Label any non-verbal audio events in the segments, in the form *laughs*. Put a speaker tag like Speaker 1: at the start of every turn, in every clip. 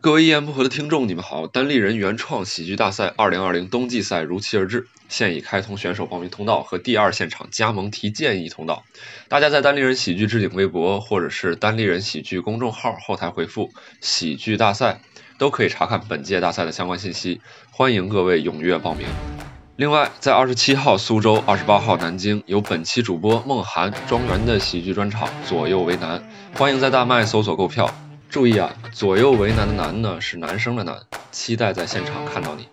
Speaker 1: 各位一言不合的听众，你们好！单立人原创喜剧大赛2020冬季赛如期而至，现已开通选手报名通道和第二现场加盟提建议通道。大家在单立人喜剧置顶微博或者是单立人喜剧公众号后台回复“喜剧大赛”，都可以查看本届大赛的相关信息。欢迎各位踊跃报名。另外，在二十七号苏州、二十八号南京有本期主播梦涵庄园的喜剧专场《左右为难》，欢迎在大麦搜索购票。注意啊，左右为难的难呢是男生的难，期待在现场看到你。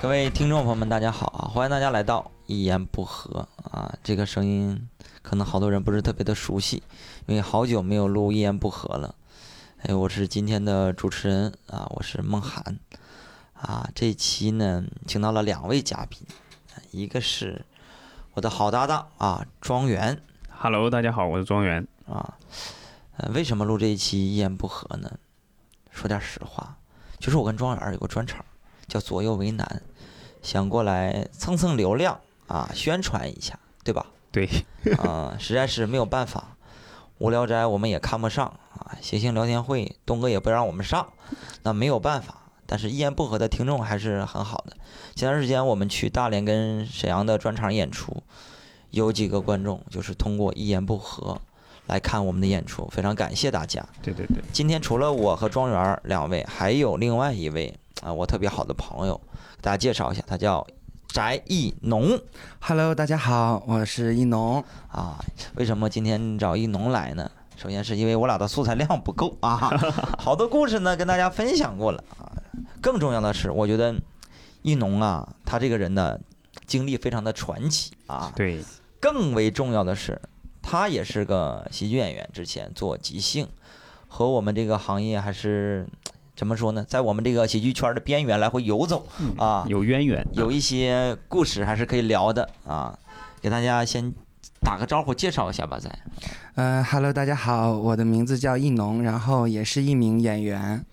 Speaker 2: 各位听众朋友们，大家好啊！欢迎大家来到一言不合啊，这个声音可能好多人不是特别的熟悉，因为好久没有录一言不合了。哎，我是今天的主持人啊，我是梦涵啊。这期呢，请到了两位嘉宾，啊一个是我的好搭档啊，庄园
Speaker 3: Hello，大家好，我是庄园。
Speaker 2: 啊。呃，为什么录这一期一言不合呢？说点实话，就是我跟庄园儿有个专场，叫左右为难，想过来蹭蹭流量啊，宣传一下，对吧？
Speaker 3: 对，
Speaker 2: 啊、实在是没有办法，无聊斋我们也看不上啊，谐星聊天会东哥也不让我们上，那没有办法。但是，一言不合的听众还是很好的。前段时间我们去大连跟沈阳的专场演出，有几个观众就是通过一言不合来看我们的演出，非常感谢大家。
Speaker 3: 对对对，
Speaker 2: 今天除了我和庄园儿两位，还有另外一位啊，我特别好的朋友，给大家介绍一下，他叫翟艺农
Speaker 4: Hello，大家好，我是一农。
Speaker 2: 啊。为什么今天找艺农来呢？首先是因为我俩的素材量不够啊， *laughs* 好多故事呢跟大家分享过了啊。更重要的是，我觉得艺农啊，他这个人呢，经历非常的传奇啊。
Speaker 3: 对，
Speaker 2: 更为重要的是，他也是个喜剧演员，之前做即兴，和我们这个行业还是怎么说呢，在我们这个喜剧圈的边缘来回游走
Speaker 3: 嗯
Speaker 2: 啊，
Speaker 3: 有渊源，
Speaker 2: 有一些故事还是可以聊的啊，给大家先打个招呼，介绍一下吧，再
Speaker 4: 呃，Hello，大家好，我的名字叫一农，然后也是一名演员。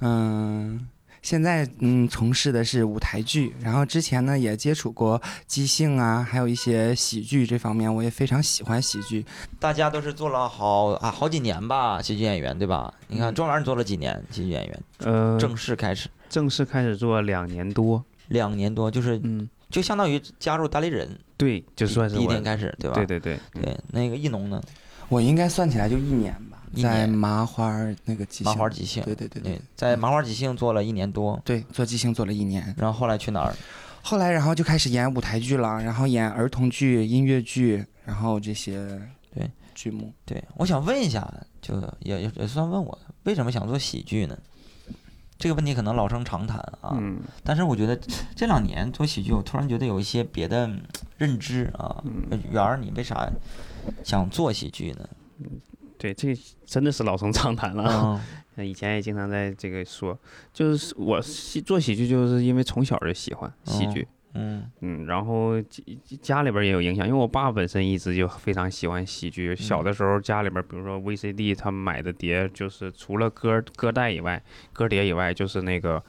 Speaker 4: 嗯、现在嗯从事的是舞台剧，然后之前呢也接触过即兴啊，还有一些喜剧这方面，我也非常喜欢喜剧。
Speaker 2: 大家都是做了好啊好几年吧，喜剧演员对吧？你看
Speaker 3: 嗯
Speaker 2: 庄园做了几年喜剧演员，
Speaker 3: 呃，
Speaker 2: 正式开始
Speaker 3: 正式开始做两年多。
Speaker 2: 两年多，就是
Speaker 3: 嗯，
Speaker 2: 就相当于加入单立人
Speaker 3: 对，就算是
Speaker 2: 第一
Speaker 3: 我
Speaker 2: 天。开始对吧？
Speaker 3: 对对对，嗯
Speaker 2: 对，那个艺农呢？
Speaker 4: 我应该算起来就一年吧，
Speaker 2: 一
Speaker 4: 在
Speaker 2: 年
Speaker 4: 麻花儿那个即兴，
Speaker 2: 麻花嗯即兴，
Speaker 4: 对对对对
Speaker 2: 对，在麻花即兴做了一年多，
Speaker 4: 对，做即兴做了一年，
Speaker 2: 然后后来去哪儿？
Speaker 4: 后来然后就开始演舞台剧了，然后演儿童剧、音乐剧，然后这些
Speaker 2: 对
Speaker 4: 剧目。
Speaker 2: 对，我想问一下，就也也也算问我，为什么想做喜剧呢？这个问题可能老生常谈啊，
Speaker 3: 嗯
Speaker 2: 但是我觉得这两年做喜剧，我突然觉得有一些别的嗯认知啊。圆儿，你为啥想做喜剧呢？
Speaker 3: 对，这真的是老生常谈了。
Speaker 2: 嗯
Speaker 3: 那 *laughs* 以前也经常在这个说，就是我喜做喜剧，就是因为从小就喜欢喜剧。
Speaker 2: 嗯
Speaker 3: 嗯，然后家家里边也有影响，因为我爸本身一直就非常喜欢喜剧。小
Speaker 2: 嗯
Speaker 3: 的时候家里边，比如说 VCD，他买的碟就是除了歌歌带以外，歌碟以外，就是那个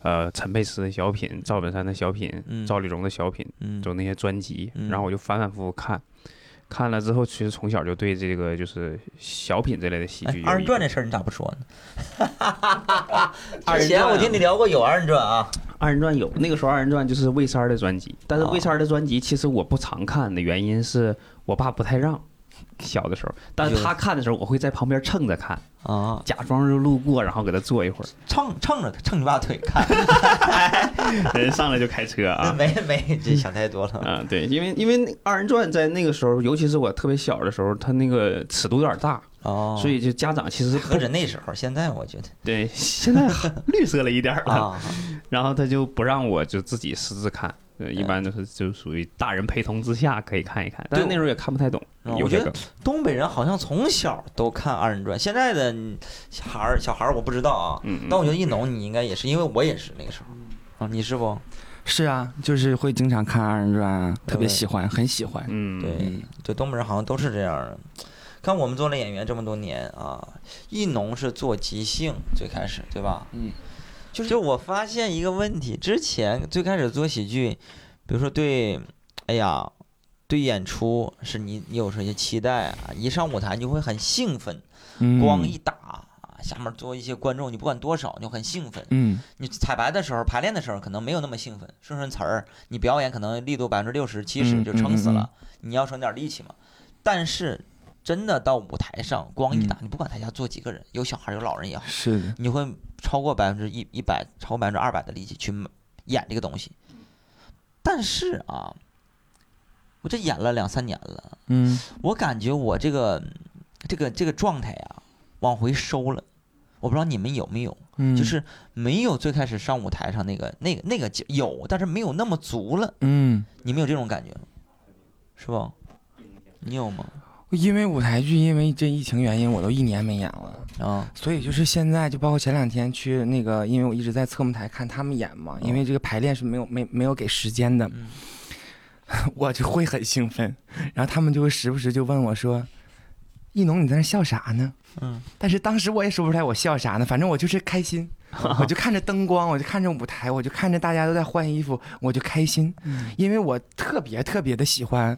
Speaker 3: 呃陈佩斯的小品、赵本山的小品、
Speaker 2: 嗯
Speaker 3: 赵丽蓉的小品，
Speaker 2: 嗯
Speaker 3: 就那些专辑。
Speaker 2: 嗯
Speaker 3: 然后我就反反复复看，看了之后，其实从小就对这个就是小品这类的喜
Speaker 2: 哎
Speaker 3: 剧有一个。
Speaker 2: 二人转这事儿你咋不说呢？
Speaker 3: *laughs*
Speaker 2: 之
Speaker 3: 二人转啊
Speaker 2: 前我听你聊过有二人转啊，
Speaker 3: 二人转有，那个时候二人转就是魏三儿的专辑，但是
Speaker 2: 哦
Speaker 3: 魏三儿的专辑其实我不常看的原因是我爸不太让。小的时候，但是他看的时候，我会在旁边蹭着看，
Speaker 2: 啊，
Speaker 3: 假装就路过，然后给他坐一 *laughs* 会儿。
Speaker 2: 蹭蹭着蹭你爸腿
Speaker 3: 啊
Speaker 2: 看，
Speaker 3: 人上来就开车 *laughs* 啊，
Speaker 2: 没没，这想太多了。
Speaker 3: 啊，对，因为因为那二人转在那个时候，尤其是我特别小的时候，他那个尺度有点大，
Speaker 2: 哦，
Speaker 3: 所以就家长其实
Speaker 2: 合
Speaker 3: 不
Speaker 2: 着那时候，现在我觉得
Speaker 3: 对，现在 *laughs* 绿色了一点儿了，
Speaker 2: 啊，
Speaker 3: 然后他就不让我就自己私自看，
Speaker 2: 哎
Speaker 3: 呃一般都是就属于大人陪同之下可以看一看，但是那时候也看不太懂，
Speaker 2: 嗯
Speaker 3: 有
Speaker 2: 我觉
Speaker 3: 这
Speaker 2: 得
Speaker 3: 个。
Speaker 2: *laughs* 东北人好像从小都看二人转，现在的小孩儿小孩儿我不知道啊，
Speaker 3: 嗯，
Speaker 2: 但我觉得一农你应该也是，因为我也是那个时候啊，你是不？
Speaker 4: 是啊，就是会经常看二人转啊，特
Speaker 2: 对
Speaker 4: 别喜欢，很喜欢。
Speaker 3: 嗯，
Speaker 2: 对，对，东北人好像都是这样的。看我们做了演员这么多年啊，一农是做即兴最开始对吧？
Speaker 4: 嗯，就是
Speaker 2: 就我发现一个问题，之前最开始做喜剧，比如说对，哎呀，对演出是你你有这些期待啊，一上舞台你就会很兴奋，
Speaker 4: 嗯
Speaker 2: 光一打。啊下面坐一些观众，你不管多少，你就很兴奋。
Speaker 4: 嗯
Speaker 2: 你彩排的时候、排练的时候，可能没有那么兴奋，顺顺词儿。你表演可能力度百分之六十、七十
Speaker 4: 嗯
Speaker 2: 就撑死
Speaker 4: 嗯嗯
Speaker 2: 了，你要省点力气嘛。但是真的到舞台上，光
Speaker 4: 嗯
Speaker 2: 一打，你不管台下坐几个人，有小孩儿有老人也好，
Speaker 4: 是的，
Speaker 2: 你会超过百分之一一百，超过百分之二百的力气去 m- 演这个东西。但是啊，我这演了两三年了，
Speaker 4: 嗯
Speaker 2: 我感觉我这个这个这个状态啊，往回收了。我不知道你们有没有，
Speaker 4: 嗯
Speaker 2: 就是没有最开始上舞台上那个那个那个劲儿有，但是没有那么足了。
Speaker 4: 嗯，
Speaker 2: 你们有这种感觉吗？是吧？你有吗？
Speaker 4: 因为舞台剧，因为这疫情原因，我都一年没演了。
Speaker 2: 啊，
Speaker 4: 所以就是现在，就包括前两天去那个，因为我一直在侧幕台看他们演嘛，
Speaker 2: 嗯
Speaker 4: 因为这个排练是没有没没有给时间的，
Speaker 2: 嗯
Speaker 4: *laughs* 我就会很兴奋，然后他们就会时不时就问我说：“一农，你在那笑啥呢
Speaker 2: 嗯？”
Speaker 4: 但是当时我也说不出来我笑啥呢，反正我就是
Speaker 2: *laughs*
Speaker 4: 开心，我就看着灯光，我就看着舞台，我就看着大家都在换衣服，我就开心，
Speaker 2: 嗯
Speaker 4: 因为我特别特别的喜欢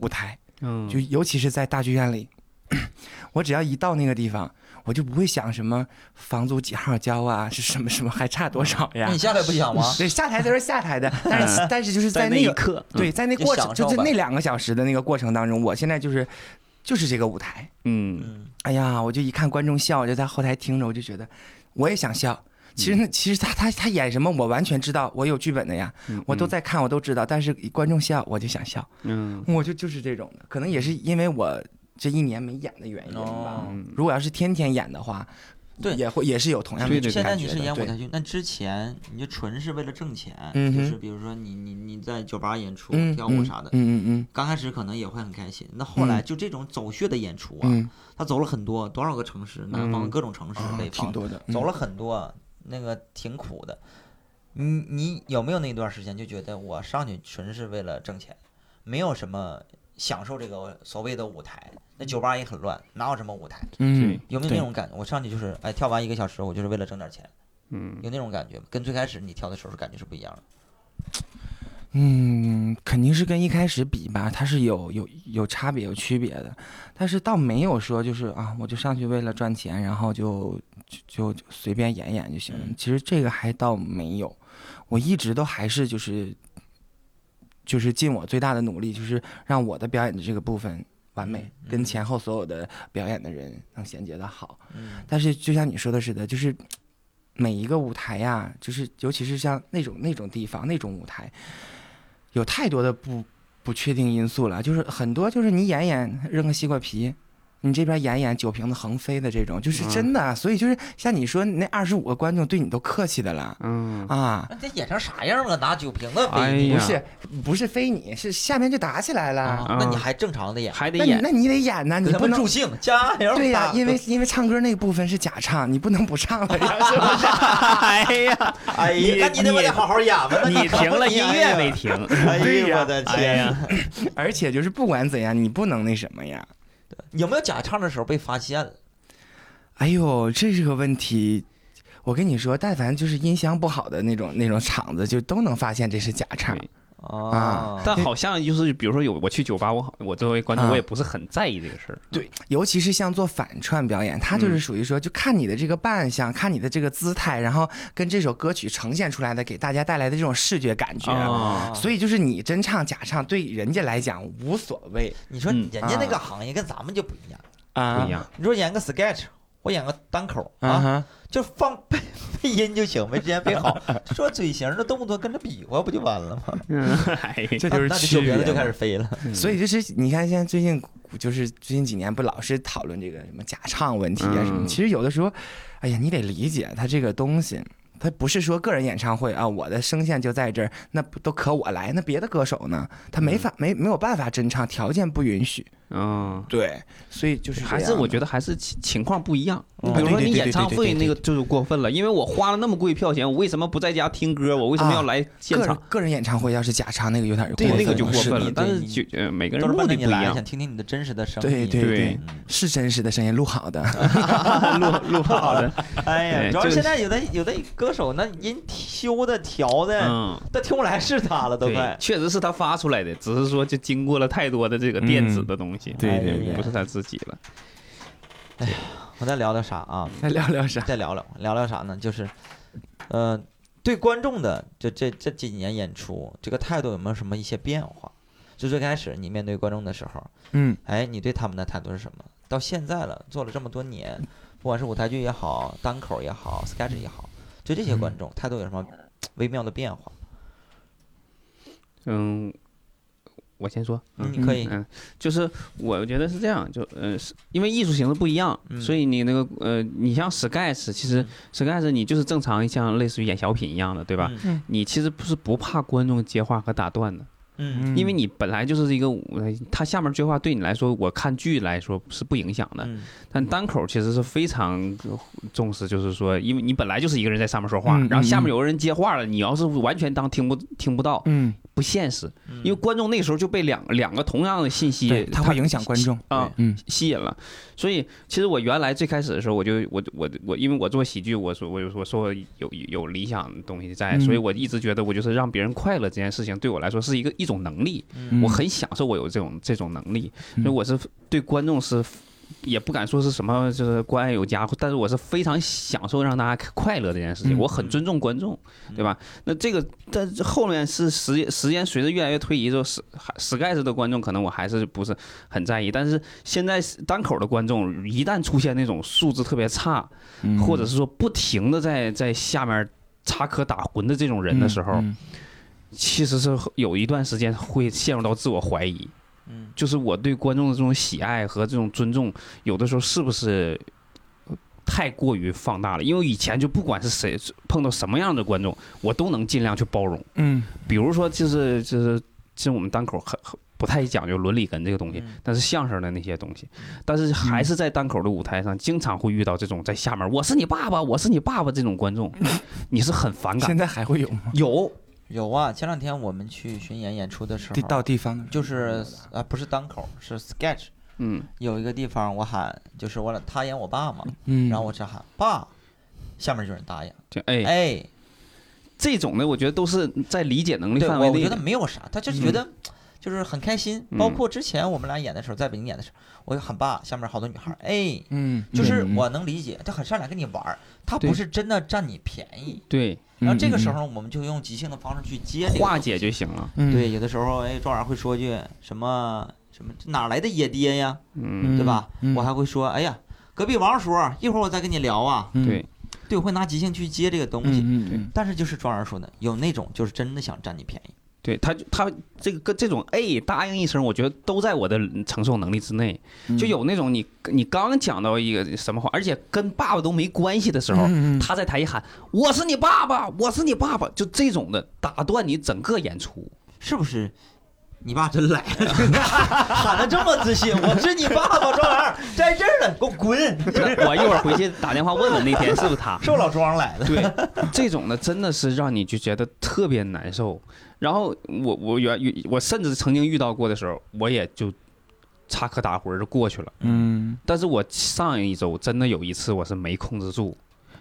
Speaker 4: 舞台，
Speaker 3: 嗯，
Speaker 4: 就尤其是在大剧院里， *clears throat* 我只要一到那个地方，我就不会想什么房租几号交啊，是什么什么还差多少哎呀
Speaker 2: 那你。下来不想吗？
Speaker 4: 对，下台都是下台的，但是但是就是在
Speaker 3: 那
Speaker 4: 那
Speaker 3: 一
Speaker 4: 个
Speaker 3: 刻，
Speaker 4: 对，在那
Speaker 2: 就
Speaker 4: 过
Speaker 2: 享
Speaker 4: 程就
Speaker 2: 受
Speaker 4: 是
Speaker 2: 吧
Speaker 4: 那两个小时的那个过程当中，我现在就是就是这个舞台，
Speaker 3: 嗯，
Speaker 2: 嗯，
Speaker 4: 哎呀，我就一看观众笑，我就在后台听着，我就觉得我也想笑。其实那其实他他他演什么，我完全知道，我有剧本的呀，
Speaker 3: 嗯
Speaker 4: 我都，在看，我都知道。但是观众笑，我就想笑。
Speaker 3: 嗯
Speaker 4: *laughs* 我就就是这种的，可能也是因为我这一年没演的原因吧。
Speaker 2: 哦
Speaker 3: 嗯
Speaker 4: 如果要是天天演的话，
Speaker 2: 对
Speaker 4: 也会也是有同样的
Speaker 3: 对对
Speaker 2: 现在
Speaker 4: 感觉
Speaker 2: 你
Speaker 4: 的
Speaker 2: 是演舞
Speaker 4: 对
Speaker 2: 台剧，那之前你就纯是为了挣钱，
Speaker 4: 嗯
Speaker 2: 就
Speaker 4: 哼
Speaker 2: 是比如说你你你在酒吧演出、
Speaker 4: 嗯
Speaker 2: 跳舞啥的，
Speaker 4: 嗯嗯
Speaker 2: 刚开始可能也会很开心。那后来就这种走穴的演出
Speaker 4: 嗯
Speaker 2: 啊，
Speaker 4: 嗯
Speaker 2: 他走了很多多少个城市，南方
Speaker 3: 嗯
Speaker 2: 各种城市、
Speaker 4: 啊
Speaker 2: 北，
Speaker 4: 挺
Speaker 2: 方，
Speaker 4: 多的，嗯
Speaker 2: 走了很多，啊那个挺苦的。你你有没有那段时间就觉得我上去纯是为了挣钱，没有什么享受这个所谓的舞台？那酒吧也很乱，哪有什么舞台？
Speaker 4: 嗯
Speaker 3: 对，
Speaker 2: 有没有那种感觉？我上去就是哎，跳完一个小时，我就是为了挣点钱。
Speaker 3: 嗯
Speaker 2: 有那种感觉吗？跟最开始你跳的时候感觉是不一样的。
Speaker 4: 嗯，肯定是跟一开始比吧，它是有有有差别有区别的，但是倒没有说就是啊，我就上去为了赚钱，然后就就就就随便演演就行了
Speaker 2: 嗯。
Speaker 4: 其实这个还倒没有，我一直都还是就是就是尽我最大的努力，就是让我的表演的这个部分完美，
Speaker 2: 嗯
Speaker 4: 跟前后所有的表演的人能衔接的好。
Speaker 2: 嗯
Speaker 4: 但是就像你说的似的，就是每一个舞台呀、就是尤其是像那种那种地方那种舞台，有太多的不不确定因素了。就是很多就是你演演扔个西瓜皮，你这边演演酒瓶子横飞的这种，就是
Speaker 3: 嗯
Speaker 4: 真的啊。所以就是像你说那二十五个观众对你都客气的了
Speaker 3: 嗯，
Speaker 4: 啊。
Speaker 2: 那这演成啥样了？拿酒瓶子
Speaker 3: 哎
Speaker 2: 飞你、
Speaker 4: 不
Speaker 3: 呀
Speaker 4: 是不是非你是下面就打起来了，
Speaker 2: 啊
Speaker 3: 啊？
Speaker 2: 那你还正常的演，
Speaker 3: 还得
Speaker 4: 那你
Speaker 3: 演，
Speaker 4: 那你得演呐，你
Speaker 2: 给他
Speaker 4: 不
Speaker 2: 们
Speaker 4: 能
Speaker 2: 助兴，加油吧！
Speaker 4: 对呀、因为因为唱歌那个部分是假唱，你不能不唱了呀，是吧？
Speaker 3: 哎呀，
Speaker 2: 哎呀，那你得不得好好演吧？那
Speaker 3: 你停了音乐没
Speaker 2: 呗？
Speaker 3: 停？
Speaker 2: *laughs* 哎
Speaker 4: 对
Speaker 2: 呀，
Speaker 4: 呀
Speaker 2: 我的
Speaker 3: 哎
Speaker 2: 天！啊
Speaker 3: 呀，
Speaker 4: 而且就是不管怎样，你不能那什么呀。
Speaker 2: 有没有假唱的时候被发现了？
Speaker 4: 哎呦，这是个问题。我跟你说，但凡就是音箱不好的那种那种场子，就都能发现这是假唱。
Speaker 3: 对
Speaker 2: 哦，
Speaker 3: *laughs* 但好像就是比如说有我去酒吧，我好我作为观众，
Speaker 4: 啊
Speaker 3: 我也不是很在意这个事儿。
Speaker 4: 对，嗯尤其是像做反串表演，它就是属于说，就看你的这个扮相，看你的这个姿态，然后跟这首歌曲呈现出来的给大家带来的这种视觉感觉。
Speaker 3: 啊，
Speaker 4: 所以就是你真唱假唱，对人家来讲无所谓
Speaker 2: 你说人
Speaker 3: 嗯
Speaker 2: 家那个行业跟咱们就不一样。
Speaker 4: 啊
Speaker 3: 不一样。
Speaker 2: 你说演个 sketch，我演个单口
Speaker 4: 啊
Speaker 2: 啊，
Speaker 4: 哈
Speaker 2: 就放 *laughs* 配配音就行呗，之前配好，说嘴型的动作跟着比划不就完了吗？
Speaker 3: 嗯， *laughs* 哎，嗯
Speaker 4: 这就是
Speaker 2: 那那
Speaker 4: 区
Speaker 2: 酒
Speaker 4: 别
Speaker 2: 瓶子就
Speaker 4: 嘛
Speaker 2: 开始飞了。
Speaker 4: 所以就是你看，现在最近就是最近几年不老是讨论这个什么假唱问题啊什么？
Speaker 3: 嗯
Speaker 4: 其实有的时候，哎呀，你得理解它这个东西，它不是说个人演唱会啊，我的声线就在这儿，那不都可我来，那别的歌手呢，他没法没没有办法真唱，条件不允许。
Speaker 3: 嗯，
Speaker 4: 对，所以就是
Speaker 3: 还是我觉
Speaker 4: 得
Speaker 3: 得还是情情况不一样。
Speaker 2: 嗯
Speaker 3: 你比如说
Speaker 4: 对对
Speaker 3: 你
Speaker 4: 对
Speaker 3: 演唱
Speaker 4: 对对
Speaker 3: 会
Speaker 4: 对
Speaker 3: 那个就是过分了，因为我花了那么贵票钱，我为什么不在家听歌？我为什么要来现
Speaker 4: 个人
Speaker 3: 场？
Speaker 4: 个人演唱会要是假唱，那个有点儿
Speaker 3: 对，
Speaker 4: 过
Speaker 3: 那个就
Speaker 4: 了
Speaker 3: 过
Speaker 4: 是
Speaker 3: 分
Speaker 2: 你
Speaker 3: 了。但是
Speaker 2: 你
Speaker 3: 就呃，每个
Speaker 2: 都
Speaker 3: 人
Speaker 2: 是
Speaker 3: 目
Speaker 2: 奔着
Speaker 3: 的
Speaker 2: 你
Speaker 3: 不一
Speaker 2: 来，
Speaker 3: 样
Speaker 2: 想。听听你的真实的声音。
Speaker 4: 对对
Speaker 3: 对
Speaker 2: 嗯
Speaker 4: 是真实的声音，录好的。
Speaker 3: *laughs* 录录不好的，
Speaker 2: 哎呀，
Speaker 3: 对
Speaker 2: 主要
Speaker 3: 就是
Speaker 2: 现
Speaker 3: 是
Speaker 2: 在有的有的歌手那音修的调的，
Speaker 3: 嗯，
Speaker 2: 都听不来是他了，都
Speaker 3: 对
Speaker 2: 快，。
Speaker 3: 确实是他发出来的，只是说就经过了太多的这个电
Speaker 4: 嗯
Speaker 3: 子的东西，
Speaker 2: 对对对
Speaker 3: 不是他自己了。
Speaker 2: 我再聊聊啥啊？
Speaker 4: 再聊聊啥？
Speaker 2: 再聊聊聊聊啥呢？就是，呃，对观众的这这这几年演出这个态度有没有什么一些变化？就最开始你面对观众的时候，
Speaker 4: 嗯，
Speaker 2: 哎，你对他们的态度是什么？到现在了，做了这么多年，
Speaker 4: 嗯
Speaker 2: 不管是舞台剧也好，单口也好，sketch 也好，对这些
Speaker 4: 嗯
Speaker 2: 观众态度有什么微妙的变化？
Speaker 3: 嗯，我先说，嗯
Speaker 2: 你可以，
Speaker 3: 嗯，就是我觉得是这样，就呃，是因为艺术形式不一样，
Speaker 2: 嗯
Speaker 3: 所以你那个呃，你像 sketch，其实
Speaker 2: 嗯
Speaker 3: sketch 你就是正常像类似于演小品一样的，对吧？
Speaker 2: 嗯
Speaker 3: 你其实不是不怕观众接话和打断的，
Speaker 2: 嗯
Speaker 3: 因为你本来就是一个舞台，他下面接话对你来说，我看剧来说是不影响的。
Speaker 2: 嗯
Speaker 3: 但单口其实是非常重视，就是说，因为你本来就是一个人在上面说话，
Speaker 4: 嗯
Speaker 3: 然后下面
Speaker 4: 嗯嗯
Speaker 3: 有人接话了，你要是完全当听不听不到，
Speaker 4: 嗯，
Speaker 3: 不现实，
Speaker 2: 嗯
Speaker 3: 因为观众那时候就被两两个同样的信
Speaker 4: 对，
Speaker 3: 息，
Speaker 4: 它会影响观众。
Speaker 3: 啊
Speaker 4: 嗯
Speaker 3: 吸引了。所以其实我原来最开始的时候，我就我我我，因为我做喜剧，我说我有我说有有有理想的东西在，
Speaker 4: 嗯
Speaker 3: 所以我一直觉得我就是让别人快乐这件事情对我来说是一个一种能力，
Speaker 4: 嗯
Speaker 3: 我很享受我有这种这种能力，
Speaker 4: 嗯
Speaker 3: 所以我是对观众是。也不敢说是什么，就是关爱有加，但是我是非常享受让大家快乐这件事情，
Speaker 4: 嗯
Speaker 3: 我很尊重观众，对吧？那这个，但是后面是时间时间随着越来越推移之后，史还 sketch 的观众可能我还是不是很在意，但是现在单口的观众一旦出现那种素质特别差，
Speaker 4: 嗯
Speaker 3: 或者是说不停的在在下面插科打诨的这种人的时候，
Speaker 4: 嗯
Speaker 3: 其实是有一段时间会陷入到自我怀疑，
Speaker 2: 嗯
Speaker 3: 就是我对观众的这种喜爱和这种尊重，有的时候是不是呃太过于放大了？因为以前就不管是谁碰到什么样的观众，我都能尽量去包容。
Speaker 4: 嗯
Speaker 3: 比如说、就是，就是就是我们单口很很不太讲究伦理根这
Speaker 2: 嗯
Speaker 3: 个东西，但是相声的那些东西，但是还是在单口的舞台上，经常会遇到这种在下面“我是你爸爸，我是你爸爸”这种观众，你是很反
Speaker 4: 嗯，
Speaker 3: 感
Speaker 4: 现
Speaker 3: 的。
Speaker 4: 在还会有吗？
Speaker 3: 有，
Speaker 2: 有啊，前两天我们去巡演演出的时
Speaker 4: 地到
Speaker 2: 候，
Speaker 4: 地方的
Speaker 2: 就是啊，不是单口，是 sketch。
Speaker 3: 嗯，
Speaker 2: 有一个地方我喊，就是我俩他演我爸嘛，
Speaker 4: 嗯，
Speaker 2: 然后我只喊爸，下面就有人答应。
Speaker 3: 这哎，
Speaker 2: 哎，
Speaker 3: 这种的我觉得都是在理解能力
Speaker 2: 对，
Speaker 3: 范
Speaker 2: 我
Speaker 3: 围
Speaker 2: 我
Speaker 3: 内
Speaker 2: 觉
Speaker 3: 的。
Speaker 2: 得没有啥，他就是觉得就是很开心。包括之前我们俩演的时候，在北京演的时候，我就喊爸，下面好多女孩儿，哎，
Speaker 4: 嗯，
Speaker 2: 就是
Speaker 4: 嗯
Speaker 2: 我能理解，他很上来跟你玩儿，他
Speaker 3: 对
Speaker 2: 不是真的占你便宜。
Speaker 3: 对，
Speaker 4: 嗯
Speaker 2: 然后这个时，候，我们就用即兴的方式去接这个
Speaker 3: 化
Speaker 2: 东西
Speaker 3: 解就行了。
Speaker 4: 嗯嗯嗯
Speaker 2: 对，有的时候，哎，庄园会说句什么什么，这哪来的野爹呀，
Speaker 3: 嗯，
Speaker 4: 嗯
Speaker 2: 对吧？
Speaker 4: 嗯
Speaker 2: 我还会说，哎呀，隔壁王叔，一会儿我再跟你聊啊。
Speaker 4: 嗯
Speaker 3: 对，
Speaker 2: 对，我会拿即兴去接这个东西。
Speaker 4: 嗯嗯
Speaker 3: 对
Speaker 4: 嗯
Speaker 2: 但是就是庄园说的，有那种就是真的想占你便宜。
Speaker 3: 对他他这个这种哎答应一声，我觉得都在我的承受能力之内。
Speaker 4: 嗯，
Speaker 3: 就有那种你你刚讲到一个什么话，而且跟爸爸都没关系的时候，
Speaker 4: 嗯嗯嗯
Speaker 3: 他在台一喊“我是你爸爸，我是你爸爸”，就这种的打断你整个演出。
Speaker 2: 是不是？你爸真来了， *laughs* 喊的这么自信，我是你爸爸，庄园儿在这儿呢，给我滚！ *laughs*
Speaker 3: 我一会儿回去打电话问问那天是不是他。
Speaker 2: 是我老庄来的。
Speaker 3: 对，这种的真的是让你就觉得特别难受。然后我我原我甚至曾经遇到过的时候，我也就插科打诨就过去了。
Speaker 4: 嗯
Speaker 3: 但是我上一周真的有一次我是没控制住，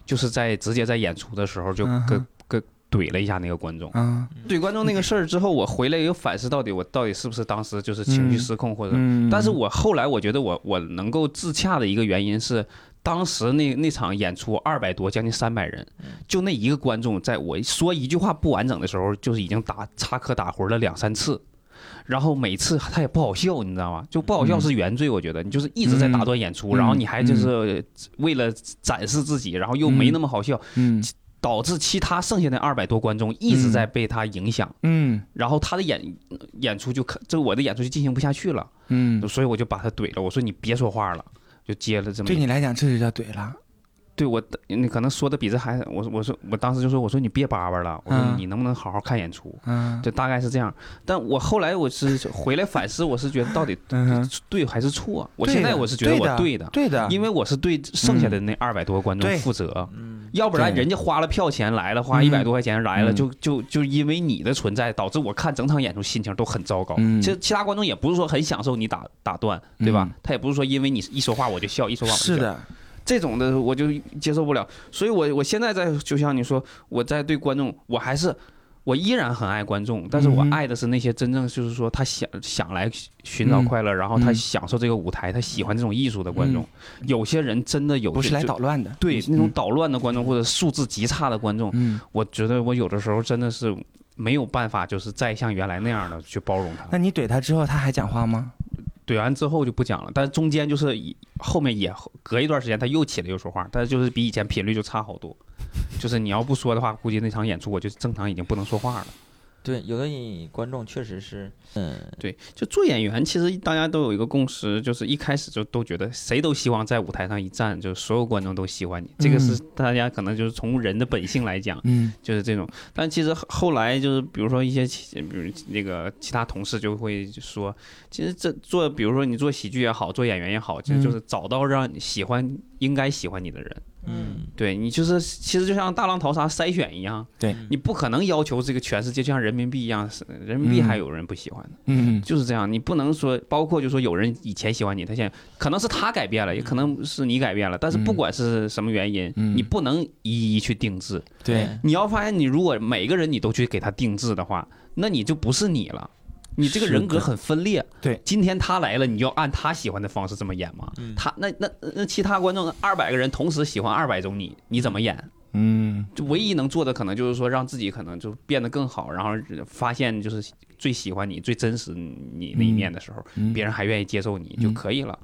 Speaker 3: 就是在直接在演出的时候就
Speaker 4: 嗯哼
Speaker 3: 跟、跟怼了一下那个观众。
Speaker 4: 啊
Speaker 3: 怼观众那个事儿之后，我回来又反思到底我到底是不是当时就是情绪
Speaker 4: 嗯
Speaker 3: 失控或者，
Speaker 4: 嗯，
Speaker 3: 但是我后来我觉得我我能够自洽的一个原因是。当时那那场演出二百多，将近三百人，
Speaker 4: 嗯
Speaker 3: 就那一个观众，在我说一句话不完整的时候，就是已经打插科打诨了两三次，然后每次他也不好笑，你知道吗？就不好笑是原罪，我觉得你就是一直在打断演出，
Speaker 4: 嗯
Speaker 3: 然后你还就是为了展示自己，然后又没那么好笑，
Speaker 4: 嗯
Speaker 3: 导致其他剩下的二百多观众一直在被他影响，
Speaker 4: 嗯
Speaker 3: 然后他的演演出就可，这我的演出就进行不下去了，
Speaker 4: 嗯，
Speaker 3: 所以我就把他怼了，我说你别说话了，就接了这么
Speaker 4: 对
Speaker 3: 一。
Speaker 4: 你来讲这就叫怼了。
Speaker 3: 对我，你可能说的比这还，我我说我当时就说，我说你别叭叭了，我说
Speaker 4: 嗯
Speaker 3: 你能不能好好看演出？
Speaker 4: 嗯
Speaker 3: 就大概是这样。但我后来我是回来反思，我是觉得到底
Speaker 4: *laughs* 嗯哼，
Speaker 3: 对还是错？我
Speaker 4: 对
Speaker 3: 现
Speaker 4: 的
Speaker 3: 在我是觉得我
Speaker 4: 对
Speaker 3: 的，
Speaker 4: 对的，嗯
Speaker 3: 因为我是对剩下的那二百多个观众
Speaker 4: 对
Speaker 3: 负责，
Speaker 2: 嗯，
Speaker 3: 要不然
Speaker 4: 对
Speaker 3: 人家花了票钱来了，花
Speaker 4: 嗯
Speaker 3: 一百多块钱来了，
Speaker 4: 嗯
Speaker 3: 就就就因为你的存在，导致我看整场演出心情都很糟糕。
Speaker 4: 嗯
Speaker 3: 其实其他观众也不是说很享受你打打断，对吧？
Speaker 4: 嗯
Speaker 3: 他也不是说因为你一说话我就笑，一说话我就笑。
Speaker 4: 是的，
Speaker 3: 这种的我就接受不了，所以我我现在在就像你说，我在对观众，我还是我依然很爱观众，但是我
Speaker 4: 嗯哼
Speaker 3: 爱的是那些真正就是说他想想来寻找
Speaker 4: 嗯
Speaker 3: 快乐，然后他
Speaker 4: 嗯
Speaker 3: 享受这个舞台，他喜欢这种艺术的观众。有些人真的有
Speaker 4: 不是
Speaker 3: 就
Speaker 4: 来
Speaker 3: 就
Speaker 4: 捣乱的，
Speaker 3: 对那种
Speaker 4: 嗯
Speaker 3: 捣乱的观众或者素质极差的观众，
Speaker 4: 嗯，
Speaker 3: 我觉得我有的时候真的是没有办法，就是再像原来那样的去包容他。
Speaker 4: 那你怼他之后，他还讲话吗？
Speaker 3: 怼完之后就不讲了，但是中间就是以后面也隔一段时间他又起来又说话，但是就是比以前频率就差好多。就是你要不说的话，估计那场演出我就正常已经不能说话了。
Speaker 2: 对，有的观众确实是，嗯，
Speaker 3: 对，就做演员，其实大家都有一个共识，就是一开始就都觉得谁都希望在舞台上一站，就是所有观众都喜欢你。这个是大家可能就是从人的本性来讲，
Speaker 4: 嗯
Speaker 3: 就是这种。但其实后后来就是，比如说一些其，比如那个其他同事就会说，其实这做，比如说你做喜剧也好，做演员也好，其
Speaker 4: 嗯
Speaker 3: 实就是找到让你喜欢、应该喜欢你的人。
Speaker 2: 嗯，
Speaker 3: 对你就是，其实就像大浪淘沙筛选一样，
Speaker 4: 对
Speaker 3: 你不可能要求这个全世界就像人民币一样，是人民币还有人不喜欢的，
Speaker 4: 嗯
Speaker 3: 就是这样。你不能说，包括就说有人以前喜欢你，他现在可能是他改变了，也可能是你改变了，但是不
Speaker 4: 嗯
Speaker 3: 管是什么原因，
Speaker 4: 嗯
Speaker 3: 你不能一一去定制。
Speaker 4: 对，
Speaker 3: 你要发现，你如果每个人你都去给他定制的话，那你就不是你了。你这个人格很分裂，
Speaker 4: 对嗯
Speaker 3: 今天他来了，你就按他喜欢的方式这么演吗？他那那那其他观众二百个人同时喜欢二百种你，你怎么演？
Speaker 4: 嗯
Speaker 3: 就唯一能做的可能就是说让自己可能就变得更好，然后发现就是最喜欢你、最真实你那一面的时候，
Speaker 4: 嗯
Speaker 3: 别人还愿意接受你就可以了。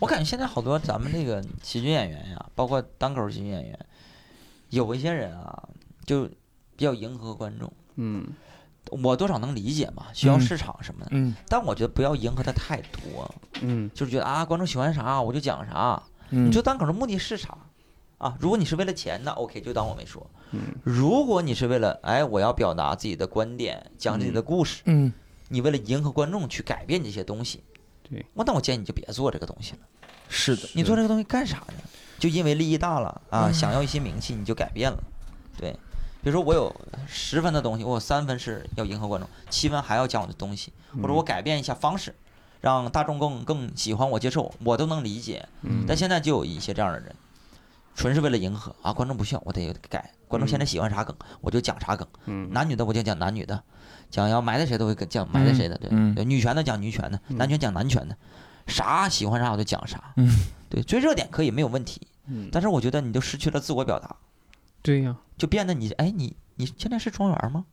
Speaker 2: 我感觉现在好多咱们这个喜剧演员呀，包括单口喜剧演员，有一些人啊，就比较迎合观众，
Speaker 3: 嗯，
Speaker 2: 我多少能理解嘛，需要
Speaker 4: 嗯
Speaker 2: 市场什么的，
Speaker 4: 嗯
Speaker 2: 但我觉得不要迎合的太多，
Speaker 3: 嗯
Speaker 2: 就是觉得啊，观众喜欢啥我就讲啥，
Speaker 4: 嗯
Speaker 2: 你做单口的目的是啥？啊，如果你是为了钱，那 OK，就当我没说。
Speaker 3: 嗯
Speaker 2: 如果你是为了，哎，我要表达自己的观点，讲自己的故事，
Speaker 4: 嗯
Speaker 2: 你为了迎合观众去改变这些东西，
Speaker 3: 对，
Speaker 2: 我那我建议你就别做这个东西了。
Speaker 4: 是的，
Speaker 3: 嗯
Speaker 2: 你做这个东西干啥呢？就因为利益大了啊，想要一些名气你就改变了，对。比如说我有十分的东西，我有三分是要迎合观众，七分还要讲我的东西，
Speaker 3: 嗯
Speaker 2: 或者我改变一下方式，让大众更更喜欢我、接受我，我都能理解。
Speaker 3: 嗯
Speaker 2: 但现在就有一些这样的人，纯是为了迎合啊，观众不笑，我得改。观众现
Speaker 4: 嗯
Speaker 2: 在喜欢啥梗，我就讲啥梗。
Speaker 3: 嗯
Speaker 2: 男女的我就讲男女的，讲要埋汰谁的我就讲埋汰谁的，
Speaker 4: 嗯
Speaker 2: 对，女权的讲女权的，男权讲男权的，啥喜欢啥我就讲啥，
Speaker 4: 嗯
Speaker 2: *laughs* 对，追热点可以没有问题，
Speaker 3: 嗯，
Speaker 2: 但是我觉得你就失去了自我表达，
Speaker 3: 对呀，
Speaker 2: 就变得你哎你你现在是庄园吗？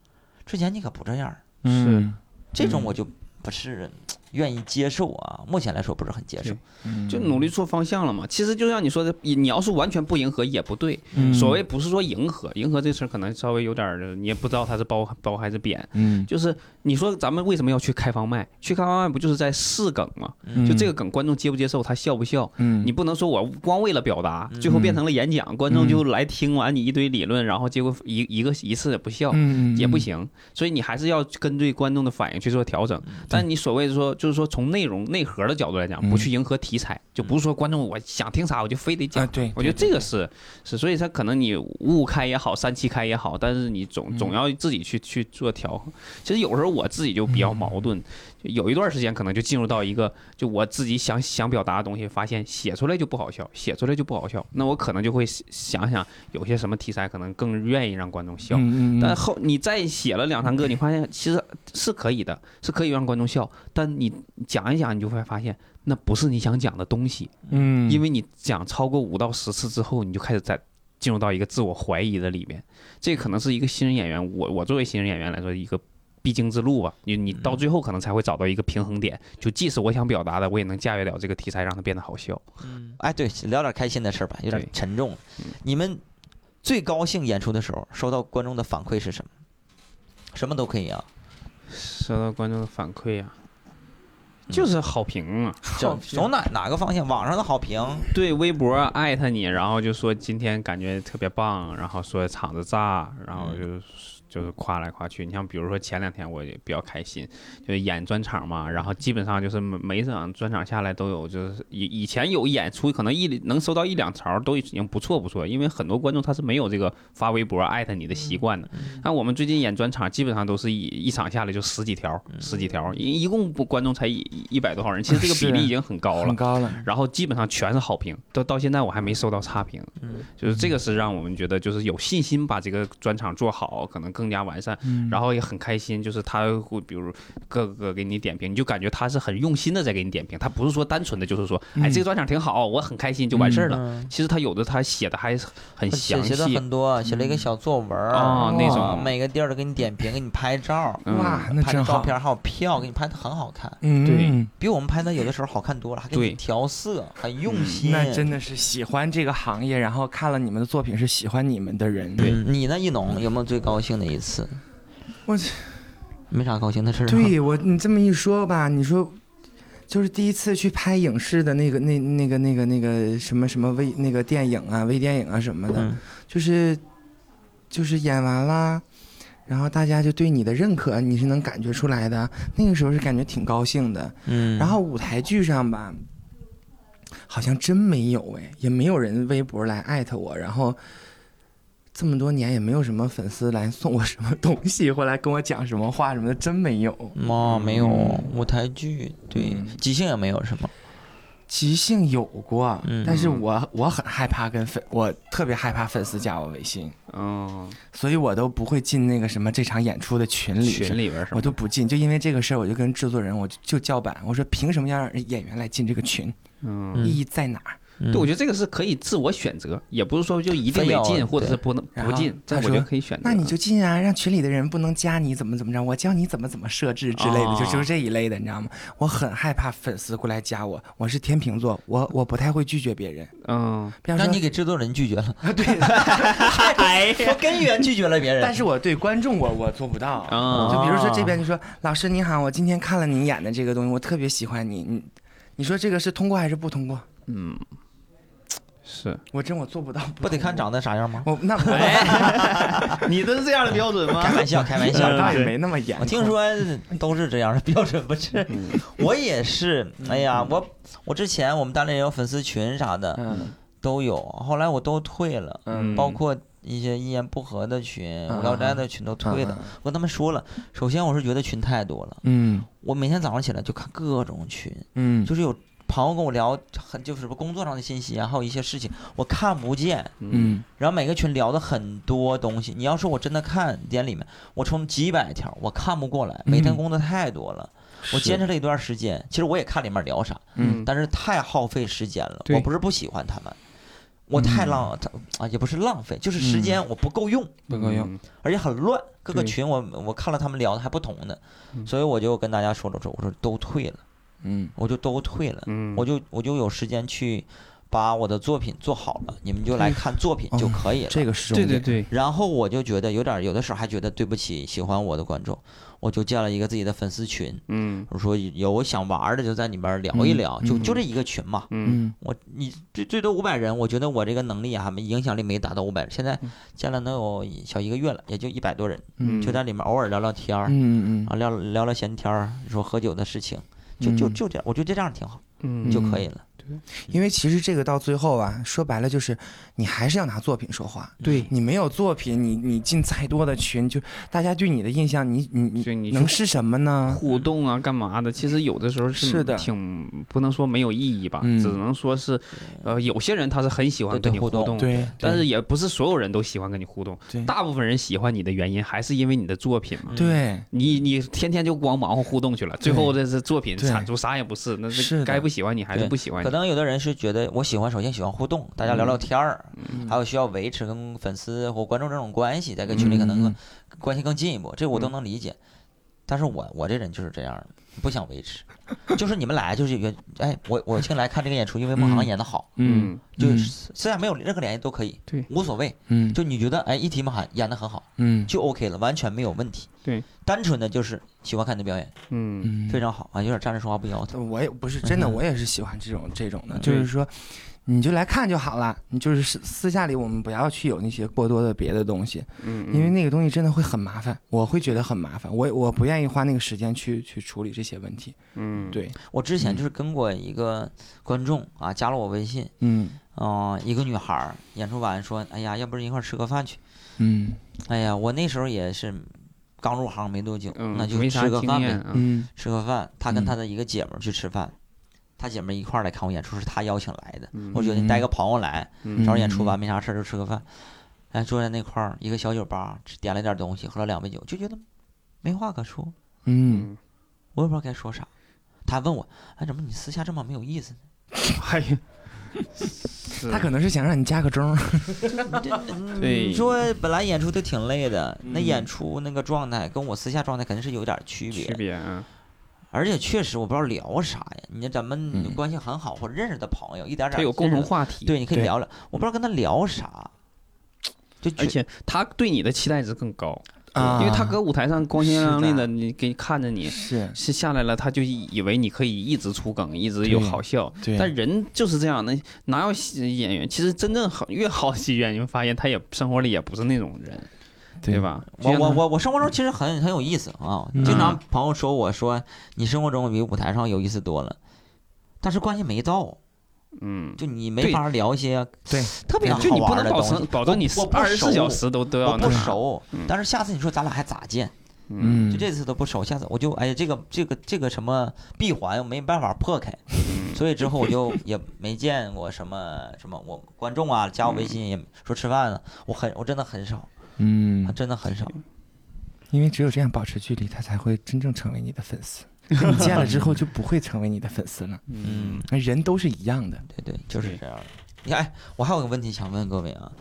Speaker 2: 之前你可不这样儿，
Speaker 4: 嗯
Speaker 2: 这种我就不是愿意接受啊，目前来说不是很接受
Speaker 3: 对，
Speaker 4: 嗯
Speaker 3: 就努力做方向了嘛。其实就像你说的，你要是完全不迎合也不对。
Speaker 4: 嗯
Speaker 3: 所谓不是说迎合，迎合这事儿可能稍微有点儿，你也不知道它是褒褒还是贬。
Speaker 4: 嗯
Speaker 3: 就是你说咱们为什么要去开放麦？去开放麦不就是在试梗吗？就这个梗，观众接不接受，他笑不笑？
Speaker 4: 嗯
Speaker 3: 你不能说我光为了表达，最后变成了演讲，观众就来听完你一堆理论，然后结果一一个一次也不笑。
Speaker 4: 嗯
Speaker 3: 哦也不，行，所以你还是要根据观众的反应去做调整。
Speaker 4: 嗯
Speaker 3: 但你所谓说，就是说从内容内核的角度来讲，不去迎合题材，就不是说观众我想听啥我就非得
Speaker 4: 嗯啊
Speaker 3: 讲。
Speaker 4: 对
Speaker 3: 我觉得这个是是，所以他可能你五五开也好，三七开也好，但是你总
Speaker 4: 嗯
Speaker 3: 总要自己去去做调和。其实有时候我自己就比较
Speaker 4: 嗯
Speaker 3: 矛盾，就有一段时间可能就进入到一个，就我自己想想表达的东西，发现写出来就不好笑，写出来就不好笑，那我可能就会想想有些什么题材可能更愿意让观众笑。
Speaker 4: 嗯
Speaker 3: 但后你再写了两三个，你发现其实是可以的，是可以让观众笑。但你讲一讲，你就会发现那不是你想讲的东西，
Speaker 4: 嗯
Speaker 3: 因
Speaker 4: 为
Speaker 3: 为你讲超过五到十次之后，你就开始在进入到一个自我怀疑的里面。这可能是一个新人演员，我我作为新人演员来说一个。必经之路吧，啊你你到最后可能才会找到一个平衡点，就既是我想表达的，我也能驾驭了这个题材，让它变得好笑。
Speaker 2: 哎，对，聊点开心的事儿吧，有点
Speaker 3: 对
Speaker 2: 沉重了。你们最高兴演出的时候，收到观众的反馈是什么？什么都可以啊，
Speaker 4: 嗯
Speaker 3: 收到观众的反馈啊，就是好评啊嘛。
Speaker 2: 就从哪哪个方向？网上的好评，
Speaker 3: 对，微博艾特你，然后就说今天感觉特别棒，然后说场子炸，然后就、就是夸来夸去。你像比如说前两天我也比较开心，就是演专场嘛，然后基本上就是每每一场专场下来都有，就是以以前有演出可能一能收到一两条都已经不错不错，因为很多观众他是没有这个发微博艾特你的习惯的。那我们最近演专场基本上都是一一场下来就十几条，十几条，一一共不观众才一一百多号人，其实这个比
Speaker 4: 是
Speaker 3: 例已经很高了
Speaker 4: 很。高了。
Speaker 3: 然后基本上全是好评，到到现在我还没收到差评，
Speaker 2: 嗯，
Speaker 3: 就是这个是让我们觉得就是有信心把这个专场做好，可能更加完善，
Speaker 4: 嗯
Speaker 3: 然后也很开心，就是他会比如各个给你点评，你就感觉他是很用心的在给你点评，他不是说单纯的就是说，哎，
Speaker 4: 嗯
Speaker 3: 这个专场挺好，我很开心就完事儿了。
Speaker 2: 嗯
Speaker 3: 其实他有的他写的还很
Speaker 2: 写
Speaker 3: 详
Speaker 2: 写的
Speaker 3: 细，
Speaker 2: 很多，写了一个小作文儿
Speaker 3: 哦
Speaker 4: 那
Speaker 2: 啊
Speaker 3: 种
Speaker 2: 每个地儿都给你点评，给你拍照，
Speaker 3: 嗯
Speaker 4: 哇，那
Speaker 2: 拍的
Speaker 4: 真
Speaker 2: 照
Speaker 4: 好。
Speaker 2: 片还有票，给你拍的很好看，
Speaker 4: 嗯，
Speaker 3: 对
Speaker 2: 比我们拍的有的时候好看多了，还给
Speaker 3: 对
Speaker 2: 你调色，很用
Speaker 3: 嗯
Speaker 2: 心。
Speaker 4: 那真的是喜欢这个行业，然后看了你们的作品是喜欢你们的人。
Speaker 3: 对
Speaker 2: 嗯你呢？一农有没有最高兴的一次？
Speaker 4: 我
Speaker 2: 没啥高兴的事儿。，啊
Speaker 4: 对我，你这么一说吧，你说就是第一次去拍影视的那个那那个那个那个什么什么微那个电影啊、微电影啊什么的，
Speaker 2: 嗯
Speaker 4: 就是就是演完啦，然后大家就对你的认可，你是能感觉出来的。那个时候是感觉挺高兴的。
Speaker 2: 嗯，
Speaker 4: 然后舞台剧上吧，好像真没有哎，也没有人微博来艾特我，然后这么多年也没有什么粉丝来送我什么东西，或来跟我讲什么话什么的，真没有。
Speaker 2: 哦，没有舞台剧，对，
Speaker 4: 嗯
Speaker 2: 即兴也没有什么。
Speaker 4: 即兴有过，
Speaker 2: 嗯
Speaker 4: 但是我我很害怕跟粉，我特别害怕粉丝加我微信，
Speaker 3: 嗯，
Speaker 4: 所以我都不会进那个什么这场演出的群里去。
Speaker 3: 群里边儿什
Speaker 4: 我
Speaker 3: 么
Speaker 4: 都不进，就因为这个事儿，我就跟制作人，我就就叫板，我说凭什么要让演员来进这个群？
Speaker 3: 嗯。
Speaker 2: 嗯
Speaker 4: 意义在哪儿？
Speaker 2: 对
Speaker 3: 对，我觉得这个是可以自我选择，也不是说就一定
Speaker 2: 非
Speaker 3: 得
Speaker 2: 要
Speaker 3: 进，或者
Speaker 2: 对
Speaker 3: 是不能
Speaker 4: 啊然
Speaker 3: 不
Speaker 4: 后
Speaker 3: 进，这
Speaker 4: 他
Speaker 3: 我觉得
Speaker 4: 说
Speaker 3: 可以选择。
Speaker 4: 那你就进啊，让群里的人不能加你，怎么怎么着，我教你怎么怎么设置之类的，
Speaker 3: 哦
Speaker 4: 就
Speaker 2: 啊
Speaker 4: 就是这一类的，你知道吗？我很害怕粉丝过来加我，我是天秤座，我我不太会拒绝别人。
Speaker 3: 嗯，
Speaker 4: 比方
Speaker 2: 那
Speaker 4: 说
Speaker 2: 你给制作人拒绝了，
Speaker 4: 啊对，
Speaker 2: *laughs*
Speaker 4: 哎
Speaker 2: 我根源拒绝了别人。
Speaker 4: 但是我对观众我我做不到。
Speaker 2: 啊
Speaker 3: 哦
Speaker 4: 就比如说这边就说老师你好，我今天看了你演的这个东西，我特别喜欢你，你你说这个是通过还是不通过？
Speaker 3: 嗯， *laughs* 是
Speaker 4: 我真我做不到，
Speaker 2: 不哎得看
Speaker 4: 长。
Speaker 2: 长得啥样吗？
Speaker 4: 我那我 *laughs*
Speaker 3: 哎你的是这样的标 *laughs*
Speaker 4: 啊
Speaker 3: 准吗
Speaker 2: 开玩笑，开玩笑
Speaker 4: 我。倒
Speaker 2: 啊
Speaker 4: 也没那么严。
Speaker 2: 我听说都是这样的标准，不是？
Speaker 4: 嗯
Speaker 2: 我也是，哎呀，我我之前我们单立人有粉丝群啥的
Speaker 4: 嗯，
Speaker 2: 都有，后来我都退了，
Speaker 4: 嗯
Speaker 2: 包括一些一言不合的群、
Speaker 4: 嗯
Speaker 2: 无聊斋的群都退了。我跟他们说了，首先我是觉得群太多了，
Speaker 4: 嗯
Speaker 2: 我每天早上起来就看各种群，
Speaker 4: 嗯，
Speaker 2: 就是有朋友跟我聊很就是什么工作上的信息啊，还有一些事情我看不见，
Speaker 4: 嗯
Speaker 2: 然后每个群聊的很多东西。你要说我真的看点里面，我充几百条我看不过来，每天
Speaker 4: 嗯
Speaker 2: 工作太多了。我坚持了一段时间，其实我也看里面聊啥，
Speaker 4: 嗯
Speaker 2: 但是太耗费时间了。
Speaker 3: 对
Speaker 2: 我不是不喜欢他们，我太浪、他啊，也不是浪费，就是时间我不够用，
Speaker 4: 嗯不够用。，
Speaker 2: 而且很乱。各个
Speaker 3: 对
Speaker 2: 群我我看了他们聊的还不同的，
Speaker 3: 嗯
Speaker 2: 所以我就跟大家说了说，我说都退了，
Speaker 4: 嗯
Speaker 2: 我就都退了，
Speaker 3: 嗯，
Speaker 2: 我就我就有时间去把我的作品做好了，你们就来看作品就可以了。
Speaker 4: 嗯哦这个是
Speaker 3: 对对对，
Speaker 2: 然后我就觉得有点，有的时候还觉得对不起喜欢我的观众，我就建了一个自己的粉丝群，
Speaker 3: 嗯
Speaker 2: 我说有想玩儿的就在里边儿聊一
Speaker 4: 嗯
Speaker 2: 聊，就
Speaker 4: 嗯
Speaker 2: 就这一个群嘛。
Speaker 3: 嗯
Speaker 4: 嗯
Speaker 2: 我你最最多五百人，我觉得我这个能力还没影响力没达到五百人，现在建了能有一小一个月了，也就一百多人，
Speaker 4: 嗯
Speaker 2: 就在里面偶尔聊聊天儿
Speaker 4: 嗯嗯
Speaker 2: 啊，聊聊聊闲天儿，说喝酒的事情，就就
Speaker 4: 嗯
Speaker 2: 就这样，我觉得这样挺好
Speaker 3: 嗯
Speaker 2: 就可以了。
Speaker 4: 因为其实这个到最后啊，说白了就是你还是要拿作品说话。
Speaker 3: 对，
Speaker 4: 你没有作品，你你进再多的群，就大家对你的印象，你你
Speaker 3: 对你
Speaker 4: 你能是什么呢？
Speaker 3: 互动啊，干嘛的？其实有的时候
Speaker 4: 是的
Speaker 3: 挺不能说没有意义吧，
Speaker 4: 嗯
Speaker 3: 只能说是，呃，有些人他是很喜欢
Speaker 2: 对对
Speaker 3: 跟你
Speaker 2: 互
Speaker 3: 互
Speaker 2: 动
Speaker 3: 动，
Speaker 4: 对，
Speaker 3: 但是也不是所有人都喜欢跟你互动
Speaker 4: 对，
Speaker 3: 大部分人喜欢你的原因还是因为你的作品嘛。
Speaker 4: 对
Speaker 3: 你你天天就光忙活互动去了，最后这是作品
Speaker 4: 对
Speaker 3: 产出啥也不是，那
Speaker 4: 是的
Speaker 3: 是该不喜欢你还是
Speaker 2: 对
Speaker 3: 不喜欢
Speaker 2: 可
Speaker 3: 你。
Speaker 2: 能有的人是觉得我喜欢，首先喜欢互动，大家聊聊
Speaker 4: 嗯
Speaker 2: 天儿，还有需要维持跟粉丝或观众这种关系，在一个群里可能
Speaker 4: 嗯
Speaker 2: 更关系更进一步，这我都能理解。但是我我这人就是这样儿，不想维持，就是你们来就是原哎，我我先来看这个演出，因为孟航
Speaker 4: 嗯
Speaker 2: 演的好，
Speaker 3: 嗯，
Speaker 2: 就是虽然没有任何联系都可以，
Speaker 3: 对
Speaker 2: 无所谓。
Speaker 4: 嗯
Speaker 2: 就你觉得哎，一提孟涵演的很好，
Speaker 4: 嗯
Speaker 2: 就 OK 了，完全没有问题。
Speaker 3: 对，
Speaker 2: 单纯的就是喜欢看你的表演，
Speaker 3: 嗯，
Speaker 4: 嗯
Speaker 2: 非常好啊，有点站着说话不腰疼。
Speaker 4: 我也不是真的，我也是喜欢这种这种的，就
Speaker 3: 对
Speaker 4: 是说，你就来看就好了。你就是私私下里我们不要去有那些过多的别的东西，
Speaker 3: 嗯，
Speaker 4: 因为那个东西真的会很麻烦，我会觉得很麻烦，我我不愿意花那个时间去去处理这些问题。
Speaker 3: 嗯，
Speaker 4: 对，
Speaker 2: 我之前就是跟过一个观众啊，加了我微信，
Speaker 4: 嗯
Speaker 2: 嗯、一个女孩儿演出完说，哎呀，要不然一块儿吃个饭去？
Speaker 4: 嗯
Speaker 2: 哎呀，我那时候也是刚入行没多久，
Speaker 3: 嗯，
Speaker 2: 那就
Speaker 3: 没啥
Speaker 2: 吃个
Speaker 3: 经
Speaker 2: 饭
Speaker 3: 验嗯
Speaker 2: 呗，
Speaker 3: 啊，
Speaker 4: 嗯
Speaker 2: 吃个饭。她跟她的一个姐们儿去吃饭，她姐们儿一块儿来看我演出，是她邀请来的。
Speaker 3: 嗯
Speaker 2: 我觉得带个朋友来，
Speaker 3: 嗯
Speaker 2: 正好演出完没啥事儿就吃个饭，哎，坐在那块儿一个小酒吧，只点了点东西，喝了两杯酒，就觉得没话可说，
Speaker 4: 嗯，
Speaker 3: 嗯，
Speaker 2: 我也不知道该说啥。她问我，哎，怎么你私下这么没有意思呢？
Speaker 3: 哎呀，
Speaker 4: 他可能是想让你加个钟。
Speaker 3: 对
Speaker 2: 你说本来演出就挺累的，那
Speaker 3: 嗯
Speaker 2: 演出那个状态跟我私下状态肯定是有点儿区别
Speaker 3: 区别啊，
Speaker 2: 而且确实我不知道聊啥呀。你咱们
Speaker 4: 嗯
Speaker 2: 关系很好或者认识的朋友，一点点
Speaker 3: 他有共
Speaker 2: 认
Speaker 3: 同
Speaker 2: 识
Speaker 3: 话题，
Speaker 2: 对，你可以
Speaker 4: 对
Speaker 2: 聊聊。我不知道跟他聊啥，就
Speaker 3: 而
Speaker 2: 觉
Speaker 3: 且他对你的期待值更高，
Speaker 4: 啊
Speaker 3: 因为他搁舞台上光鲜亮丽
Speaker 4: 是
Speaker 3: 的，
Speaker 4: 的
Speaker 3: 你给看着你。
Speaker 4: 是
Speaker 3: 是下来了，他就以以为你可以一直出梗，一直有
Speaker 4: 对
Speaker 3: 好笑。
Speaker 4: 对
Speaker 3: 但人就是这样的，哪有喜演员？其实真正好越好的喜剧演员，发现他也生活里也不是那种人，对？吧？
Speaker 2: 我
Speaker 3: 就像
Speaker 2: 我
Speaker 3: 他
Speaker 2: 我我生活中其实很很有意思啊。
Speaker 4: 嗯
Speaker 2: 经常朋友说我说你生活中比舞台上有意思多了，但是关系没到，
Speaker 3: 嗯，
Speaker 2: 就你没
Speaker 3: 对
Speaker 2: 法聊一些
Speaker 4: 对
Speaker 2: 特别
Speaker 3: 对就
Speaker 2: 好
Speaker 3: 你不
Speaker 2: 玩的
Speaker 3: 能保
Speaker 2: 东西
Speaker 3: 证。保证你
Speaker 2: 我不
Speaker 3: 二十四
Speaker 2: 熟
Speaker 3: 小时都都要
Speaker 2: 我不
Speaker 3: 那啥，
Speaker 2: 熟
Speaker 3: 嗯，
Speaker 2: 但是下次你说咱俩还咋见？
Speaker 3: 嗯，
Speaker 4: 嗯
Speaker 2: 就这次都不熟，下次我就哎呀，这个这个这个什么闭环我没办法破开，所以之后我就也没见过什么什么我观众啊，加我微信也说吃饭了，我很我真的很少，
Speaker 4: 嗯，
Speaker 2: 真的很少。
Speaker 4: 因为只有这样保持距离，他才会真正成为你的粉丝。你见了之后就不会成为你的粉丝了。
Speaker 2: 嗯，
Speaker 4: 人都是一样的。
Speaker 2: 对对，就是
Speaker 3: 对
Speaker 2: 这样的。你看，哎，我还有个问题想问各位啊，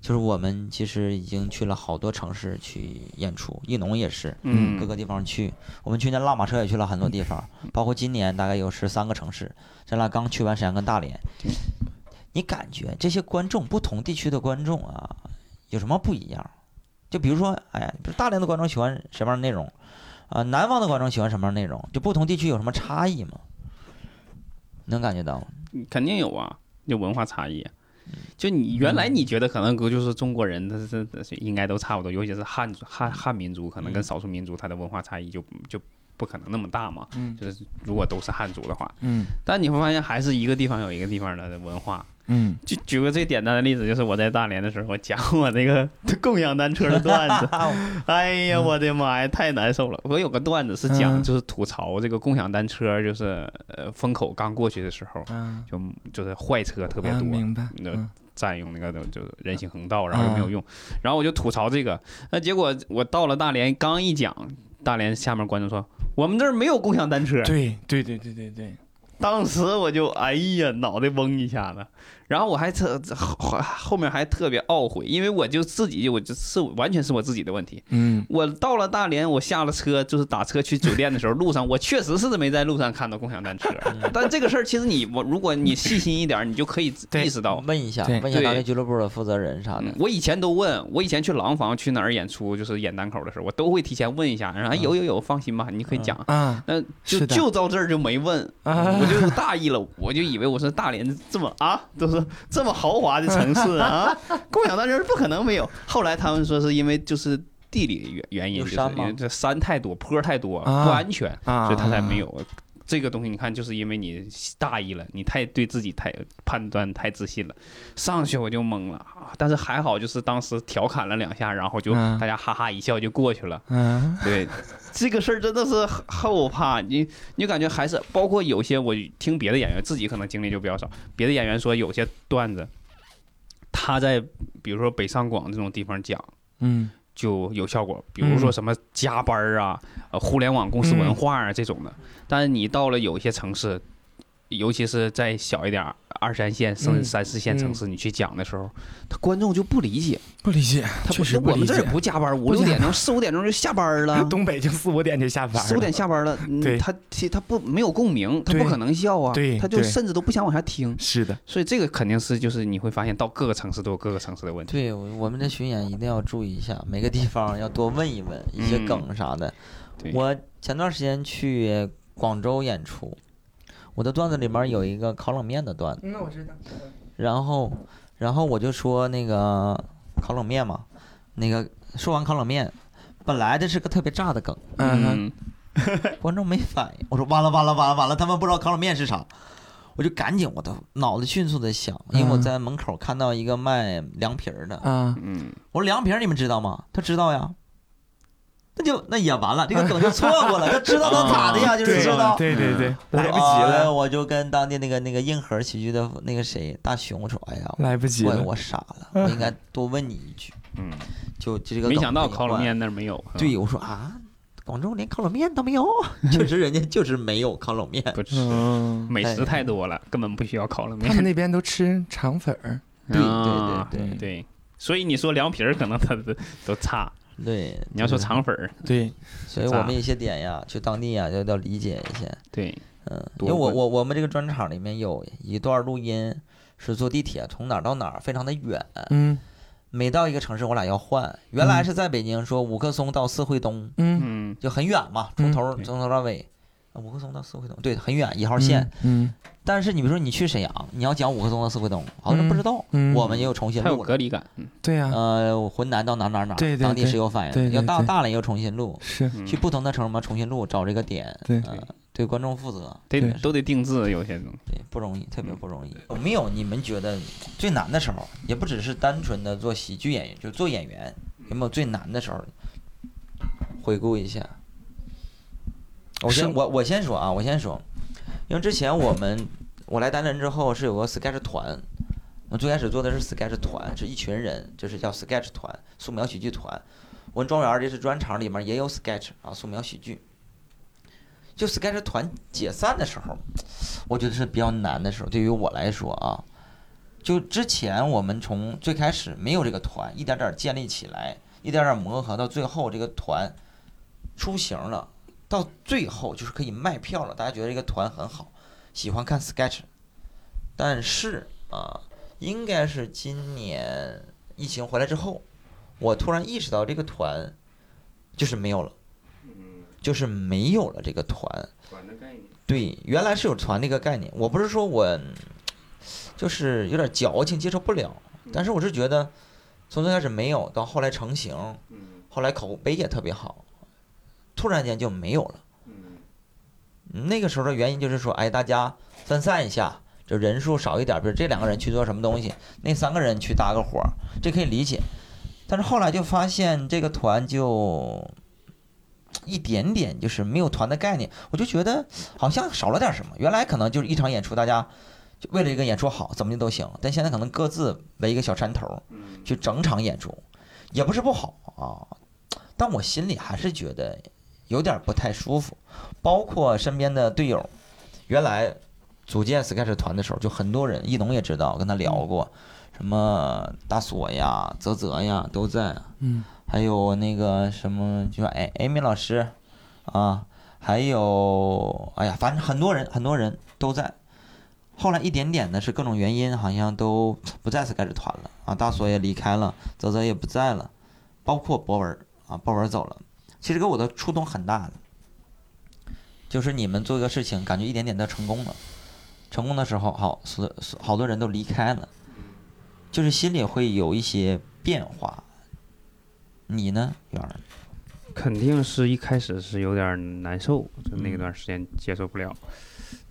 Speaker 2: 就是我们其实已经去了好多城市去演出，艺农也是，
Speaker 3: 嗯
Speaker 2: 各个地方去。我们去年拉马车也去了很多地方，包括今年大概有十三个城市，咱俩刚去完沈阳跟大连。你感觉这些观众，不同地区的观众啊，有什么不一样？就比如说，哎呀，比如大连的观众喜欢什么样的内容，啊、南方的观众喜欢什么样的内容？就不同地区有什么差异吗？能感觉到吗？
Speaker 3: 肯定有啊，有文化差异。
Speaker 4: 嗯
Speaker 3: 就你原来你觉得可能就是中国人，他这这应该都差不多，尤其是汉族汉汉民族，可能跟
Speaker 4: 嗯
Speaker 3: 少数民族他的文化差异就就不可能那么大嘛。
Speaker 4: 嗯
Speaker 3: 就是如果都是汉族的话，
Speaker 4: 嗯
Speaker 3: 但你会发现还是一个地方有一个地方的文化。
Speaker 4: 嗯
Speaker 3: 就举个最简单的例子，就是我在大连的时候，我讲我那个 *laughs* 共享单车的段
Speaker 4: *laughs*
Speaker 3: 子，
Speaker 4: 哦
Speaker 3: 哎呀，我的妈呀，太难受了！我有个段子是讲
Speaker 4: 嗯
Speaker 3: 就是吐槽这个共享单车，就是呃风口刚过去的时候，
Speaker 4: 啊，
Speaker 3: 就就是坏车特别
Speaker 4: 啊
Speaker 3: 多，
Speaker 4: 明白。
Speaker 3: 那
Speaker 4: 嗯
Speaker 3: 占用那个的就是人行横道，然后又没
Speaker 4: 啊
Speaker 3: 有用，然后我就吐槽这个，那结果我到了大连，刚一讲，大连下面观众说我们这儿没有共享单车，
Speaker 4: 对对对对对对，
Speaker 3: 当时我就哎呀脑袋嗡一下子，然后我还特后后面还特别懊悔，因为我就自己我就是完全是我自己的问题，
Speaker 4: 嗯
Speaker 3: 我到了大连，我下了车，就是打车去酒店的时候，路上我确实是没在路上看到共享单车。
Speaker 4: 嗯
Speaker 3: 但这个事儿，其实你我如果你细心一点儿，你就可以
Speaker 4: 对嗯
Speaker 3: 意识到。
Speaker 2: 问一下，
Speaker 4: 对
Speaker 2: 问一下
Speaker 3: 对
Speaker 2: 大学俱乐部的负责人啥的
Speaker 3: 嗯。我以前都问，我以前去廊坊去哪儿演出，就是演单口的时候，我都会提前问一下，然后哎有有有，放心吧，你可以讲。
Speaker 4: 啊
Speaker 3: 那就是
Speaker 4: 的
Speaker 3: 就到这儿就没问，
Speaker 4: 啊
Speaker 3: 我就大意了，我就以为我是大连这么啊，都是这么豪华的城市啊，共享单车不可能没有。后来他们说是因为就是地理原原因，
Speaker 2: 有
Speaker 3: 就是
Speaker 2: 山
Speaker 3: 因为
Speaker 2: 吗
Speaker 3: 这山太多，坡太多，不
Speaker 4: 啊
Speaker 3: 安全，嗯
Speaker 4: 啊，
Speaker 3: 所以他才没。有。这个东西你看，就是因为你大意了，你太对自己太判断太自信了。上去我就懵了，啊但是还好就是当时调侃了两下，然后就
Speaker 4: 嗯
Speaker 3: 大家哈哈一笑就过
Speaker 4: *laughs*
Speaker 3: 去了。
Speaker 4: 嗯
Speaker 3: 对，这个事儿真的是很后怕，你你感觉还是包括有些我听别的演员自己可能经历就比较少，别的演员说有些段子，他在比如说北上广这种地方讲。
Speaker 4: 嗯
Speaker 3: 就有效果，比如说什么加班儿啊、呃互联网公司
Speaker 4: 嗯
Speaker 3: 文化啊这种的。但是你到了有一些城市，尤其是再小一点儿二三线甚至
Speaker 4: 嗯
Speaker 3: 三四线城市，你去讲的时候，他观众就不理解，
Speaker 4: 不理解，
Speaker 3: 他
Speaker 4: 确
Speaker 3: 不
Speaker 4: 实
Speaker 3: 是
Speaker 4: 不
Speaker 3: 我
Speaker 4: 理
Speaker 3: 们这儿
Speaker 4: 解
Speaker 3: 也。不加班，五
Speaker 4: 不
Speaker 3: 六
Speaker 4: 加，
Speaker 3: 点钟、四五点钟就下班了
Speaker 4: *laughs* 东北就四五点就下班了，
Speaker 3: 四五点下班了，
Speaker 4: 对
Speaker 3: 嗯，他他他不没有共鸣，他
Speaker 4: 对
Speaker 3: 不可能笑啊，
Speaker 4: 对
Speaker 3: 他就
Speaker 4: 对
Speaker 3: 甚至都不想往下听，
Speaker 4: 是的，
Speaker 3: 所以这个肯定是就是你会发现到各个城市都有各个城市的问题。
Speaker 2: 对我我们的巡演一定要注意一下，每个地方要多问一问一些
Speaker 3: 嗯
Speaker 2: 梗啥的。
Speaker 3: 对
Speaker 2: 我前段时间去广州演出，我的段子里面有一个烤冷面的段子，
Speaker 4: 那我知道。
Speaker 2: 然后然后我就说那个烤冷面嘛，那个说完烤冷面，本来这是个特别炸的梗，
Speaker 4: 嗯哼，
Speaker 3: 嗯，
Speaker 2: 观众没反应，我说完了完了完了完了，他们不知道烤冷面是啥，我就赶紧我的脑子迅速的想，因为我
Speaker 4: 嗯
Speaker 2: 在门口看到一个卖凉皮儿的，
Speaker 4: 啊，
Speaker 3: 嗯，
Speaker 2: 我说凉皮儿你们知道吗？他知道呀，那就那也完了，这个梗就错过了，他知道能咋的呀？就是
Speaker 4: 对
Speaker 2: 知道。
Speaker 4: 对对对，嗯来不及
Speaker 2: 哎
Speaker 4: 了，
Speaker 2: 我就跟当地那个那个硬核喜剧的那个谁大熊，我说，哎呀，
Speaker 4: 来不及
Speaker 2: 我
Speaker 4: 了。
Speaker 2: 我傻了，我应该多问你一句。
Speaker 3: 嗯，
Speaker 2: 就就这个，
Speaker 3: 没想到烤冷。面那儿没有，嗯
Speaker 2: 对，我说啊，广州连烤冷面都没有，确实人家就是没有烤冷面。
Speaker 3: 不吃
Speaker 4: 嗯，
Speaker 3: 美食太多了，根本不需要烤冷面
Speaker 4: 他。们那边都吃肠粉儿，
Speaker 2: 对
Speaker 3: 啊
Speaker 2: 对对
Speaker 4: 对
Speaker 3: 对，所以你说凉皮儿可能它都都差，
Speaker 2: 对，
Speaker 3: 你要说肠粉儿，
Speaker 4: 对，
Speaker 2: 所以我们一些点呀，去当地呀，要要理解一些。
Speaker 3: 对，
Speaker 2: 嗯，因
Speaker 3: 多
Speaker 2: 为我
Speaker 3: 问
Speaker 2: 我我们这个专场里面有一段录音是坐地铁从哪儿到哪儿，非常的远，
Speaker 4: 嗯
Speaker 2: 每到一个城市我俩要换。原来是在北京说五棵松到四惠东
Speaker 4: 嗯，
Speaker 3: 嗯，
Speaker 2: 就很远嘛，从
Speaker 4: 嗯
Speaker 2: 头
Speaker 3: 对
Speaker 2: 从头到尾，啊五棵松到四惠东对很远一号线。
Speaker 4: 嗯，
Speaker 2: 但是你比如说你去沈阳，你要讲五棵松到四惠东，好多人不知道，
Speaker 4: 嗯嗯
Speaker 2: 我们又重新
Speaker 3: 它有
Speaker 2: 录了。
Speaker 3: 隔离感，嗯
Speaker 4: 对啊呀，
Speaker 2: 呃，我浑南到哪儿哪儿哪儿，
Speaker 4: 对对
Speaker 2: 当地
Speaker 4: 对
Speaker 2: 是有反应的。
Speaker 4: 对对
Speaker 2: 要到
Speaker 4: 对
Speaker 2: 大连又重新录，
Speaker 4: 是，
Speaker 3: 嗯
Speaker 2: 去不同的城市嘛重新录，找这个点，
Speaker 4: 对
Speaker 2: 呃对观众负责，
Speaker 3: 得
Speaker 4: 对
Speaker 3: 都得定制有些东西。
Speaker 2: 对，不容易，特别不容易。嗯有没有你们觉得最难的时候？也不只是单纯的做喜剧演员，就做演员，有没有最难的时候？回顾一下。我先
Speaker 4: 是
Speaker 2: 我我先说啊，我先说，因为之前我们我来单人之后是有个 sketch 团，我最开始做的是 sketch 团，是一群人，就是叫 sketch 团，素描喜剧团。文庄园儿这是专场里面也有 sketch 啊，素描喜剧。就 sketch 团解散的时候，我觉得是比较难的时候，对于我来说啊，就之前我们从最开始没有这个团，一点点建立起来，一点点磨合，到最后这个团出行了，到最后就是可以卖票了，大家觉得这个团很好，喜欢看 sketch，但是啊，应该是今年疫情回来之后，我突然意识到这个团就是没有了，就是没有了这个团。对，原来是有团这个概念。我不是说我就是有点矫情，接受不了，但是我是觉得从最开始没有到后来成型，后来口碑也特别好，突然间就没有了。嗯那个时候的原因就是说，哎，大家分散一下，就人数少一点，比如这两个人去做什么东西，那三个人去搭个伙儿，这可以理解。但是后来就发现这个团就一点点就是没有团的概念，我就觉得好像少了点什么。原来可能就是一场演出，大家就为了这个演出好，怎么的都行，但现在可能各自为一个小山头儿去整场演出，也不是不好啊，但我心里还是觉得有点不太舒服。包括身边的队友，原来组建 sketch 团的时候，就很多人，一农也知道，跟他聊过，什么大锁呀、泽泽呀都在，
Speaker 4: 嗯，
Speaker 2: 还有那个什么，就说哎艾米老师啊，还有哎呀，反正很多人很多人都在。后来一点点的是各种原因，好像都不在 sketch 团了啊，大锁也离开了，泽泽也不在了，包括博文儿啊，博文儿走了。其实给我的触动很大的，就是你们做一个事情，感觉一点点的成功了，成功的时候，好，所所好多人都离开了，就是心里会有一些变化。你呢，圆儿？
Speaker 3: 肯定是一开始是有点难受，就
Speaker 2: 嗯
Speaker 3: 那段时间接受不了，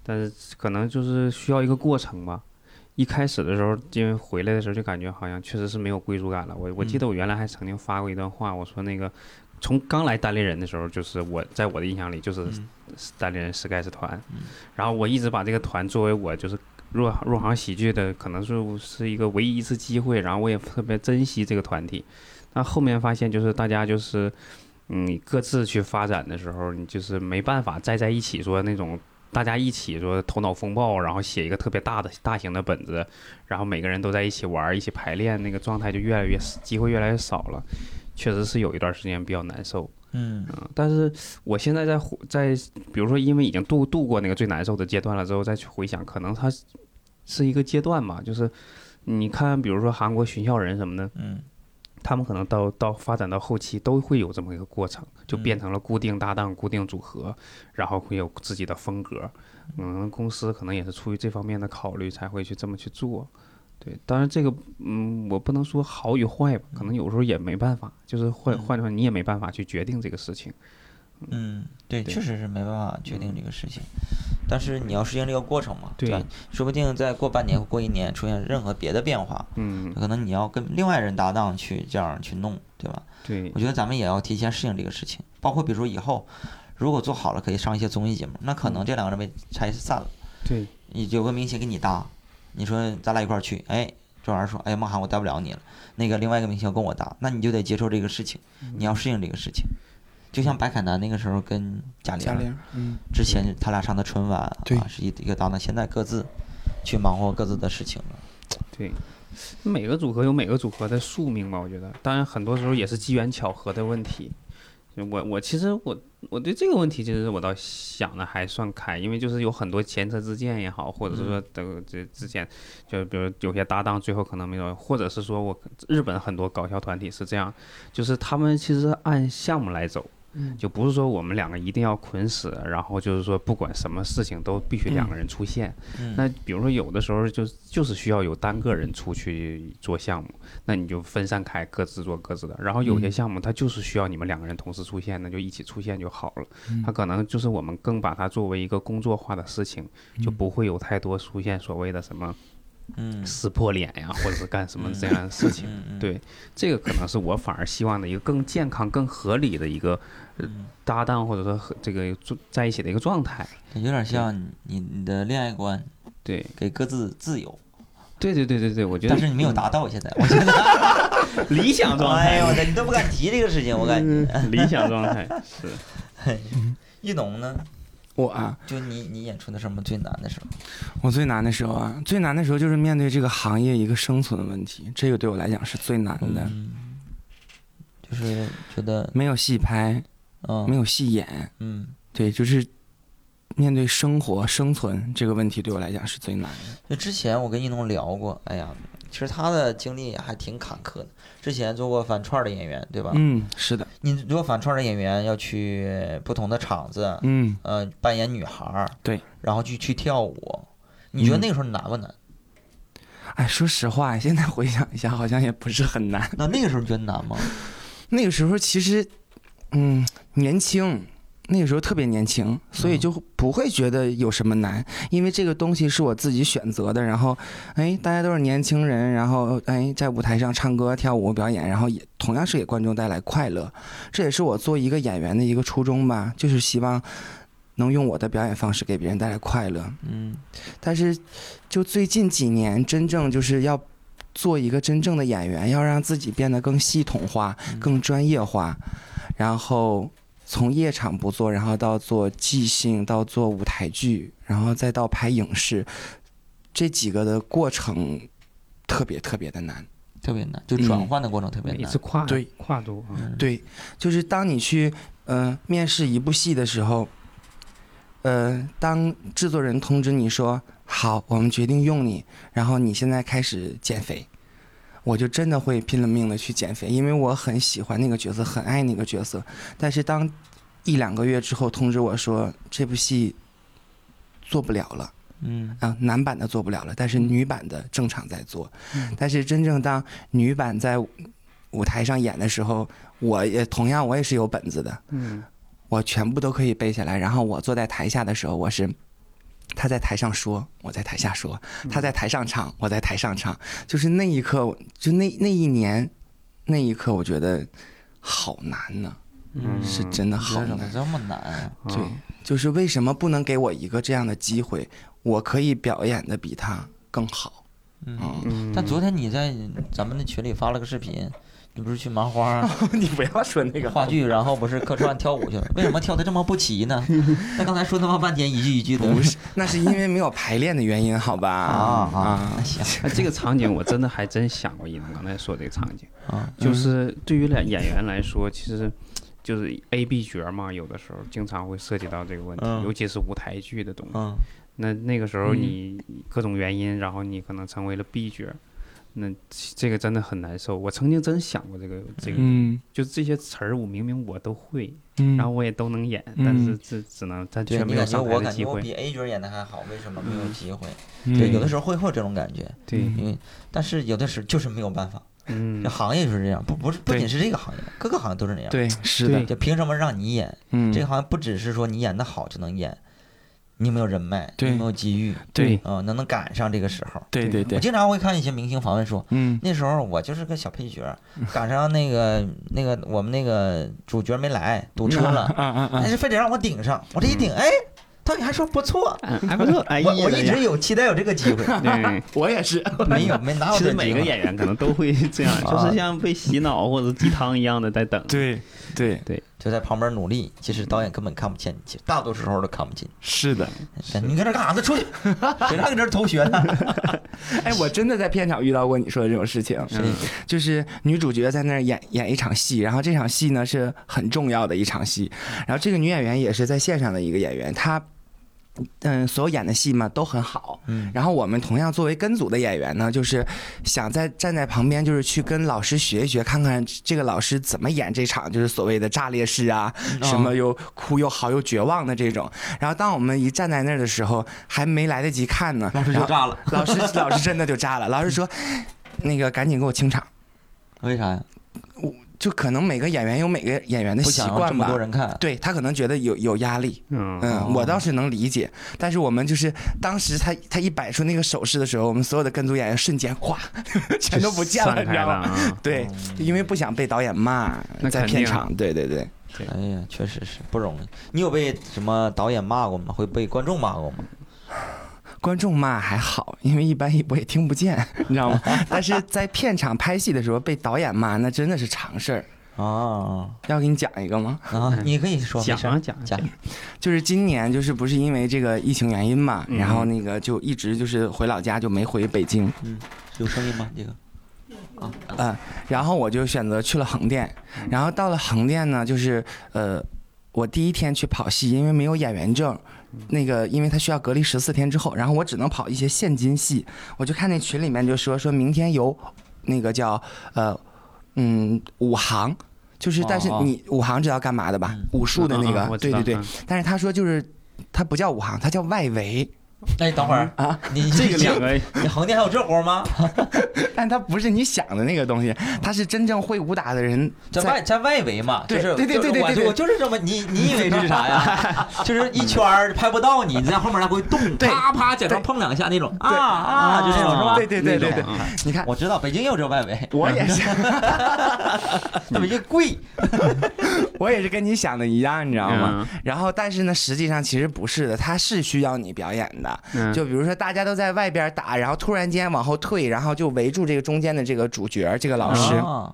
Speaker 3: 但是可能就是需要一个过程吧。一开始的时候，因为回来的时候就感觉好像确实是没有归属感了。我我
Speaker 2: 嗯
Speaker 3: 记得我原来还曾经发过一段话，我说那个从刚来单立人的时候，就是我在我的印象里就是
Speaker 2: 嗯
Speaker 3: 单立人 sketch 团
Speaker 2: 嗯，
Speaker 3: 然后我一直把这个团作为我就是入行入行喜剧的可能是是一个唯一一次机会，然后我也特别珍惜这个团体。但后面发现就是大家就是嗯各自去发展的时候，你就是没办法再在一起说那种大家一起说头脑风暴，然后写一个特别大的大型的本子，然后每个人都在一起玩儿，一起排练，那个状态就越来越机会越来越少了，确实是有一段时间比较难受。
Speaker 2: 嗯
Speaker 3: 嗯，但是我现在在回在，比如说，因为已经度度过那个最难受的阶段了之后，再去回想，可能它是是一个阶段嘛，就是你看，比如说韩国寻校人什么的，
Speaker 2: 嗯
Speaker 3: 他们可能到到发展到后期都会有这么一个过程，就变成了固定搭档、固定组合，然后会有自己的风格。嗯，公司可能也是出于这方面的考虑才会去这么去做。对，当然这个，嗯，我不能说好与坏吧，可能有时候也没办法，就是换换句话，你也没办法去决定这个事情。
Speaker 2: 嗯，对，
Speaker 3: 对
Speaker 2: 确实是没办法决定这个事情，但是你要适应这个过程嘛，
Speaker 3: 对
Speaker 2: 吧？说不定再过半年或过一年出现任何别的变化，
Speaker 3: 嗯，
Speaker 2: 可能你要跟另外人搭档去这样去弄，对吧？
Speaker 3: 对
Speaker 2: 我，觉得咱们也要提前适应这个事情，包括比如说以后如果做好了，可以上一些综艺节目，那可能这两个人被拆散了，
Speaker 3: 对，
Speaker 2: 你有个明星跟你搭，你说咱俩一块儿去，哎，这玩意儿说，哎呀，梦涵我带不了你了，那个另外一个明星要跟我搭，那你就得接受这个事情，你要适应这个事情。就像白凯南那个时候跟贾
Speaker 4: 贾
Speaker 2: 玲
Speaker 4: 玲，嗯，
Speaker 2: 之前他俩上的春晚
Speaker 4: 对
Speaker 2: 啊，是一一个搭档，现在各自去忙活各自的事情了。
Speaker 3: 对，每个组合有每个组合的宿命吧，我觉得。当然，很多时候也是机缘巧合的问题。就我我其实我我对这个问题，其实我倒想的还算开，因为就是有很多前车之鉴也好，或者是说等这之前，就比如有些搭档最后可能没有，或者是说我日本很多搞笑团体是这样，就是他们其实按项目来走。就不是说我们两个一定要捆死，然后就是说不管什么事情都必须两个人出现，
Speaker 2: 嗯
Speaker 3: 那比如说有的时候就就是需要有单个人出去做项目，那你就分散开，各自做各自的。然后
Speaker 2: 嗯
Speaker 3: 有些项目它就是需要你们两个人同时出现，那就一起出现就好了。
Speaker 2: 嗯
Speaker 3: 它可能就是我们更把它作为一个工作化的事情，就不会有太多出现所谓的什么
Speaker 2: 嗯
Speaker 3: 撕破脸
Speaker 2: *laughs*
Speaker 3: 呀，或者是干什么这样的事情。
Speaker 2: 嗯嗯，
Speaker 3: 对，这个可能是我反而希望的一个更健康、更合理的一个呃
Speaker 2: 嗯
Speaker 3: 搭档，或者说和这个住在一起的一个状态。
Speaker 2: 对有点像你你你的恋爱观
Speaker 3: 对，
Speaker 2: 给各自自由，
Speaker 3: 对对对对对，我觉得
Speaker 2: 但是你没有达到现在，我现在
Speaker 3: 理想状态。
Speaker 2: *laughs* 哎呦我的，你都不敢提这个事情，我
Speaker 4: *laughs*
Speaker 2: 感觉。
Speaker 3: 嗯 *laughs* 理想状
Speaker 2: *laughs*
Speaker 3: 态是，
Speaker 2: 一农呢，
Speaker 4: 我啊，
Speaker 2: 就你你演出的什么最难的时候？
Speaker 4: 我最难的时候啊，最难的时候就是面对这个行业一个生存的问题，这个对我来讲是最难的。
Speaker 2: 嗯，就是觉得
Speaker 4: 没有戏拍，
Speaker 2: 嗯
Speaker 4: 没有戏演，
Speaker 2: 嗯，
Speaker 4: 对，就是面对生活生存这个问题，对我来讲是最难
Speaker 2: 就
Speaker 4: 的。
Speaker 2: 之前我跟一农聊过，哎呀，其实他的经历还挺坎坷的。之前做过反串儿的演员，对吧？
Speaker 4: 嗯，是的，
Speaker 2: 你做反串儿的演员要去不同的场子，
Speaker 4: 嗯，
Speaker 2: 呃，扮演女孩儿，
Speaker 4: 对，
Speaker 2: 然后去去跳舞。你觉得
Speaker 4: 嗯
Speaker 2: 那个时候难不难？
Speaker 4: 哎，说实话，现在回想一下，好像也不是很难。
Speaker 2: 那那个时候你觉得难吗？
Speaker 4: 那个时候其实，嗯，年轻。那个时候特别年轻，所以就不会觉得有什么难，因为这个东西是我自己选择的。然后，哎，大家都是年轻人，然后哎，在舞台上唱歌、跳舞、表演，然后也同样是给观众带来快乐。这也是我做一个演员的一个初衷吧，就是希望能用我的表演方式给别人带来快乐。
Speaker 2: 嗯
Speaker 4: 但是，就最近几年，真正就是要做一个真正的演员，要让自己变得更系统化、更专业化，然后从夜场不做，然后到做即兴，到做舞台剧，然后再到拍影视，这几个的过程特别特别的难。
Speaker 2: 特别难，就转
Speaker 4: 嗯
Speaker 2: 换的过程特别
Speaker 3: 每
Speaker 2: 难。嗯
Speaker 3: 次跨
Speaker 4: 对
Speaker 3: 跨度啊，
Speaker 4: 对，就是当你去呃面试一部戏的时候，呃，当制作人通知你说好，我们决定用你，然后你现在开始减肥，我就真的会拼了命的去减肥，因为我很喜欢那个角色，很爱那个角色。但是当一两个月之后通知我说这部戏做不了了。
Speaker 2: 嗯
Speaker 4: 啊，男版的做不了了，但是女版的正常在做。
Speaker 3: 嗯
Speaker 4: 但是真正当女版在舞台上演的时候，我也同样我也是有本子的，
Speaker 3: 嗯，
Speaker 4: 我全部都可以背下来。然后我坐在台下的时候，我是他在台上说，我在台下说；他在台上唱，我在台上唱。就是那一刻，我就那那一年，那一刻，我觉得好难呢、
Speaker 3: 嗯
Speaker 4: 是真的好
Speaker 2: 为什
Speaker 4: 难
Speaker 2: 么。这么难？啊
Speaker 4: 对，就是为什么不能给我一个这样的机会？我可以表演的比他更好。 *laughs*
Speaker 2: 嗯
Speaker 4: 嗯
Speaker 3: 嗯，
Speaker 2: 但昨天你在咱们的群里发了个视频，你不是去麻花
Speaker 3: *laughs*
Speaker 2: 儿
Speaker 4: 你不要说那个
Speaker 2: 话剧，然后不是客串跳舞去了？为什么跳的这么不齐呢？那刚才说那么半天，一句一句的，
Speaker 4: 不是，那是因为没有排练的原因，好吧？
Speaker 2: 啊
Speaker 4: 啊
Speaker 2: 啊，那行
Speaker 3: 哎，这个场景我真的还真想过，一能刚才说这个场景，
Speaker 2: 啊，
Speaker 3: 就是对于演演员来说，其实就是 A B 角嘛，有的时候经常会涉及到这个问题，
Speaker 2: 嗯
Speaker 3: 尤其是舞台剧的东西。 *laughs*
Speaker 2: 嗯
Speaker 3: 那那个时候你各种原因，然后你可能成为了 B 角，那这个真的很难受。我曾经真想过这个这个，
Speaker 4: 嗯
Speaker 3: 就是这些词儿我明明我都会，
Speaker 4: 嗯，
Speaker 3: 然后我也都能演，
Speaker 4: 嗯
Speaker 3: 但是这只能但
Speaker 2: 对
Speaker 3: 却
Speaker 2: 你
Speaker 3: 没有
Speaker 2: 感觉
Speaker 3: 上
Speaker 2: 我
Speaker 3: 台的
Speaker 2: 感
Speaker 3: 机
Speaker 2: 觉我
Speaker 3: 会。
Speaker 2: 比 A 角演的还好，为什么没有机会？
Speaker 4: 嗯
Speaker 2: 对，有的时候会会有这种感觉，
Speaker 3: 对，
Speaker 2: 因为但是有的时候就是没有办法，
Speaker 3: 嗯
Speaker 2: 这，行业就是这样，不不是不
Speaker 3: 对
Speaker 2: 仅是这个行业，各个行业都是这样。，
Speaker 4: 对是的
Speaker 3: 对，
Speaker 2: 就凭什么让你演？
Speaker 4: 嗯，
Speaker 2: 这个行业不只是说你演的好就能演，你有没有人脉，你
Speaker 4: 对
Speaker 2: 有没有机遇，
Speaker 3: 对
Speaker 2: 啊、能能赶上这个时候。
Speaker 4: 对对对
Speaker 2: 我，经常会看一些明星访问说，
Speaker 4: 嗯
Speaker 2: 那时候我就是个小配角，赶上那个 *laughs* 那个我们那个主角没来，堵车了，
Speaker 4: 啊啊啊
Speaker 2: 但，是非得让我顶上，我这一顶，哎，导演还说不错，
Speaker 3: 嗯还不错，
Speaker 4: 啊
Speaker 3: 哎
Speaker 2: 我
Speaker 3: 呀
Speaker 2: 我一
Speaker 3: 呀 *laughs*
Speaker 2: 直有期待有这个机会，
Speaker 3: 对。
Speaker 4: 我也是，
Speaker 2: 没有没拿有
Speaker 3: 其
Speaker 2: 这
Speaker 3: 实
Speaker 2: 机
Speaker 3: 每个
Speaker 2: 会
Speaker 3: 演员可能都会这
Speaker 4: 啊
Speaker 3: 样，就是像被洗脑或者鸡汤一样的在等。
Speaker 4: 对对，
Speaker 2: 就在旁边努力，其实导演根本看不见你，其实大多数时候都看不见
Speaker 4: 是的。
Speaker 2: 你。你搁这干啥呢？出去！谁让你这儿偷学呢？
Speaker 4: 哎，我真的在片场遇到过你说的这种事情，
Speaker 3: 嗯，
Speaker 4: *laughs* 就是女主角在那儿演演一场戏，然后这场戏呢是很重要的一场戏，然后这个女演员也是在线上的一个演员，她。嗯，所有演的戏嘛都很好，
Speaker 2: 嗯
Speaker 4: 然后我们同样作为跟组的演员呢，就是想在站在旁边，就是去跟老师学一学，看看这个老师怎么演这场就是所谓的炸裂式啊，
Speaker 2: 嗯
Speaker 4: 什么又哭又嚎又绝望的这种。然后当我们一站在那儿的时候，还没来得及看呢，
Speaker 2: 老师
Speaker 4: 然
Speaker 2: 就
Speaker 4: 后 *laughs*
Speaker 2: 炸了，
Speaker 4: 老师老师真的就炸了，老师说，那个赶紧给我清场。
Speaker 2: 为啥呀？
Speaker 4: 就可能每个演员有每个演员的
Speaker 2: 不
Speaker 4: 习
Speaker 2: 想让这
Speaker 4: 惯
Speaker 2: 么多
Speaker 4: 吧，
Speaker 2: 人看，
Speaker 4: 对他可能觉得有有压力，
Speaker 3: 嗯，
Speaker 4: 嗯，我倒是能理解。但是我们就是当时他他一摆出那个手势的时候，我们所有的跟组演员瞬间哗 *laughs* 全都不见了，
Speaker 3: 散
Speaker 4: 你知
Speaker 3: 开
Speaker 4: 道
Speaker 3: 了
Speaker 4: 吗？ *laughs*
Speaker 3: 啊。
Speaker 4: 对，
Speaker 2: 嗯
Speaker 4: 因为不想被导演骂
Speaker 3: 那，
Speaker 4: 在
Speaker 3: 肯
Speaker 4: 片
Speaker 3: 定啊
Speaker 4: 场，对对对，
Speaker 2: 哎呀，确实是不容易。你有被什么导演骂过吗？会被观众骂过吗？
Speaker 4: 观众骂还好，因为一般我也听不见， *laughs* 你
Speaker 3: *laughs*
Speaker 4: 知道吗？但是在片场拍戏的时候被导演骂，那真的是常事儿。
Speaker 2: 啊
Speaker 4: 要给你讲一个吗？
Speaker 2: 啊，你可以说没
Speaker 3: 讲
Speaker 2: 事
Speaker 3: 啊
Speaker 2: 儿
Speaker 3: 讲啊
Speaker 2: 讲，
Speaker 4: 就是今年就是不是因为这个疫情原因嘛，
Speaker 3: 嗯
Speaker 4: 然后那个就一直就是回老家就没回北京，
Speaker 2: 有声音吗？这个
Speaker 4: 嗯，然后我就选择去了横店，
Speaker 2: 嗯
Speaker 4: 然后到了横店呢，就是呃，我第一天去跑戏，因为没有演员证，
Speaker 2: 嗯
Speaker 4: 那个因为他需要隔离十四天之后，然后我只能跑一些现金戏，我就看那群里面就说说明天有那个叫呃嗯武行。就是，但是
Speaker 2: 哦哦
Speaker 4: 你武行知道干嘛的吧？武术的那
Speaker 3: 嗯嗯
Speaker 4: 个，
Speaker 3: 我
Speaker 4: 对
Speaker 3: 知道
Speaker 4: 对对
Speaker 3: 嗯。
Speaker 4: 但是他说就是，他不叫武行，他叫外围。 *laughs*
Speaker 2: 哎，等会儿
Speaker 4: 啊，
Speaker 2: 你
Speaker 3: 这
Speaker 2: 这
Speaker 3: 个两
Speaker 2: 讲，
Speaker 3: 个
Speaker 2: 你横店还有这活吗？
Speaker 4: 但它不是你想的那个东西，它是真正会武打的人
Speaker 2: 在外在外围嘛，就
Speaker 4: 对
Speaker 2: 是
Speaker 4: 对对
Speaker 2: 就是
Speaker 4: 对对
Speaker 2: 我
Speaker 4: 对
Speaker 2: 就
Speaker 4: 对
Speaker 2: 我就是这么，你你以为这是啥呀？就是一圈儿拍不到你，你在后面来回动，
Speaker 4: 对
Speaker 2: 啪啪假装
Speaker 4: 对
Speaker 2: 碰两下那种啊
Speaker 4: 对
Speaker 2: 啊，就那种是吧？
Speaker 4: 对对对对
Speaker 2: 那
Speaker 4: 对
Speaker 3: 啊
Speaker 2: 种，
Speaker 4: 你看
Speaker 2: 我知道北京也有这外围，
Speaker 4: 我
Speaker 3: 嗯
Speaker 4: 也是，
Speaker 2: 在 *laughs* 北京贵，
Speaker 4: 我也是跟你想的一样，你知道吗？
Speaker 3: 嗯
Speaker 4: 然后，但是呢，实际上其实不是的，它是需要你表演的。
Speaker 3: 嗯
Speaker 4: 就比如说大家都在外边打，然后突然间往后退，然后就围住这个中间的这个主角，这个老师、
Speaker 2: 啊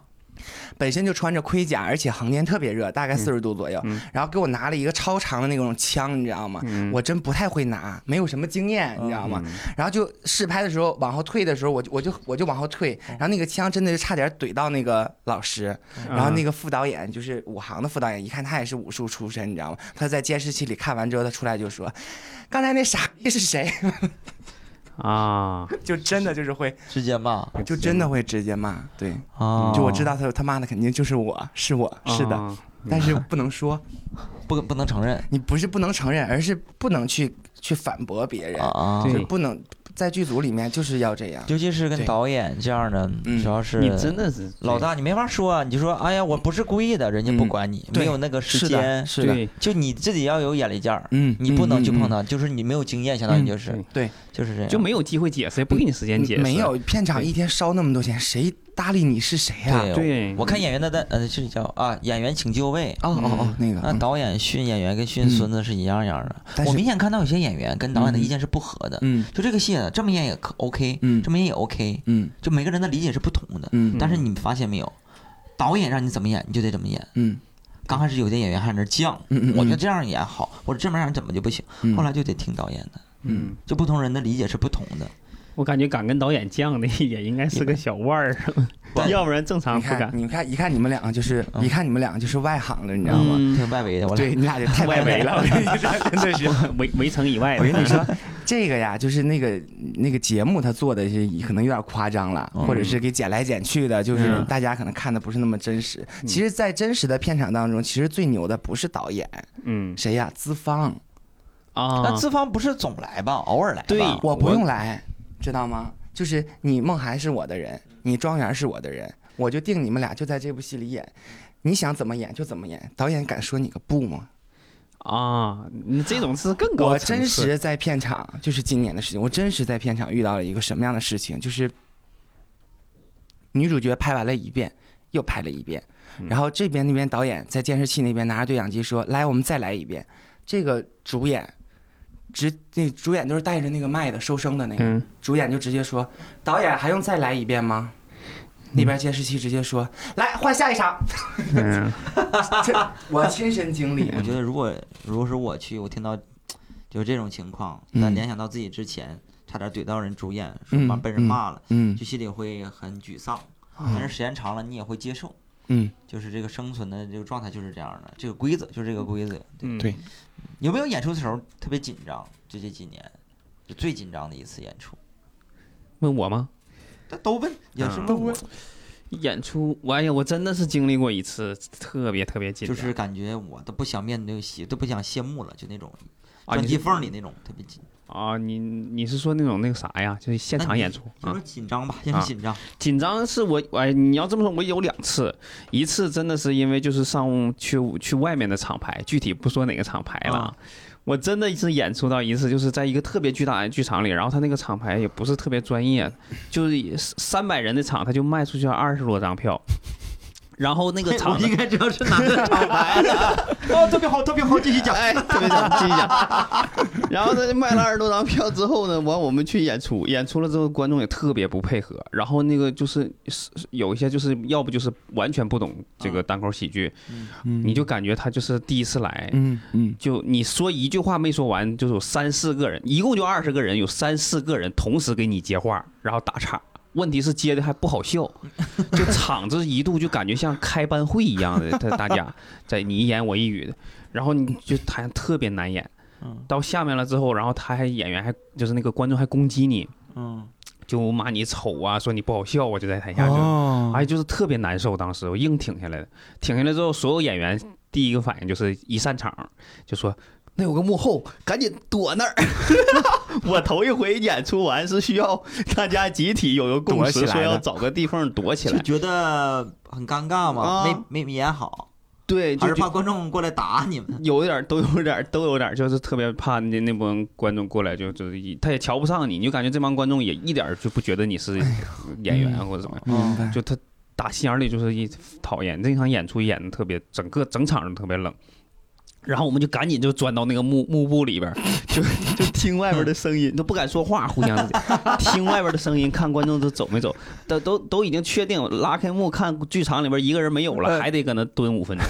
Speaker 4: 本身就穿着盔甲，而且横天特别热，大概四十度左右，然后给我拿了一个超长的那种枪，你知道吗？
Speaker 3: 嗯
Speaker 4: 我真不太会拿，没有什么经验，你知道吗？
Speaker 3: 嗯
Speaker 4: 然后就试拍的时候，往后退的时候，我就我就我就往后退，然后那个枪真的是差点怼到那个老师，
Speaker 3: 嗯
Speaker 2: 嗯
Speaker 4: 然后那个副导演就是武行的副导演，一看他也是武术出身，你知道吗？他在监视器里看完之后，他出来就说：“刚才那傻逼是谁 *laughs*
Speaker 3: 啊，？”
Speaker 4: 就真的就是会，
Speaker 2: 直接骂
Speaker 4: 就真的会直接骂，对，
Speaker 2: 啊
Speaker 4: 就我知道他他骂的肯定就是我，是我， *laughs* 是
Speaker 2: 哦
Speaker 4: 的，
Speaker 3: 啊，
Speaker 4: 但是不能说。
Speaker 2: 不不能承认
Speaker 4: 你不是不能承认，而是不能去去反驳别人，
Speaker 2: 啊啊
Speaker 3: 对，
Speaker 4: 就不能在剧组里面就是要这样。
Speaker 2: 尤其是跟
Speaker 4: 对
Speaker 2: 导演这样的，
Speaker 4: 嗯
Speaker 2: 主要是
Speaker 3: 你真的是
Speaker 2: 老大，你没法说啊，你就说哎呀，我不是故意的，人家不
Speaker 4: 嗯
Speaker 2: 管你，
Speaker 4: 对
Speaker 2: 没有那个时
Speaker 4: 是的，
Speaker 2: 间，
Speaker 4: 是的，
Speaker 3: 对，
Speaker 2: 就你自己要有眼力劲儿，
Speaker 4: 嗯
Speaker 2: 你不能去碰
Speaker 4: 到，
Speaker 2: 到，就是你没有经验，相当于就是、
Speaker 3: 嗯
Speaker 4: 对，
Speaker 2: 就是这样，
Speaker 3: 就没有机会解释，也不给你时间解释。
Speaker 4: 没有片场一天烧那么多钱，谁搭理你是谁啊呀？
Speaker 2: 对
Speaker 3: 对，
Speaker 2: 我看演员的单，呃，是叫啊，演员请就位。
Speaker 4: 哦哦哦，那个
Speaker 2: 那
Speaker 4: 嗯
Speaker 2: 导演训演员跟训孙子是一样样的。
Speaker 4: 但是
Speaker 2: 我明显看到有些演员跟导演的意见是不合的。
Speaker 4: 嗯
Speaker 2: 就这个戏呢，这么演也可 OK，
Speaker 4: 嗯
Speaker 2: 这么演也 OK，
Speaker 4: 嗯
Speaker 2: 就每个人的理解是不同的。
Speaker 4: 嗯
Speaker 2: 但是你发现没有，导演让你怎么演，你就得怎么演。
Speaker 4: 嗯
Speaker 2: 刚开始有的演员还在那儿犟，
Speaker 4: 嗯嗯，嗯
Speaker 2: 我觉得这样演好，或者这么样怎么就不行，
Speaker 4: 这
Speaker 2: 后来就得听导演的，
Speaker 4: 嗯
Speaker 2: 就不同人的理解是不同的。
Speaker 3: 我感觉敢跟导演犟的也应该是个小腕
Speaker 4: *laughs*
Speaker 3: 儿，
Speaker 2: 对
Speaker 3: 要不然正常
Speaker 4: 你
Speaker 3: 啊不
Speaker 4: 看
Speaker 3: 敢。
Speaker 4: 你看一看你们两个就是
Speaker 2: 嗯
Speaker 4: 一看你们两个就是外行了，你知道吗？
Speaker 3: 嗯，
Speaker 2: 挺外围的，我
Speaker 4: 对
Speaker 2: 俩
Speaker 4: 你俩就太
Speaker 3: 外围 *laughs*
Speaker 4: 了，我 *laughs* 跟你说，真的是。
Speaker 3: 围围城以外的，
Speaker 4: 我 *laughs* 跟你说，这个呀，就是那个那个节目，他做的是可能有点夸张了，
Speaker 2: 嗯
Speaker 4: 或者是给剪来剪去的，就是
Speaker 3: 嗯
Speaker 4: 大家可能看的不是那么真实。其实，在真实的片场当中，其实最牛的不是导演，
Speaker 3: 嗯
Speaker 4: 谁呀？资方，
Speaker 2: 那
Speaker 3: 啊，
Speaker 2: 资方不是总来吧，偶尔来吧。
Speaker 3: 对
Speaker 4: 我不用来，知道吗？就是你梦涵是我的人，你庄园是我的人，我就定你们俩就在这部戏里演，你想怎么演就怎么演，导演敢说你个不吗？
Speaker 3: 啊，你这种是更高
Speaker 4: 我
Speaker 3: 层
Speaker 4: 啊真
Speaker 3: 次
Speaker 4: 实在片场，就是今年的事情。我真实在片场遇到了一个什么样的事情，就是女主角拍完了一遍，又拍了一遍，
Speaker 3: 嗯
Speaker 4: 然后这边那边导演在监视器那边拿着对讲机说：“来，我们再来一遍。”这个主演直那主演就是带着那个麦的收声的那个，
Speaker 3: 嗯，
Speaker 4: 主演就直接说：“导演还用再来一遍吗？”那边监视器直接说：“来换下一场。
Speaker 3: 嗯，
Speaker 4: 这”我亲身经历，
Speaker 2: 我觉得如果如果是我去，我听到就是这种情况，
Speaker 4: 嗯
Speaker 2: 但联想到自己之前差点怼到人主演，说
Speaker 4: 嗯
Speaker 2: 嘛被人
Speaker 4: 嗯
Speaker 2: 骂了，
Speaker 4: 嗯啊
Speaker 2: 就心里会很沮丧。但是时间长了，你也会接受，
Speaker 4: 嗯，
Speaker 2: 就是这个生存的这个状态就是这样的，这个规则就是这个规则。对，
Speaker 3: 嗯
Speaker 4: 对
Speaker 2: 有没有演出的时候特别紧张？就这几年，就最紧张的一次演出，
Speaker 3: 问我吗？
Speaker 2: 那都问也是
Speaker 3: 嗯
Speaker 2: 问我，
Speaker 3: 演出，我哎呀，我真的是经历过一次特别特别紧
Speaker 2: 就
Speaker 3: 张，
Speaker 2: 是感觉我都不想面对戏，都不想谢幕了，就那种
Speaker 3: 啊
Speaker 2: 钻
Speaker 3: 你
Speaker 2: 地
Speaker 3: 是
Speaker 2: 缝里那种特别紧，
Speaker 3: 啊，你你是说那种那个啥呀？就是现
Speaker 2: 那
Speaker 3: 场
Speaker 2: 你
Speaker 3: 演出
Speaker 2: 有
Speaker 3: 啊
Speaker 2: 时候？紧张吧，也是
Speaker 3: 啊
Speaker 2: 紧张。
Speaker 3: 紧张是我哎，你要这么说，我有两次，一次真的是因为就是上去去外面的厂牌，具体不说哪个厂牌了。
Speaker 2: 啊
Speaker 3: 我真的是演出到一次，就是在一个特别巨大的剧场里，然后他那个厂牌也不是特别专业，就是三百人的场，他就卖出去二十多张票，然后那个场
Speaker 2: 我
Speaker 3: 子
Speaker 2: 应该知道是哪个厂牌的。哦，特别好，特别好，继续讲。
Speaker 3: 哎，特别想记一下。然后他就卖了二十多张票之后呢，完我们去演出，演出了之后观众也特别不配合，然后那个就是是有一些就是要不就是完全不懂这个单口喜剧，你就感觉他就是第一次来。
Speaker 4: 嗯嗯
Speaker 3: 就你说一句话没说完，就是有三四个人，一共就二十个人，有三四个人同时给你接话，然后打岔。问题是接的还不好
Speaker 4: *laughs*
Speaker 3: 笑，就场子一度就感觉像开班会一样的，大大
Speaker 4: *laughs*
Speaker 3: 家在你一言我一语的，然后你就谈特别难演。
Speaker 2: 嗯
Speaker 3: 到下面了之后，然后他还演员还就是那个观众还攻击你，
Speaker 2: 嗯，
Speaker 3: 就骂你丑啊，说你不好笑啊，就在台下就
Speaker 4: 哦
Speaker 3: 哎，就是特别难受。当时我硬挺下来的，挺下来之后，所有演员第一个反应就是一散场就说。那有个幕后，赶紧躲那儿！ *laughs* 我头一回演出完是需要大家集体有个共
Speaker 4: 躲起
Speaker 3: 识，
Speaker 4: 来
Speaker 3: 说要
Speaker 4: 的
Speaker 3: 找个地方躲起
Speaker 2: 就
Speaker 3: 来。
Speaker 2: 觉得很尴尬嘛，
Speaker 3: 啊
Speaker 2: 没没演好，
Speaker 3: 对，
Speaker 2: 还
Speaker 3: 就是就
Speaker 2: 怕观众过来打你们。
Speaker 3: 有点儿都有点儿都有点儿，就是特别怕那那帮观众过来就就是一他也瞧不上你，你就感觉这帮观众也一点儿就不觉得你是演员或者怎么样，
Speaker 4: 明白。
Speaker 3: 就他打心眼儿里就是一讨厌。那场演出演的特别，整个整场都特别冷。然后我们就赶紧就钻到那个幕幕布里边儿， *laughs* 就就听外边的声音，都不敢说话，互相之间 *laughs* 听外边的声音，看观众都走没走，都都都已经确定拉开幕，看剧场里边一个人没有了，还得搁那蹲五分钟。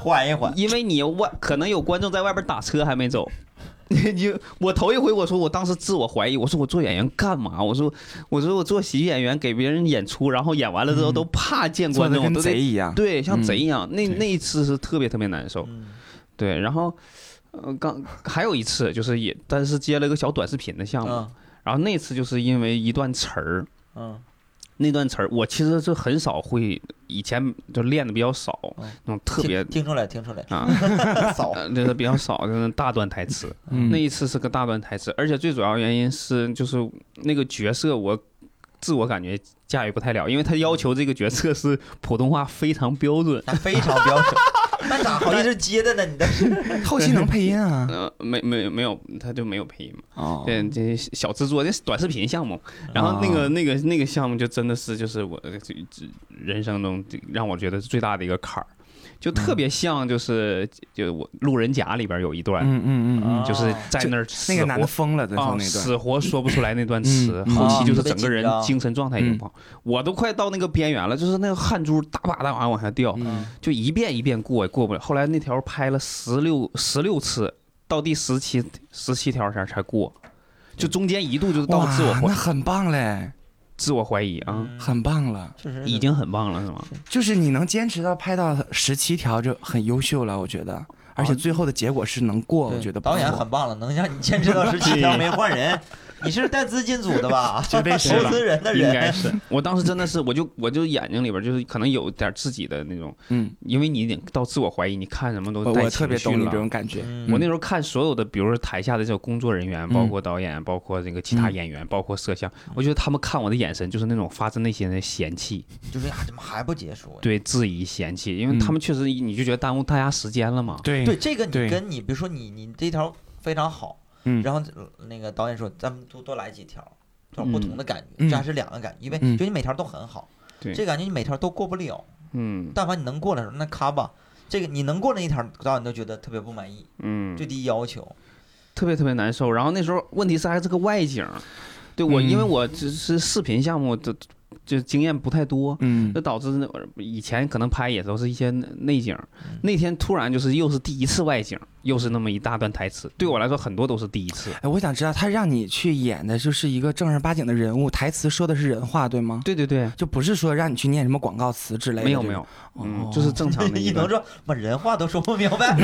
Speaker 2: 缓一缓，
Speaker 3: 因为你外可能有观众在外边打车还没走。 *laughs* 你就我头一回我说我当时自我怀疑，我说我做演员干嘛？我说我说我做喜剧演员给别人演出，然后演完了之后都怕见
Speaker 4: 嗯做
Speaker 3: 观
Speaker 4: 的
Speaker 3: 众，
Speaker 4: 跟
Speaker 3: 都
Speaker 4: 贼
Speaker 3: 得
Speaker 4: 一样。嗯
Speaker 3: 对像贼一样。那
Speaker 4: 对
Speaker 3: 那一次是特别特别难受，
Speaker 2: 嗯
Speaker 3: 对。然后呃刚还有一次就是也，但是接了一个小短视频的项目，
Speaker 2: 嗯
Speaker 3: 然后那次就是因为一段词儿，
Speaker 2: 嗯
Speaker 3: 那段词儿我其实是很少会，以前就练的比较少，
Speaker 2: 嗯
Speaker 3: 那种特
Speaker 2: 听
Speaker 3: 别
Speaker 2: 听出来，听出来，
Speaker 3: 啊。
Speaker 2: 扫
Speaker 3: 呃，就是比较少，就是大段台词。
Speaker 4: 嗯
Speaker 3: 那一次是个大段台词，而且最主要原因是就是那个角色我自我感觉驾驭不太了，因为他要求这个角色是普通话非常标准。
Speaker 2: 那非常标准。那咋好意思接的呢？你的
Speaker 4: 后期能配
Speaker 3: *laughs*
Speaker 4: 音啊？
Speaker 3: 呃，没没没有，他就没有配音嘛。
Speaker 4: 哦
Speaker 3: 对，这小制作，这是短视频项目。然后那个、
Speaker 4: 哦
Speaker 3: 那个那个项目就真的是就是我这这人生中这让我觉得是最大的一个坎儿，就
Speaker 4: 嗯
Speaker 3: 特别像就是就我路人甲里边有一段，
Speaker 4: 嗯嗯嗯嗯，
Speaker 3: 就是在那儿死
Speaker 4: 那个男的
Speaker 3: 活
Speaker 4: 疯了，最
Speaker 3: 啊
Speaker 4: 后那段，
Speaker 3: 死活说不出来那段词，
Speaker 4: 嗯嗯嗯
Speaker 3: 后期就
Speaker 2: 啊特
Speaker 3: 是
Speaker 2: 别
Speaker 3: 整个人
Speaker 2: 紧张
Speaker 3: 精神状态已经不好，我都快到那个边缘了，就是那个汗珠大把大把往下掉，
Speaker 4: 嗯
Speaker 3: 就一遍一遍过也过不了。后来那条拍了十六十六次，到第十七十七条前才过，就中间一度就是到
Speaker 4: 哇
Speaker 3: 自我
Speaker 4: 那
Speaker 3: 怀
Speaker 4: 很棒嘞，
Speaker 3: 自我怀疑啊，
Speaker 4: 很棒了。
Speaker 2: 确实
Speaker 3: 已经很棒了是吗？
Speaker 4: 就是你能坚持到拍到十七条就很优秀了，我觉得，而且最后的结果是能过，我觉得不
Speaker 2: 导演
Speaker 4: 错
Speaker 2: 很棒了，能让你坚持到十七条没换人。你是带资进组的吧？
Speaker 3: 绝对是啊 *laughs*
Speaker 2: 投资人的
Speaker 3: 应
Speaker 2: 人，
Speaker 3: 该是，我当时真的是，我就我就眼睛里边就是可能有点自己的那种，
Speaker 4: 嗯，
Speaker 3: 因为你已经到自我怀疑，你看什么都
Speaker 4: 我
Speaker 3: 带
Speaker 4: 我特别
Speaker 3: 情绪
Speaker 4: 懂你
Speaker 3: 了
Speaker 4: 这种感觉，
Speaker 2: 嗯
Speaker 3: 我那时候看所有的，比如说台下的这种工作人员，
Speaker 4: 嗯
Speaker 3: 包括导演，包括这个其他演员，包括摄像，我觉得他们看我的眼神就是那种发自内心的嫌弃，
Speaker 2: 就是呀，怎么还不结束？
Speaker 3: 对质疑、嫌弃，因为
Speaker 4: 嗯
Speaker 3: 他们确实你就觉得耽误大家时间了嘛。
Speaker 4: 对
Speaker 2: 对，这个
Speaker 4: 对
Speaker 2: 你跟你比如说你你这条非常好，
Speaker 4: 嗯
Speaker 2: 然后呃那个导演说咱们多多来几条，这种
Speaker 3: 嗯
Speaker 2: 不同的感觉，
Speaker 4: 嗯
Speaker 2: 这还是两个感觉，因为
Speaker 4: 嗯
Speaker 2: 就你每条都很好，
Speaker 3: 对
Speaker 2: 这感觉你每条都过不了，
Speaker 3: 嗯
Speaker 2: 但凡你能过的时候那咔吧，这个你能过那一条，导演都觉得特别不满意，
Speaker 3: 嗯，
Speaker 2: 最低要求，
Speaker 3: 特别特别难受。然后那时候问题是还是个外景，对我，
Speaker 4: 嗯
Speaker 3: 因为我只是视频项目的就经验不太多，
Speaker 4: 嗯
Speaker 3: 这导致那以前可能拍也都是一些内景，那天突然就是又是第一次外景，又是那么一大段台词，对我来说很多都是第一次。
Speaker 4: 哎，我想知道他让你去演的就是一个正儿八经的人物，台词说的是人话，对吗？
Speaker 3: 对对对，
Speaker 4: 就不是说让你去念什么广告词之类的，
Speaker 3: 没有没有，
Speaker 4: 这种，
Speaker 3: 嗯
Speaker 4: 哦，
Speaker 3: 就是正常的
Speaker 2: 你
Speaker 3: *laughs* 一
Speaker 2: 能
Speaker 3: 个。
Speaker 2: 说把人话都说不明白，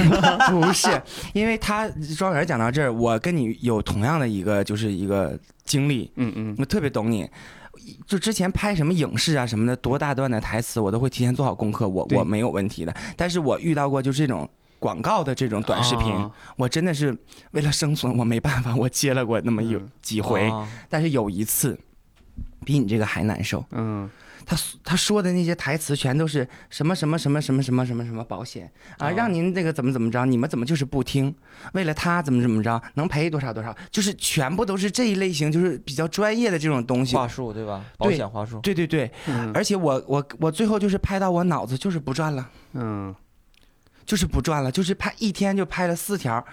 Speaker 4: 不是，因为他庄园讲到这儿，我跟你有同样的一个就是一个经历，
Speaker 3: 嗯嗯，
Speaker 4: 我特别懂你。就之前拍什么影视啊什么的，多大段的台词我都会提前做好功课，我
Speaker 3: 对
Speaker 4: 我没有问题的。但是我遇到过就这种广告的这种短视频，
Speaker 3: 啊
Speaker 4: 我真的是为了生存，我没办法，我接了过那么有
Speaker 3: 嗯
Speaker 4: 几回，
Speaker 2: 啊
Speaker 4: 但是有一次比你这个还难受。
Speaker 3: 嗯，
Speaker 4: 他他说的那些台词全都是什么什么什么什么什么什么什么保险啊，
Speaker 3: 啊
Speaker 4: 让您这个怎么怎么着，你们怎么就是不听？为了他怎么怎么着，能赔多少多少，就是全部都是这一类型，就是比较专业的这种东西。
Speaker 2: 话术对吧？保
Speaker 4: 对
Speaker 2: 险话术，
Speaker 4: 对对对，
Speaker 3: 嗯
Speaker 4: 而且我我我最后就是拍到我脑子就是不转了，
Speaker 3: 嗯，
Speaker 4: 就是不转了，就是拍一天就拍了四条，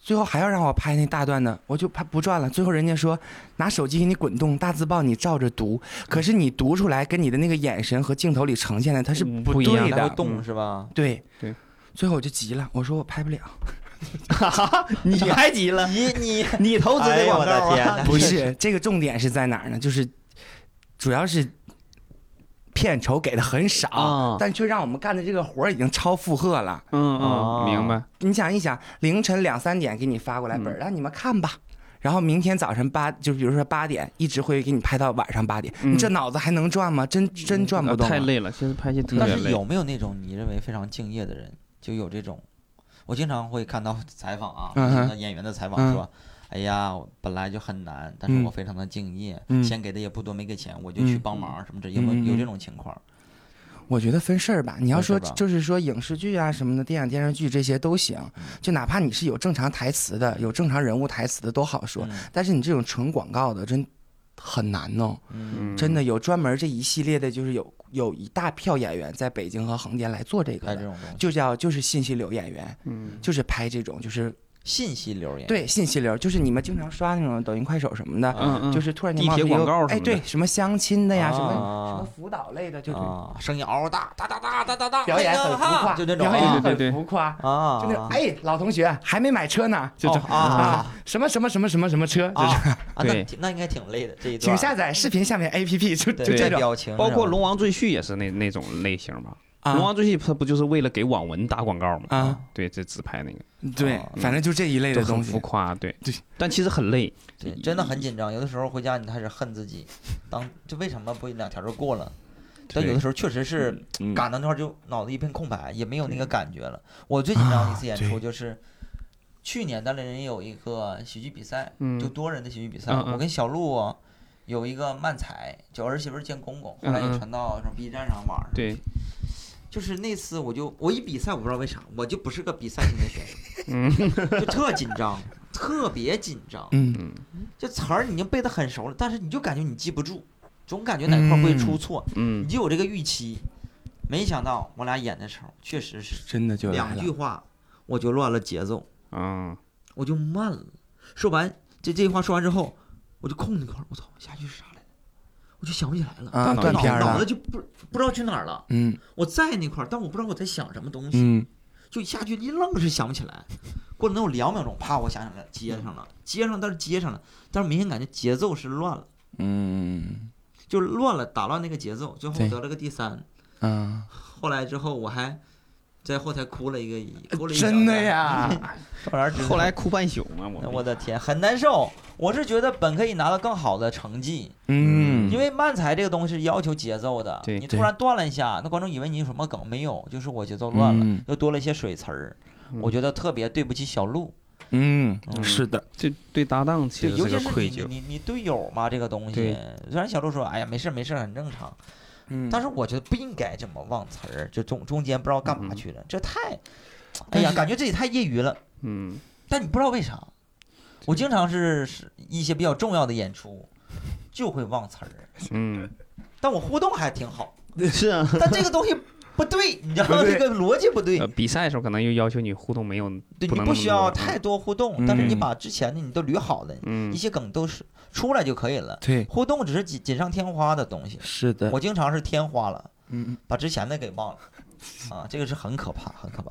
Speaker 4: 最后还要让我拍那大段的，我就拍不转了。最后人家说拿手机给你滚动大字报，你照着读，可是你读出来跟你的那个眼神和镜头里呈现的它是
Speaker 3: 嗯
Speaker 4: 不
Speaker 3: 不一样
Speaker 4: 对
Speaker 2: 来
Speaker 4: 的，
Speaker 2: 回动是 *laughs* 吧？
Speaker 4: 对
Speaker 3: 对。
Speaker 4: 最后我就急了，我说我拍不了，
Speaker 3: *laughs* 你还急了，
Speaker 2: 你
Speaker 3: *laughs*
Speaker 2: 你
Speaker 3: 你投资
Speaker 2: 哎
Speaker 3: 的
Speaker 2: 呦
Speaker 3: 广
Speaker 2: 我的
Speaker 3: 告
Speaker 2: 天
Speaker 3: 啊？ *laughs*
Speaker 2: 哪！
Speaker 4: 不 *laughs* 是这个重点是在哪儿呢？就是主要是片酬给的很少，
Speaker 3: 啊
Speaker 4: 但却让我们干的这个活儿已经超负荷了。
Speaker 3: 嗯
Speaker 2: 哦
Speaker 3: 嗯，明白。
Speaker 4: 你想一想，凌晨两三点给你发过来
Speaker 2: 嗯
Speaker 4: 本儿，让你们看吧。然后明天早晨八，就比如说八点，一直会给你拍到晚上八点，
Speaker 3: 嗯
Speaker 4: 你这脑子还能转吗？真
Speaker 2: 嗯
Speaker 4: 真转不动、
Speaker 3: 啊太。累了，其实拍戏特
Speaker 2: 但
Speaker 3: 别
Speaker 2: 是
Speaker 3: 累。
Speaker 2: 有没有那种你认为非常敬业的人，就有这种？我经常会看到采访啊，
Speaker 4: 嗯哼
Speaker 2: 有的演员的采
Speaker 4: 嗯
Speaker 2: 访说：“哎呀，我本来就很难，但是我非常的敬业，
Speaker 4: 嗯
Speaker 2: 钱给的也不多，没给钱，我就去
Speaker 4: 嗯
Speaker 2: 帮忙什么这有没
Speaker 4: 嗯嗯
Speaker 2: 有有
Speaker 4: 嗯
Speaker 2: 这种情况？
Speaker 4: 我觉得分事儿吧，你要说
Speaker 2: 分事儿吧
Speaker 4: 就是说影视剧啊什么的，电影电视剧这些都行，
Speaker 2: 嗯
Speaker 4: 就哪怕你是有正常台词的，有正常人物台词的都好说，
Speaker 2: 嗯
Speaker 4: 但是你这种纯广告的真很难弄。
Speaker 2: 嗯，
Speaker 3: 嗯
Speaker 4: 真的有专门这一系列的，就是有有一大票演员在北京和横店来做这个
Speaker 2: 拍这
Speaker 4: 的，
Speaker 2: 种东西，
Speaker 4: 就叫就是信息流演员，
Speaker 3: 嗯
Speaker 4: 就是拍这种就是
Speaker 2: 信息流言，
Speaker 4: 对信息流，就是你们经常刷那种抖音、快手什么的，
Speaker 2: 啊，
Speaker 3: 嗯嗯，
Speaker 4: 就是是突然间
Speaker 3: 地
Speaker 4: 冒出
Speaker 3: 铁
Speaker 4: 一个
Speaker 3: 广告什
Speaker 4: 哎，
Speaker 3: 么的
Speaker 4: 对，什么相亲的呀，什么什么
Speaker 2: 么
Speaker 4: 辅导类的，就
Speaker 2: 啊，声音嗷嗷大，哒哒哒哒哒哒，
Speaker 4: 表演
Speaker 2: 哎呀
Speaker 4: 很浮
Speaker 2: 哈
Speaker 4: 夸，
Speaker 2: 就那种
Speaker 4: 表演
Speaker 2: 啊
Speaker 3: 对对
Speaker 4: 很
Speaker 3: 对
Speaker 4: 浮夸，
Speaker 2: 啊，
Speaker 4: 就那种 *laughs* 哎，老同学还没买车呢，
Speaker 3: 就这
Speaker 2: 哦
Speaker 4: *laughs*
Speaker 2: 啊，
Speaker 4: 什么什么什么什么什么车，就
Speaker 2: 啊
Speaker 4: 是
Speaker 2: 啊，
Speaker 3: 对
Speaker 2: 那挺那应该挺累的这一
Speaker 4: 请
Speaker 2: 段，
Speaker 4: 下载视频下面 APP，就就
Speaker 2: 对
Speaker 4: 这
Speaker 2: 带
Speaker 4: 种
Speaker 2: 表情，
Speaker 3: 包括《
Speaker 2: 是吧
Speaker 3: 龙王赘婿》也是那那种类型吧，《龙
Speaker 4: 啊
Speaker 3: 王赘婿》它不就是为了给网文打广告吗？
Speaker 4: 啊。
Speaker 3: 对，这自拍那个
Speaker 4: 对
Speaker 2: 哦，
Speaker 4: 反正就这一类
Speaker 3: 就
Speaker 4: 的
Speaker 3: 很
Speaker 4: 东西
Speaker 3: 浮。夸，对
Speaker 4: 对，
Speaker 3: 但其实很累。
Speaker 2: 对，真的很紧张。有的时候回家你还是恨自己，当就为什么不两条就过了？但有的时候确实是
Speaker 3: 嗯
Speaker 2: 赶到那块儿就脑子一片空白，也没有那个感觉了。我最紧张的一次
Speaker 3: 啊
Speaker 2: 演出就是去年单立人有一个喜剧比赛，就
Speaker 3: 嗯
Speaker 2: 多人的喜剧比赛，
Speaker 3: 嗯嗯
Speaker 2: 我跟小鹿啊有一个漫才，叫儿媳妇儿见公公，后来
Speaker 3: 嗯
Speaker 2: 也
Speaker 3: 嗯
Speaker 2: 传到什么 B 站上、网上。
Speaker 3: 对，
Speaker 2: 就是那次我就我一比赛，我不知道为啥，我就不是个比赛型的选手，
Speaker 3: 嗯
Speaker 2: 就特紧张，特别紧张。
Speaker 4: 嗯，
Speaker 3: 嗯
Speaker 2: 这词儿你已经背得很熟了，但是你就感觉你记不住，总感觉哪块儿会出错，
Speaker 3: 嗯
Speaker 2: 你，就有这个预期。没想到我俩演的时候，确实是
Speaker 4: 真的就来
Speaker 2: 两
Speaker 4: 了
Speaker 2: 句。话我就乱了节奏，
Speaker 3: 嗯，
Speaker 2: 我就慢了。说完这这句话说完之后，我就空那块儿，我操，下句是啥来着？我就想不起来了，
Speaker 4: 啊，
Speaker 3: 大脑
Speaker 4: 断
Speaker 3: 一
Speaker 4: 片
Speaker 3: 片
Speaker 4: 儿
Speaker 2: 脑子
Speaker 4: 了。
Speaker 2: 就不不知道去哪儿了。
Speaker 4: 嗯
Speaker 2: 我在那块儿，但我不知道我在想什么东西。
Speaker 4: 嗯，
Speaker 2: 就下去一愣是想不起来，过了能有两秒钟，啪，我想起来了，接上了，接上，但是接上了，但是明显感觉节奏是乱了，
Speaker 4: 嗯
Speaker 2: 就乱了，打乱那个节奏，最后
Speaker 4: 对
Speaker 2: 得了个第三。
Speaker 4: 啊，
Speaker 2: 后来之后我还在后台哭了一个，哭了一小
Speaker 4: 嗯真的
Speaker 2: 下， *laughs*
Speaker 4: 呀，
Speaker 2: 少儿之
Speaker 3: 后来哭半宿嘛，我
Speaker 2: 哎我的天，很难受。我是觉得本可以拿到更好的成绩，
Speaker 4: 嗯，
Speaker 2: 因为漫才这个东西是要求节奏的，
Speaker 3: 对
Speaker 2: 你
Speaker 4: 对
Speaker 2: 突然断了一下，那观众以为你有什么梗，没有，就是我节奏乱了，
Speaker 4: 嗯
Speaker 2: 又多了一些水词儿，我觉得特别对不起小鹿。
Speaker 4: 嗯，
Speaker 2: 嗯
Speaker 4: 是的，
Speaker 3: 这对搭档其
Speaker 2: 对，
Speaker 3: 实
Speaker 2: 尤其
Speaker 3: 个
Speaker 2: 是
Speaker 3: 愧
Speaker 2: 你你
Speaker 3: 疚。
Speaker 2: 你你队友嘛，这个东西
Speaker 3: 对，
Speaker 2: 虽然小鹿说，哎呀，没事儿没事儿，很正常，
Speaker 4: 嗯
Speaker 2: 但是我觉得不应该这么忘词儿，就中中间不知道干嘛去了，这太，哎
Speaker 4: 但
Speaker 2: 呀，
Speaker 4: 是
Speaker 2: 感觉自己太业余了，
Speaker 3: 嗯，
Speaker 2: 但你不知道为啥，我经常是是一些比较重要的演出就会忘词儿，
Speaker 3: 嗯，
Speaker 2: 但我互动还挺好，
Speaker 3: 是啊。
Speaker 2: 但这个东西不对，你知道
Speaker 4: 不
Speaker 2: 吗？
Speaker 4: 对
Speaker 2: 这个逻辑不对
Speaker 3: 呃，，比赛的时候可能又要求你互动没有，
Speaker 2: 对你
Speaker 3: 不
Speaker 2: 不
Speaker 3: 能那么
Speaker 2: 需要
Speaker 3: 多嗯
Speaker 2: 太多互动，但是你
Speaker 4: 嗯
Speaker 2: 把之前的你都捋好了，
Speaker 3: 嗯
Speaker 2: 一，些梗都是出来就可以了。
Speaker 4: 对，
Speaker 2: 互动只是锦锦上添花的东西。
Speaker 4: 是
Speaker 3: 呃
Speaker 4: 的，
Speaker 2: 我经常是添花了，
Speaker 4: 嗯
Speaker 2: 把之前的给忘了，啊，这个是很可怕，很可怕。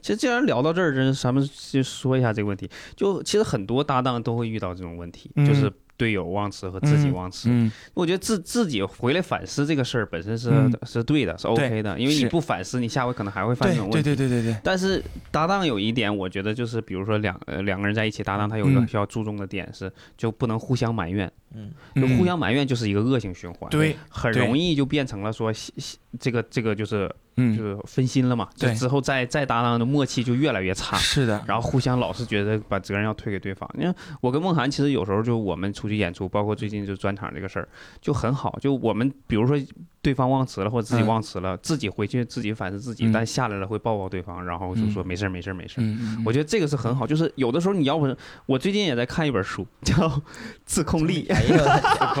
Speaker 3: 其实既然聊到这儿，真是咱们就说一下这个问题。就其实很多搭档都会遇到这种问题，
Speaker 4: 嗯
Speaker 3: 就是队友忘词和自己
Speaker 4: 嗯
Speaker 3: 忘词。
Speaker 4: 嗯
Speaker 3: 我觉得自自己回来反思这个事儿本身是、
Speaker 4: 嗯
Speaker 3: 是对的，是 OK 的，因为你
Speaker 4: 是
Speaker 3: 不反思，你下回可能还会犯
Speaker 4: 对
Speaker 3: 这种问题。
Speaker 4: 对对对对对，
Speaker 3: 但是搭档有一点，我觉得就是，比如说两呃两个人在一起搭档，他有一个
Speaker 4: 嗯
Speaker 3: 需要注重的点是，就不能互相埋怨，
Speaker 2: 嗯，
Speaker 3: 就互
Speaker 4: 嗯
Speaker 3: 相埋怨就是一个恶性循环，
Speaker 4: 对，
Speaker 3: 很
Speaker 4: 对
Speaker 3: 容易就变成了说西西这个这个就是就
Speaker 4: 嗯，
Speaker 3: 是分心了嘛，就
Speaker 4: 对
Speaker 3: 之后再再搭档的默契就越来越差。
Speaker 4: 是的，
Speaker 3: 然后互相老是觉得把责任要推给对方。你看，我跟梦涵其实有时候就我们出去演出，包括最近就专场这个事儿，就很好。就我们比如说对方忘词了，或者自己
Speaker 4: 嗯
Speaker 3: 忘词了，自己回去自己反思自己，
Speaker 4: 嗯
Speaker 3: 但下来了会抱抱对方，然后就说
Speaker 4: 嗯
Speaker 3: 没事儿没事儿没事儿。
Speaker 4: 嗯，
Speaker 3: 我觉得这个是很好，就是有的时候你要不是我最近也在看一本书叫《自控 *laughs* 力》，
Speaker 2: 哎呀，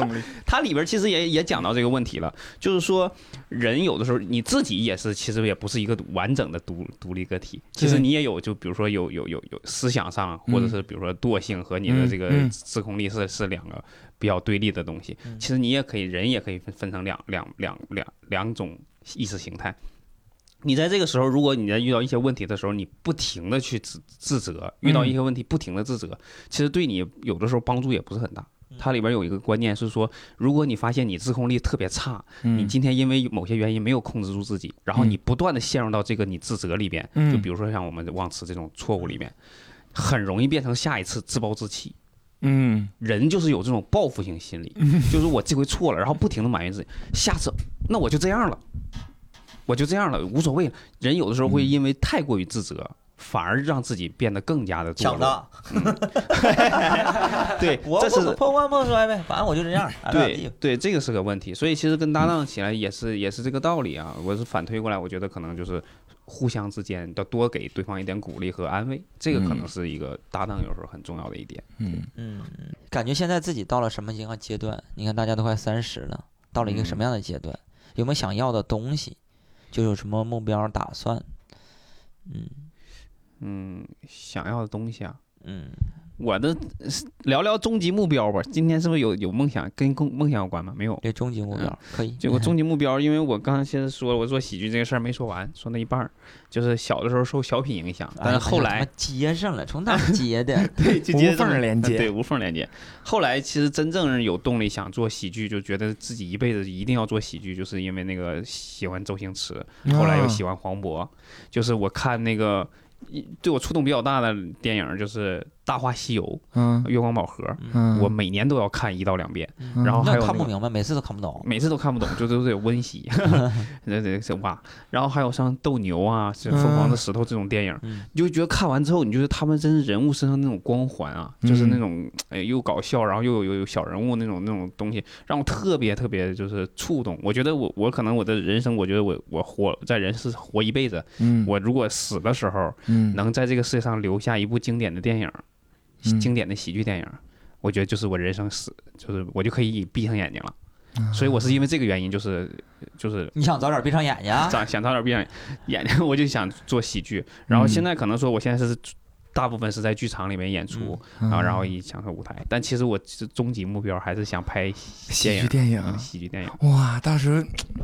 Speaker 3: 它里边其实也也讲到这个问题了，就是说人有的时候你自己也是，其实也不是一个完整的独独立个体，其实
Speaker 4: 对
Speaker 3: 你也有，就比如说有有有有思想上，
Speaker 4: 嗯
Speaker 3: 或者是比如说惰性和你的这个
Speaker 4: 嗯嗯
Speaker 3: 自控力是是两个比较对立的东西
Speaker 2: 嗯。
Speaker 3: 其实你也可以，人也可以分分成两两两两两种意识形态。你在这个时候，如果你在遇到一些问题的时候，你不停的去自自责，遇到一
Speaker 4: 嗯
Speaker 3: 些问题不停的自责，其实对你有的时候帮助也不是很大。
Speaker 4: 嗯
Speaker 3: 它里边有一个观念是说，如果你发现你自控力特别差，
Speaker 4: 嗯
Speaker 3: 你今天因为某些原因没有控制住自己，然后你不断的陷入到这个你自责里边，
Speaker 4: 嗯
Speaker 3: 就比如说像我们忘词这种错误里面，很容易变成下一次自暴自弃。
Speaker 4: 嗯
Speaker 3: 人就是有这种报复性心理，就是我这回错了，然后不停的埋怨自己，下次那我就这样了，我就这样了，无所谓了。人有的时候会因为太过于自责，反而让自己变得更加的
Speaker 2: 想
Speaker 3: 堕落。哎
Speaker 2: 的，
Speaker 3: 对，
Speaker 2: 我
Speaker 3: 这
Speaker 2: 我
Speaker 3: 是
Speaker 2: 破罐破摔呗，反正我就这样，俺俩
Speaker 3: 对
Speaker 2: 地
Speaker 3: 对，这个是个问题，所以其实跟搭档起来也是也是这个道理啊。我是反推过来，我觉得可能就是互相之间要多给对方一点鼓励和安慰，这个可能是一个搭档有时候很重要的一点。
Speaker 4: 嗯
Speaker 2: 嗯，感觉现在自己到了什么一个阶段？你看大家都快三十了，到了一个什么样的阶段？有没有想要的东西？就有什么目标打算？嗯
Speaker 3: 嗯，想要的东西啊，
Speaker 2: 嗯，
Speaker 3: 我的聊聊终极目标吧。今天是不是有有梦想跟梦梦想有关吗？没有。
Speaker 2: 这终极目标可以。哎
Speaker 3: 这
Speaker 2: *laughs*
Speaker 3: 个终极目标，因为我刚才先说了，我做喜剧这个事儿没说完，说那一半儿，就是小的时候受小品影
Speaker 4: 啊
Speaker 3: 响，但是后来
Speaker 2: 哎呀他妈接上了，从哪儿接
Speaker 3: *laughs*
Speaker 2: 的？
Speaker 3: 对，就接
Speaker 4: 无缝
Speaker 3: 这么
Speaker 4: 连接
Speaker 3: 对，无缝连接。后来其实真正有动力想做喜剧，就觉得自己一辈子一定要做喜剧，就是因为那个喜欢周星驰，
Speaker 4: 啊
Speaker 3: 后来又喜欢黄渤，就是我看那个一对我触动比较大的电影就是《大话西游》
Speaker 4: 嗯
Speaker 3: 《月光宝盒》，
Speaker 4: 嗯，
Speaker 3: 我每年都要看一到两遍，
Speaker 2: 嗯
Speaker 3: 然后哦还
Speaker 2: 那
Speaker 3: 有
Speaker 2: 看
Speaker 3: 那
Speaker 2: 不
Speaker 3: 个
Speaker 2: 明白，每次都看不
Speaker 4: 哦
Speaker 2: 懂。
Speaker 3: 每次都看不懂，就都得温
Speaker 4: *laughs*
Speaker 3: 习，这这这哇。然后还有像斗牛啊、是
Speaker 4: 嗯
Speaker 3: 疯狂的石头这种电影，
Speaker 2: 嗯
Speaker 3: 你就觉得看完之后，你就是他们真是人物身上那种光环啊，
Speaker 4: 嗯
Speaker 3: 就是那种哎又搞笑，然后又有有有小人物那种那种东西，让我特别特别就是触动。我觉得我我可能我的人生，我觉得我我活在人世活一辈子，
Speaker 4: 嗯
Speaker 3: 我如果死的时候
Speaker 4: 嗯
Speaker 3: 能在这个世界上留下一部经典的电影，
Speaker 4: 嗯
Speaker 3: 经典的喜剧电影，我觉得就是我人生死，就是我就可以闭上眼睛了。
Speaker 4: 啊
Speaker 3: 所以我是因为这个原因，就是就是
Speaker 2: 你想早点闭上眼睛啊？
Speaker 3: 长想早点闭上眼睛， *laughs* 我就想做喜剧。然
Speaker 4: 嗯
Speaker 3: 后现在可能说，我现在是大部分是在剧场里面演出，
Speaker 4: 嗯
Speaker 3: 啊，然后也享受舞台。但其实我是终极目标还是想拍
Speaker 4: 喜
Speaker 3: 电
Speaker 4: 剧
Speaker 3: 影
Speaker 4: 电影，啊
Speaker 3: 嗯喜剧电影。
Speaker 4: 哇，到时候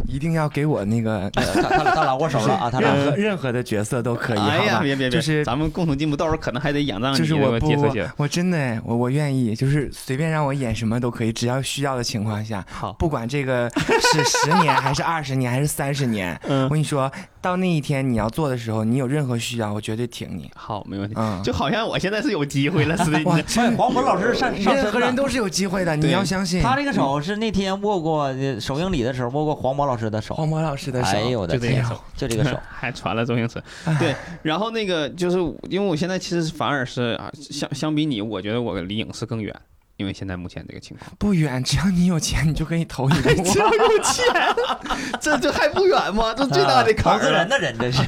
Speaker 4: 一定要给我那
Speaker 3: *laughs*
Speaker 4: 个
Speaker 2: 哎呀他他他俩握手了啊！他俩
Speaker 4: 任何任何的角色都可以，
Speaker 3: 哎
Speaker 4: 好
Speaker 3: 呀，
Speaker 4: 吧？
Speaker 3: 别别别，
Speaker 4: 就是
Speaker 3: 咱们共同进步，到时候可能还得仰仗你
Speaker 4: 就是我
Speaker 3: 这个
Speaker 4: 不
Speaker 3: 角色写
Speaker 4: 我真的我我愿意，就是随便让我演什么都可以，只要需要的情况下，
Speaker 3: 好，
Speaker 4: 不管这个是十年还是二十年还是三十年，
Speaker 3: 嗯
Speaker 4: 我跟你说，到那一天你要做的时候，你有任何需要，我绝对挺你。
Speaker 3: 好，没问题。
Speaker 4: 嗯，
Speaker 3: 就好像我现在是有机会了似的，你
Speaker 4: *laughs* 哇
Speaker 3: 知道
Speaker 2: 哎黄渤老师上上
Speaker 4: 任何人
Speaker 2: 身了。
Speaker 4: 都是有机会的，
Speaker 3: 对
Speaker 4: 你要相信。
Speaker 2: 他这个手是那天握过呃首映礼的时候握过黄渤老师的手，
Speaker 4: 黄渤老师的手，
Speaker 2: 哎呦我的
Speaker 3: 就这
Speaker 2: 天
Speaker 3: 个，手，，
Speaker 2: 就这个
Speaker 4: *laughs*
Speaker 2: 手
Speaker 3: *laughs* 还传了周星驰。对，然后那个就是因为我现在其实反而是啊，相相比你，我觉得我离影视更远，因为现在目前这个
Speaker 4: *laughs*
Speaker 3: 情况。
Speaker 4: 不远，只要你有钱，你就可以投一个
Speaker 3: 只要有钱， *laughs* 这这还不远吗？这是最大的坎
Speaker 4: 啊
Speaker 2: 投
Speaker 3: 儿
Speaker 2: 资人
Speaker 3: 了，
Speaker 2: 的人真是。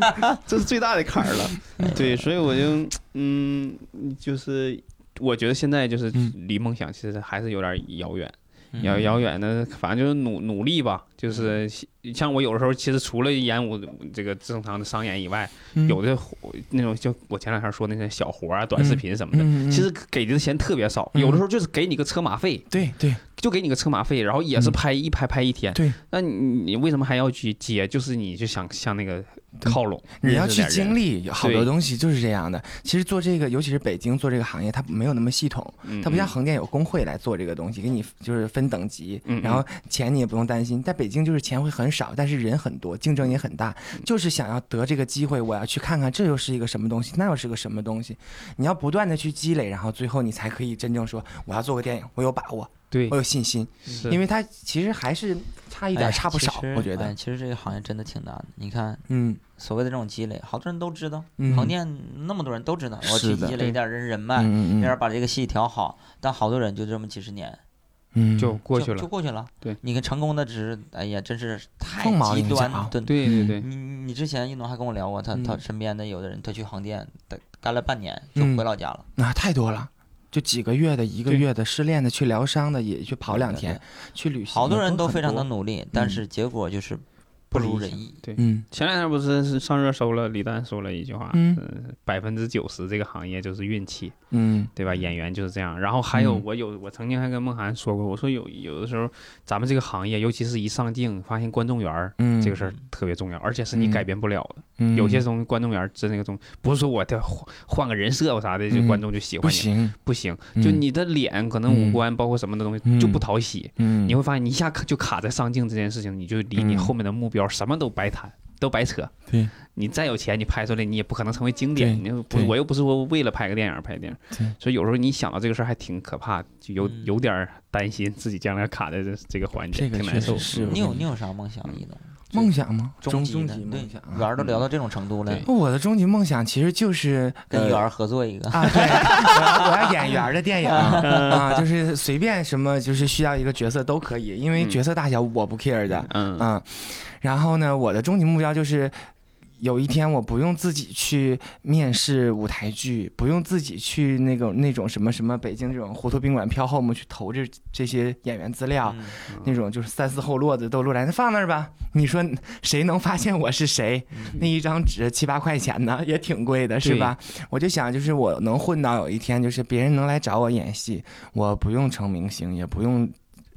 Speaker 3: *laughs* 这是最大的坎儿了。对，所以我就嗯，就是我觉得现在就是
Speaker 4: 嗯
Speaker 3: 离梦想其实还是有点遥远，
Speaker 2: 嗯
Speaker 3: 遥遥远的，反正就是努努力吧。
Speaker 4: 嗯
Speaker 3: 就是像我有的时候，其实除了演舞这个正常的商演以外，
Speaker 4: 嗯
Speaker 3: 有的活那种就我前两天说那些小活啊、短视频什么的，
Speaker 4: 嗯嗯嗯
Speaker 3: 其实给的钱特别少，
Speaker 4: 嗯
Speaker 3: 有的时候就是给你个车马费，
Speaker 4: 对对
Speaker 3: 就给你个车马费，然后也是拍一拍拍一天。
Speaker 4: 嗯对，
Speaker 3: 那你你为什么还要去接？就是你就想向那个
Speaker 4: 对
Speaker 3: 靠拢，
Speaker 4: 嗯你要
Speaker 3: 认识
Speaker 4: 去
Speaker 3: 点人
Speaker 4: 经，历好多
Speaker 3: 对
Speaker 4: 东西，就是这样的。其实做这个，尤其是北京做这个行业，它没有那么系统，
Speaker 3: 嗯
Speaker 4: 它不像
Speaker 3: 嗯
Speaker 4: 横店有工会来做这个东西，给你就是分等级
Speaker 3: 嗯嗯，
Speaker 4: 然后钱你也不用担心。在北京就是钱会很少，但是人很多，竞争也很大，
Speaker 2: 嗯
Speaker 4: 就是想要得这个机会，我要去看看这又是一个什么东西，那又是个什么东西。你要不断的去积累，然后最后你才可以真正说我要做个电影，我有把握，
Speaker 3: 对
Speaker 4: 我，有信心，
Speaker 3: 是
Speaker 4: 因为它其实还是差一
Speaker 2: 哎呀
Speaker 4: 点，差不
Speaker 2: 其
Speaker 4: 少
Speaker 2: 实，
Speaker 4: 我觉得
Speaker 2: 哎，其实这个行业真的挺难的。你看，
Speaker 4: 嗯。
Speaker 2: 所谓的这种积累，好多人都知道，
Speaker 4: 嗯
Speaker 2: 横店那么多人都知道，我
Speaker 4: 是
Speaker 2: 去
Speaker 4: 的
Speaker 2: 积累一点人人脉，
Speaker 4: 嗯
Speaker 2: 这
Speaker 4: 嗯
Speaker 2: 样把这个戏调好。但好多人就这么几十年
Speaker 4: 嗯，
Speaker 3: 就过
Speaker 2: 就
Speaker 3: 去了
Speaker 2: 就。过去了。
Speaker 3: 对，
Speaker 2: 你跟成功的只是，哎呀，真是太
Speaker 4: 凤毛
Speaker 2: 极
Speaker 4: 麟角
Speaker 2: 端。对，
Speaker 3: 对对对，
Speaker 2: 你你之前一农还跟我聊过，他他
Speaker 4: 啊嗯
Speaker 2: 身边的有的人，他去横店干干了半年就
Speaker 4: 嗯
Speaker 2: 回老家了，
Speaker 4: 那、太多了，就几个月的、一个
Speaker 3: 对
Speaker 4: 月的失恋的，去疗伤的，也去跑两
Speaker 2: 对
Speaker 4: 天，
Speaker 2: 对
Speaker 4: 去旅行的，
Speaker 2: 好多人都
Speaker 4: 很
Speaker 2: 非常的努力，但是结果就是不如人意。
Speaker 4: 嗯
Speaker 3: 前两天不是是上热搜了，李诞说了一句话，
Speaker 4: 嗯
Speaker 3: 嗯，百分之九十这个行业就是运气，
Speaker 4: 嗯
Speaker 3: 对吧？演员就是这样。然后还有
Speaker 4: 嗯
Speaker 3: 我有我曾经还跟梦涵说过，我说有有的时候咱们这个行业，尤其是一上镜，发现观众缘儿
Speaker 4: 嗯，
Speaker 3: 这个事儿特别重要，而且是你改变不了的。
Speaker 4: 嗯
Speaker 3: 有些东西观众缘儿真那个东，不是说我得换换个人设或啥的，就
Speaker 4: 嗯
Speaker 3: 观众就喜
Speaker 4: 不
Speaker 3: 欢你，
Speaker 4: 行，
Speaker 3: 不行，
Speaker 4: 嗯
Speaker 3: 就你的脸可能五
Speaker 4: 嗯
Speaker 3: 官包括什么的东西
Speaker 4: 嗯
Speaker 3: 就不讨喜，
Speaker 4: 嗯，
Speaker 3: 你会发现你一下卡就卡在上镜这件事情，你就离你
Speaker 4: 嗯
Speaker 3: 后面的目标什么都白谈，都白扯。
Speaker 4: 对，
Speaker 3: 你再有钱，你拍出来你也不可能成为经典。
Speaker 4: 对
Speaker 3: 你又不是，
Speaker 4: 对
Speaker 3: 我又不是说为了拍个电影而拍电
Speaker 4: 对
Speaker 3: 影，所以有时候你想到这个事儿还挺可怕，就有
Speaker 2: 嗯
Speaker 3: 有点儿担心自己将来卡在这这个环节，
Speaker 4: 这个
Speaker 3: 挺
Speaker 4: 确
Speaker 3: 难
Speaker 4: 实
Speaker 3: 受。
Speaker 4: 是
Speaker 2: 你有你
Speaker 4: 有
Speaker 2: 有啥梦想，一农？
Speaker 4: 梦想吗？
Speaker 2: 终
Speaker 4: 终
Speaker 2: 的
Speaker 4: 极梦想
Speaker 2: 对
Speaker 4: 啊，
Speaker 2: 圆儿都聊到这种程度了，
Speaker 3: 对
Speaker 4: 我的终极梦想其实就是
Speaker 2: 跟
Speaker 4: 呃
Speaker 2: 圆儿合作一个。
Speaker 4: 啊，对， *laughs* 我要我要演员儿的电影啊，就是随便什么，就是需要一个角色都可以，因为
Speaker 3: 嗯
Speaker 4: 角色大小我不 care 的，
Speaker 3: 嗯，
Speaker 4: 嗯，然后呢，我的终极目标就是有一天我不用自己去面试舞台剧，不用自己去那种那种什么什么北京这种胡同宾馆票后们去投这这些演员资料，
Speaker 2: 嗯
Speaker 4: 那种就是三四后摞子都摞来，那放那儿吧。你说谁能发现我是谁？那一张纸七八块钱呢，也挺贵的，是吧？我就想，就是我能混到有一天，就是别人能来找我演戏，我不用成明星，也不用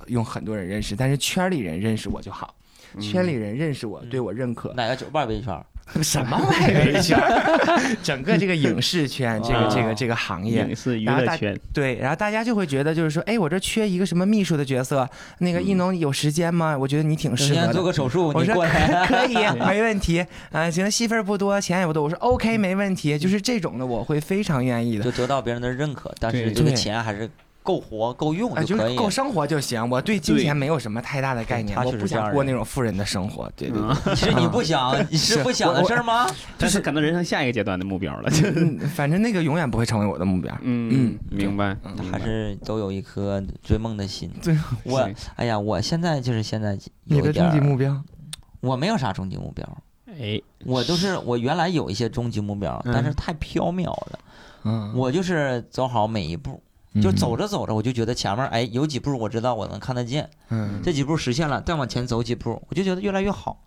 Speaker 4: 用很多人认识，但是圈里人认识我就好。圈里人认识我，
Speaker 2: 嗯
Speaker 4: 对我认可，
Speaker 2: 哪个酒吧围一圈儿？
Speaker 4: 什么外围圈儿？整个这个影视圈，这个这个这个行业，
Speaker 3: 影视娱
Speaker 4: 然后
Speaker 3: 乐
Speaker 4: 大
Speaker 3: 圈，
Speaker 4: 对，然后大家就会觉得就是说，哎，我这缺一个什么秘书的角色，那个艺农有时间吗？我觉得你挺适
Speaker 2: 今天
Speaker 4: 合
Speaker 2: 做
Speaker 4: 的。
Speaker 2: 个手术，
Speaker 4: 我
Speaker 2: 你
Speaker 4: 说哎
Speaker 2: 过来。
Speaker 4: 可
Speaker 2: *laughs*
Speaker 4: 以，没问题。啊，行，戏份儿不多，钱也不多。我说 OK，没问题。就是这种的，我会非常愿意的。
Speaker 2: 就得到别人的认可，但是
Speaker 3: 对
Speaker 2: 这个
Speaker 4: 对
Speaker 2: 钱还是够活够用
Speaker 4: 啊，就
Speaker 2: 可以
Speaker 4: 是。够生活就行。我对金
Speaker 3: 对
Speaker 4: 钱没有什么太大的概念，
Speaker 2: 他
Speaker 4: 我
Speaker 2: 确实
Speaker 4: 不
Speaker 2: 这样
Speaker 4: 想
Speaker 2: 的
Speaker 4: 过那种富人的生活。对
Speaker 3: 嗯
Speaker 4: 对对，
Speaker 2: 其实你不
Speaker 4: *laughs*
Speaker 2: 想，你是
Speaker 4: 是
Speaker 2: 不想
Speaker 4: 我
Speaker 2: 的
Speaker 4: 我
Speaker 2: 事儿吗？
Speaker 3: 但是可能人生下一个阶段的目标了。
Speaker 4: 嗯反正那个永远不会成为我的目标。
Speaker 3: 嗯，明白，明白
Speaker 2: 还是都有一颗追梦的心。
Speaker 4: 对，
Speaker 2: 我
Speaker 3: 是
Speaker 2: 哎呀，我现在就是现在有
Speaker 4: *laughs* 你的
Speaker 2: 一点
Speaker 4: 终极
Speaker 2: 儿，
Speaker 4: 目标？
Speaker 2: 我没有啥终极目标，
Speaker 3: 哎，
Speaker 2: 我都是我原来有一些终极目标，但是
Speaker 4: 嗯
Speaker 2: 太缥缈了。
Speaker 4: 嗯，
Speaker 2: 我就是走好每一步，就走着走着，我就觉得前面哎有几步我知道我能看得见，
Speaker 4: 嗯，
Speaker 2: 这几步实现了，再往前走几步，我就觉得越来越好。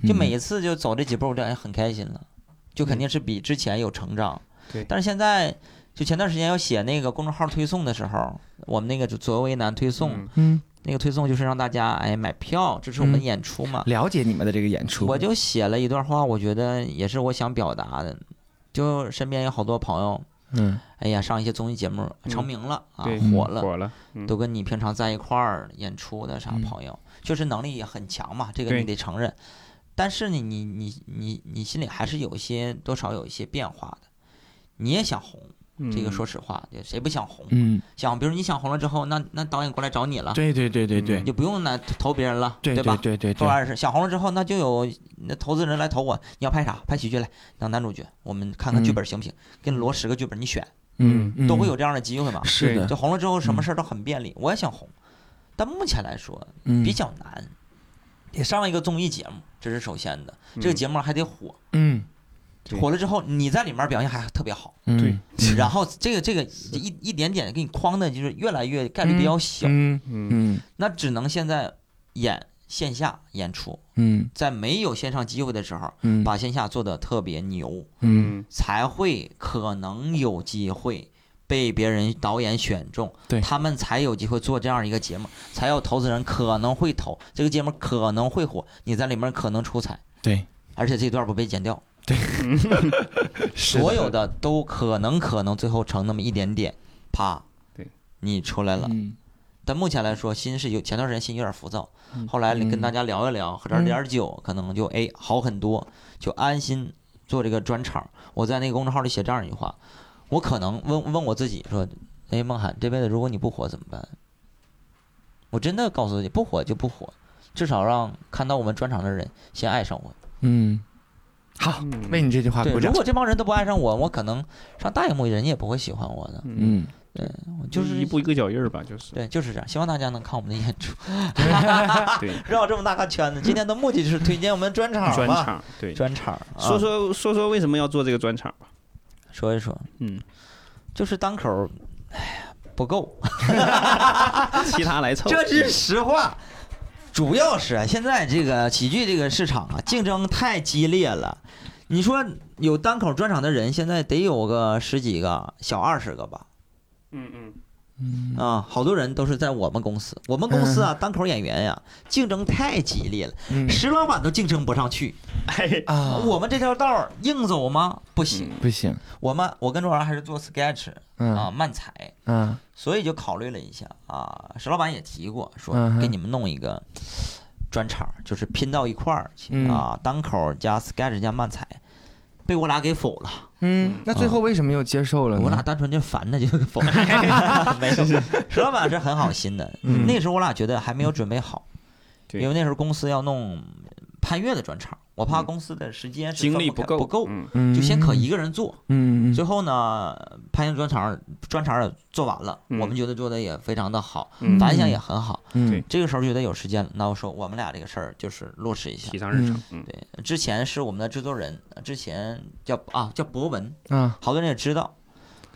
Speaker 4: 嗯
Speaker 2: 就每一次就走这几步，我就哎很开心了，就肯定是比之前有成长。
Speaker 3: 对
Speaker 2: 但是现在就前段时间要写那个公众号推送的时候，我们那个就左右为难推送，
Speaker 3: 嗯
Speaker 5: 嗯，
Speaker 2: 那个推送就是让大家哎买票支持我们
Speaker 5: 嗯
Speaker 2: 演出嘛。
Speaker 5: 了解你们的这个演出，
Speaker 2: 我就写了一段话，我觉得也是我想表达的。就身边有好多朋友，
Speaker 5: 嗯
Speaker 2: 哎呀，上一些综艺节目成名了、
Speaker 3: 嗯对
Speaker 2: 啊，火了，
Speaker 3: 火了，嗯
Speaker 2: 都跟你平常在一块儿演出的啥
Speaker 5: 嗯
Speaker 2: 朋友，确实能力也很强嘛，这个你
Speaker 3: 对
Speaker 2: 得承认。但是呢，你你你你心里还是有一些多少有一些变化的。你也想红，这
Speaker 3: 嗯
Speaker 2: 个说实话，对，谁不想红？
Speaker 5: 嗯，
Speaker 2: 想，比如你想红了之后，那那导演过来找你了，
Speaker 5: 对对对对对
Speaker 2: 你就不用来投别人了，
Speaker 5: 对
Speaker 2: 吧？
Speaker 5: 对对
Speaker 2: 做
Speaker 5: 对，
Speaker 2: 二是想红了之后，那就有那投资人来投我，你要拍啥？拍喜剧来当男主角，我们看看剧
Speaker 5: 嗯
Speaker 2: 本行不行？给你罗十个剧本，你选，
Speaker 5: 嗯，嗯
Speaker 2: 都会有这样的机会嘛。
Speaker 5: 是的
Speaker 2: 就，红了之后，什么
Speaker 5: 嗯
Speaker 2: 事儿都很便利。我也想红，但目前来说
Speaker 5: 嗯
Speaker 2: 比较难，得上一个综艺节目，这是首先的。这个节目还得火，
Speaker 5: 嗯
Speaker 3: 对
Speaker 2: 火了之后你在里面表现还特别好，
Speaker 5: 嗯
Speaker 3: 对
Speaker 2: 然后这个这个一一点点给你框的，就是越来越概率比较小，
Speaker 5: 嗯
Speaker 3: 嗯
Speaker 5: 嗯
Speaker 2: 那只能现在演线下演出，
Speaker 5: 嗯
Speaker 2: 在没有线上机会的时候，
Speaker 5: 嗯
Speaker 2: 把线下做的特别牛，
Speaker 5: 嗯
Speaker 3: 嗯
Speaker 2: 才会可能有机会被别人导演选中，
Speaker 5: 对
Speaker 2: 他们才有机会做这样一个节目，才有投资人可能会投这个节目可能会火，你在里面可能出彩，
Speaker 5: 对，
Speaker 2: 而且这段不被剪掉，
Speaker 5: 是
Speaker 2: 所有的都可能可能最后成那么一点点，啪，
Speaker 3: 对，
Speaker 2: 你出来了。
Speaker 5: 嗯
Speaker 2: 但目前来说，心是有前段时间心有点浮躁，
Speaker 5: 嗯
Speaker 2: 后来跟
Speaker 5: 嗯
Speaker 2: 大家聊一聊，喝点儿点儿酒，可能就哎好很多，就安心做这个专场。我在那个公众号里写这样一句话，我可能问问我自己说，哎，孟涵，这辈子如果你不火怎么办？我真的告诉自己，不火就不火，至少让看到我们专场的人先爱上我。
Speaker 5: 嗯，好，
Speaker 3: 嗯
Speaker 5: 为你这句
Speaker 4: 啊
Speaker 5: 话
Speaker 2: 对，
Speaker 5: 鼓
Speaker 2: 如
Speaker 5: 掌，
Speaker 2: 果这帮人都不爱上我，我可能上大荧幕人家也不会喜欢我的。
Speaker 3: 嗯，
Speaker 5: 嗯，
Speaker 2: 我就
Speaker 3: 就是
Speaker 2: 是
Speaker 3: 一步一个脚印儿吧，就是
Speaker 2: 对，就是这样。希望大家能看我们的演出。
Speaker 3: 对
Speaker 2: 绕这么大个圈子，今天的目的就是推荐我们专场嘛。
Speaker 3: 专场，对，
Speaker 2: 专场啊，
Speaker 3: 说说说说为什么要做这个专场吧，
Speaker 2: 说一说，
Speaker 3: 嗯，
Speaker 2: 就是单口儿，哎呀不够，
Speaker 3: 其他来
Speaker 2: *laughs*
Speaker 3: 凑，
Speaker 2: 这是实话。主要是啊现在这个喜剧这个市场啊，竞争太激烈了。你说有单口专场的人，现在得有个十几个，小二十个吧？
Speaker 3: 嗯嗯，
Speaker 2: 啊，好多人都是在我们公司。我们公司啊，单口演员呀、竞争太激烈了，
Speaker 5: 嗯
Speaker 2: 石老板都竞争不上去。 *laughs*
Speaker 3: 哎，
Speaker 5: 啊，
Speaker 2: 我们这条道儿硬走吗？不
Speaker 4: 嗯
Speaker 2: 行。
Speaker 5: 不行，
Speaker 2: 我们我跟周老师还是做 sketch 啊，
Speaker 5: 嗯
Speaker 2: 慢才。
Speaker 5: 嗯
Speaker 2: 所以就考虑了一下啊，石老板也提过说
Speaker 5: 嗯哼
Speaker 2: 给你们弄一个专场，就是拼到一块儿去、
Speaker 5: 嗯
Speaker 2: 啊，单口加 sketch 加漫才，被我俩给否了。
Speaker 5: 嗯，
Speaker 2: 啊
Speaker 5: 那最后为什么又接受了呢？
Speaker 2: 我俩单纯就烦他就给
Speaker 5: *laughs*
Speaker 2: 否了，没有。石老板是很好心的，
Speaker 5: 嗯
Speaker 2: 那时候我俩觉得还没有准备好，
Speaker 3: 对
Speaker 2: 因为那时候公司要弄潘越的专场，我怕公司的时间是
Speaker 3: 精
Speaker 2: 分
Speaker 3: 力
Speaker 2: 不
Speaker 3: 不
Speaker 2: 开
Speaker 3: 够
Speaker 2: 不够，
Speaker 3: 嗯
Speaker 5: 嗯
Speaker 2: 就先可一，个人做。
Speaker 5: 嗯嗯
Speaker 2: 最后呢，潘越专场专场也做完了，
Speaker 3: 嗯
Speaker 2: 我们觉得做的也非常的好，
Speaker 3: 嗯
Speaker 2: 反响也很好。
Speaker 5: 嗯
Speaker 3: 对
Speaker 2: 这个时候觉得有时间了，那我说我们俩这个事儿就是落实一下
Speaker 3: 提。上日程，嗯，
Speaker 2: 对，之前是我们的制作人，呃之前叫啊叫博文，
Speaker 5: 啊
Speaker 2: 好多人也知道。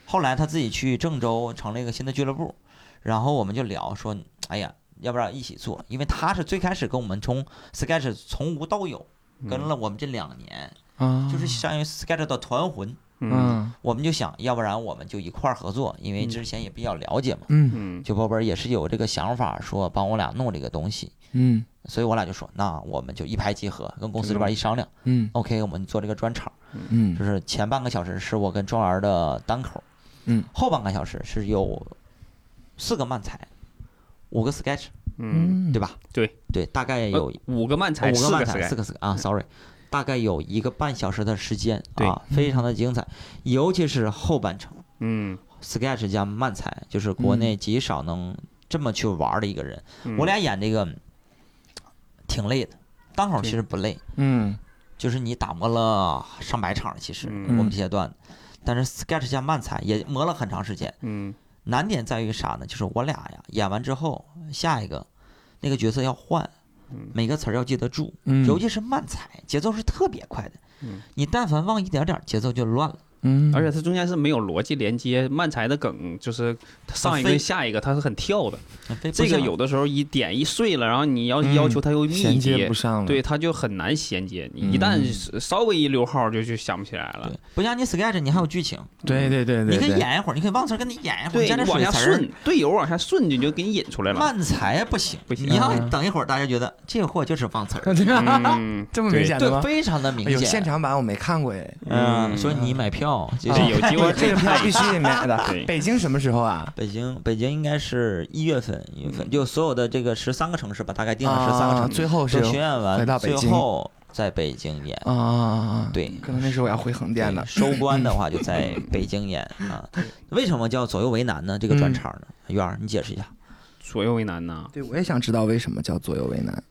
Speaker 2: 后来他自己去郑州成了一个新的俱乐部，然后我们就聊说，哎呀，要不然一起做？因为他是最开始跟我们从 Sketch 从无到有，
Speaker 3: 嗯
Speaker 2: 跟了我们这两年，
Speaker 5: 啊，
Speaker 2: 就是相当于 Sketch 的团魂。
Speaker 3: 嗯
Speaker 5: 嗯
Speaker 2: 我们就想，要不然我们就一块儿合作，因为
Speaker 3: 嗯
Speaker 2: 之前也比较了解嘛。
Speaker 5: 嗯
Speaker 3: 嗯
Speaker 2: 就包本也是有这个想法，说帮我俩弄这个东西，
Speaker 5: 嗯
Speaker 2: 所以我俩就说，那我们就一拍即合，跟公司这边一商量
Speaker 5: 嗯
Speaker 2: ，OK，我们做这个专场，
Speaker 5: 嗯
Speaker 2: 就是前半个小时是我跟庄园的单口，
Speaker 5: 嗯，
Speaker 2: 后半个小时是有四个漫才，五个 sketch，
Speaker 3: 嗯，
Speaker 2: 对吧？
Speaker 3: 对
Speaker 2: 对，大概有
Speaker 3: 呃五个漫才，
Speaker 2: 哎五个
Speaker 3: 四
Speaker 2: 漫
Speaker 3: 四
Speaker 2: 才，四
Speaker 3: 个，
Speaker 2: 个四个啊，sorry，大概有一个半小时的时间
Speaker 3: 对
Speaker 2: 啊，非常的精彩，尤其是后半程。
Speaker 3: 嗯，
Speaker 2: sketch 加漫才，就是国内极少能这么去玩的一个人。
Speaker 3: 嗯
Speaker 2: 我俩演这个挺累的，单口其实不累，
Speaker 5: 嗯
Speaker 2: 就是你打磨了上百场了，其实、
Speaker 3: 嗯
Speaker 2: 我们这些段子，但是 sketch 加漫才也磨了很长时间。
Speaker 3: 嗯
Speaker 2: 难点在于啥呢？就是我俩呀演完之后，下一个那个角色要换
Speaker 3: 嗯，
Speaker 2: 每个词儿要记得住，
Speaker 5: 嗯
Speaker 2: 尤其是慢才，节奏是特别快的
Speaker 3: 嗯。
Speaker 2: 你但凡忘一点点儿，节奏就乱了。
Speaker 5: 嗯
Speaker 3: 而且它中间是没有逻辑连接，漫才的梗就是上一个
Speaker 2: 飞
Speaker 3: 下一个，它是很跳的。
Speaker 2: 哎飞不
Speaker 3: 这个
Speaker 2: 上
Speaker 3: 有的时候一点一碎了，然后你要
Speaker 5: 嗯
Speaker 3: 要求它又密
Speaker 5: 衔接
Speaker 3: 集
Speaker 5: 不，上了，
Speaker 3: 对，它就很难衔接。你一
Speaker 5: 嗯
Speaker 3: 旦是稍微一溜号，就就想不起来了
Speaker 2: 对。，不像你 sketch，你还有剧情，
Speaker 3: 嗯
Speaker 5: 对对对对，
Speaker 2: 你可以
Speaker 4: *laughs*
Speaker 5: 对，
Speaker 2: 演一会儿，你可以忘词儿跟你演一会儿，
Speaker 3: 对，
Speaker 2: 加点
Speaker 3: 你往
Speaker 2: 水
Speaker 3: 下
Speaker 2: 词儿
Speaker 3: 顺，队友往下顺，你就给你引出来了。
Speaker 2: 慢才不行，
Speaker 3: 不行
Speaker 2: 你要
Speaker 5: 嗯，
Speaker 2: 等一会儿，大家觉得这货就是忘词儿，
Speaker 3: 嗯
Speaker 5: 这么明显的
Speaker 2: 对，
Speaker 5: 吗？
Speaker 2: 非常的明
Speaker 4: 哎呦，
Speaker 2: 显。
Speaker 4: 现场版我没看过哎，哦
Speaker 2: 嗯，啊
Speaker 3: 嗯
Speaker 2: 所以你买票，就
Speaker 3: 对，
Speaker 2: 是
Speaker 3: 有机会。
Speaker 4: 这个票必须得买的
Speaker 3: 对
Speaker 4: 北京什么时候啊？
Speaker 2: 北京，北京应该是一月份，一月份就所有的这个十三个城市吧，大概定了十三个
Speaker 4: 啊
Speaker 2: 城市，
Speaker 4: 最后是
Speaker 2: 都巡演
Speaker 4: 回到
Speaker 2: 完，
Speaker 4: 北
Speaker 2: 最
Speaker 4: 京
Speaker 2: 后在北京演。
Speaker 4: 啊啊啊啊！
Speaker 2: 对，
Speaker 4: 可能那时候我要回横店
Speaker 2: 对
Speaker 4: 了。
Speaker 2: 收官的
Speaker 4: *laughs*
Speaker 2: 话就在北京演啊。为什么叫左右为难呢？这个专
Speaker 4: 嗯
Speaker 2: 场呢？圆儿，你解释一下。
Speaker 3: 左右为难呐，
Speaker 4: 对，我也想知道为什么叫左右为难。，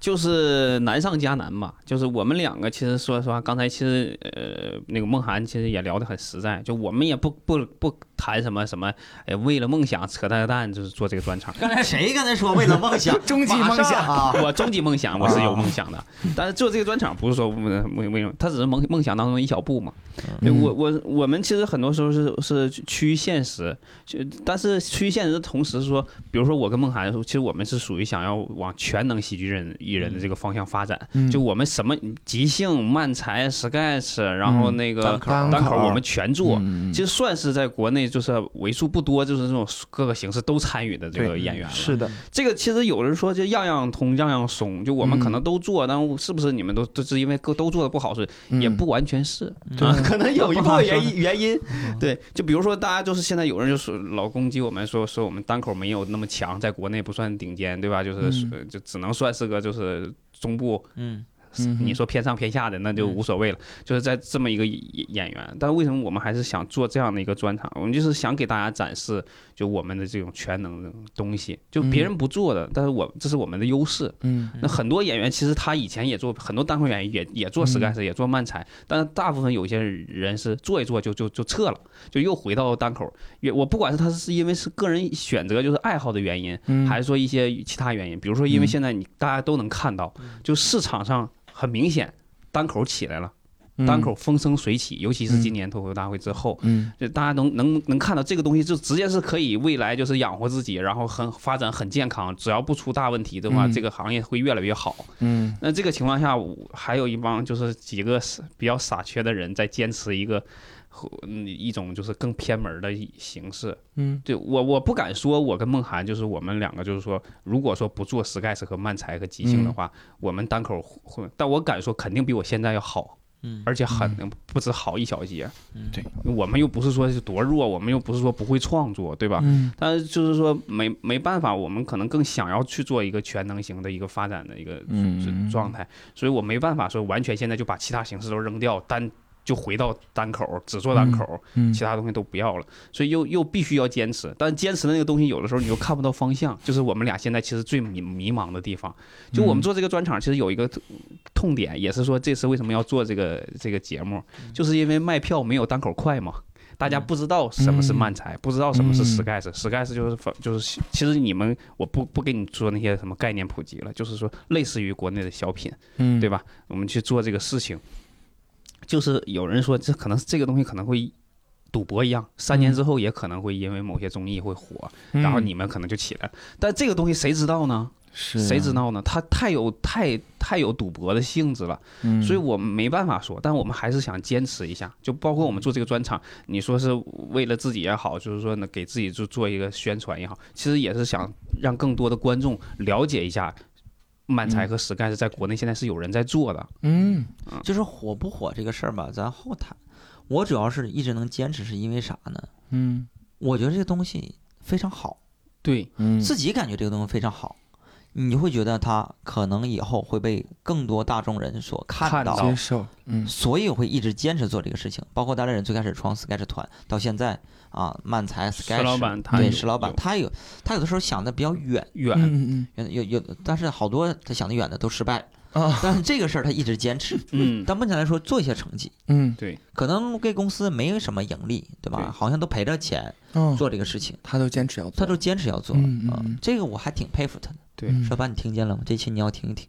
Speaker 3: 就是难上加难吧。就是我们两个，其实说实话，刚才其实呃，那个梦涵其实也聊得很实在，就我们也不不不谈什么什么，哎，为了梦想扯淡蛋，就是做这个专场。
Speaker 2: 刚才谁刚才说为了梦想
Speaker 4: *laughs* 终极梦
Speaker 2: 马
Speaker 4: 想
Speaker 2: 上啊？
Speaker 3: 我终极梦想，我是有梦想的，但是做这个专场不是说为为什么，它只是梦梦想当中一小步嘛。对
Speaker 5: 嗯
Speaker 3: 我我我们其实很多时候是是趋于现实，就但是趋于现实的同时说，比如说我跟梦涵，其实我们是属于想要往全能喜剧人艺人的这个方向发展，
Speaker 5: 嗯
Speaker 3: 就我们什么即兴、漫才、sketch，然后那个
Speaker 5: 单
Speaker 3: 单
Speaker 5: 嗯口
Speaker 3: 口我们全做，
Speaker 5: 嗯
Speaker 3: 其实算是在国内就是为数不多，就是这种各个形式都参与的这个
Speaker 5: 对
Speaker 3: 演员了。
Speaker 5: 是的，
Speaker 3: 这个其实有人说就样样通，样样松，就我们
Speaker 5: 嗯
Speaker 3: 可能都做，但是不是你们都都是因为都都做的不好，是也
Speaker 5: 嗯
Speaker 3: 不完全是，
Speaker 2: 对
Speaker 3: 啊可能有一
Speaker 5: *laughs*
Speaker 3: 部
Speaker 5: 不好
Speaker 3: 分
Speaker 5: 说嗯
Speaker 3: 原因原因，对，就比如说大家就是现在有人就是老攻击我们说说我们单口没有那么强，在国内不算顶尖，对吧？就是、就只能算是个就是中部，
Speaker 2: 嗯，
Speaker 5: 嗯哼嗯
Speaker 3: 你说偏上偏下的那就无所谓了，就是在这么一个演演员，但为什么我们还是想做这样的一个专场？我们就是想给大家展示就我们的这种全能的东西，就别人不做的，但是我这是我们的优势。
Speaker 5: 嗯，嗯
Speaker 3: 那很多演员其实他以前也做很多单口演员也也做 sketch 也做漫才，但是大部分有些人是做一做就就就撤了，就又回到单口。也我不管是他是因为是个人选择就是爱好的原因，
Speaker 5: 嗯
Speaker 3: 还是说一些其他原因，比如说因为现在你大家都能看到，
Speaker 5: 嗯
Speaker 3: 就市场上很明显单口起来了。嗯单口风生水起，尤其是今年脱口秀大会之后，
Speaker 5: 嗯，
Speaker 3: 就大家能能能看到这个东西，就直接是可以未来就是养活自己，然后很发展很健康，只要不出大问题的话，
Speaker 5: 嗯
Speaker 3: 这个行业会越来越好。
Speaker 5: 嗯，
Speaker 3: 那这个情况下，我还有一帮就是几个傻比较傻缺的人在坚持一个。嗯，一种就是更偏门的形式，
Speaker 5: 嗯，
Speaker 3: 对我我不敢说，我跟梦涵就是我们两个，就是说，如果说不做 sketch 和漫才和即兴的
Speaker 5: 嗯
Speaker 3: 话，我们单口会，但我敢说肯定比我现在要好，
Speaker 2: 嗯
Speaker 3: 而且很不止好一小节，
Speaker 2: 嗯
Speaker 5: 对，
Speaker 3: 我们又不是说是多弱，我们又不是说不会创作，对吧？
Speaker 5: 嗯
Speaker 3: 但是就是说没没办法，我们可能更想要去做一个全能型的一个发展的一个
Speaker 5: 嗯
Speaker 3: 状态，所以我没办法说完全现在就把其他形式都扔掉，单就回到单口，只做单口，
Speaker 5: 嗯
Speaker 3: 其他东西都不要了，所以又又必须要坚持，但坚持的那个东西有的时候你又看不到方向，就是我们俩现在其实最迷迷茫的地方。就
Speaker 5: 嗯
Speaker 3: 我们做这个专场，其实有一个痛痛点，也是说这次为什么要做这个这个节目，
Speaker 5: 嗯
Speaker 3: 就是因为卖票没有单口快嘛。大家不知道什么是漫才，不知道什么是
Speaker 5: 嗯
Speaker 3: sketch、sketch 就是反就是，其实你们我不不给你说那些什么概念普及了，就是说类似于国内的小品，
Speaker 5: 嗯
Speaker 3: 对吧？我们去做这个事情，就是有人说这可能这个东西可能会赌博一样，三
Speaker 5: 嗯
Speaker 3: 年之后也可能会因为某些综艺会火，
Speaker 4: 嗯
Speaker 3: 然后你们可能就起来了。但这个东西谁知道呢？
Speaker 2: 啊
Speaker 4: 啊
Speaker 3: 谁知？道呢？它太有太太有赌博的性质了，
Speaker 2: 嗯
Speaker 3: 所以我们没办法说，但我们还是想坚持一下。就包括我们做这个专场，你说是为了自己也好，就是说呢给自己就做一个宣传也好，其实也是想让更多的观众了解一下。漫
Speaker 2: 嗯
Speaker 3: 才和 s k 是在国内现在是有人在做的，
Speaker 5: 嗯
Speaker 2: 就是火不火这个事儿吧，咱后谈。我主要是一直能坚持，是因为啥呢？
Speaker 5: 嗯
Speaker 2: 我觉得这个东西非常好，
Speaker 3: 对，
Speaker 5: 嗯
Speaker 2: 自己感觉这个东西非常好，你会觉得它可能以后会被更多大众人所看
Speaker 3: 看
Speaker 2: 到，
Speaker 3: 到
Speaker 5: 接受，嗯
Speaker 2: 所以我会一直坚持做这个事情。包括大连人最开始创 Sketch 团，到现在啊，漫才 Sketch，
Speaker 3: 石老板他
Speaker 2: 对
Speaker 3: 有
Speaker 2: 石老板，
Speaker 3: 有
Speaker 2: 他有他有的时候想的比较远，
Speaker 3: 远，
Speaker 5: 嗯
Speaker 2: 有有有，但是好多他想的远的都失败了。
Speaker 4: 嗯
Speaker 5: 啊
Speaker 2: 但是这个事儿他一直坚持，
Speaker 3: 嗯，
Speaker 2: 但目前来说做一些成绩，
Speaker 5: 嗯
Speaker 3: 对，
Speaker 2: 可能给公司没有什么盈利，对吧？
Speaker 3: 对
Speaker 2: 好像都赔着钱
Speaker 5: 嗯，
Speaker 2: 做这个事情，
Speaker 4: 他都坚持要做，
Speaker 2: 他都坚持要做，
Speaker 5: 嗯嗯
Speaker 2: 啊
Speaker 5: 嗯
Speaker 2: 这个我还挺佩服他的。
Speaker 3: 对
Speaker 4: 嗯
Speaker 2: 帅爸，你听见了吗？这期你要听一听。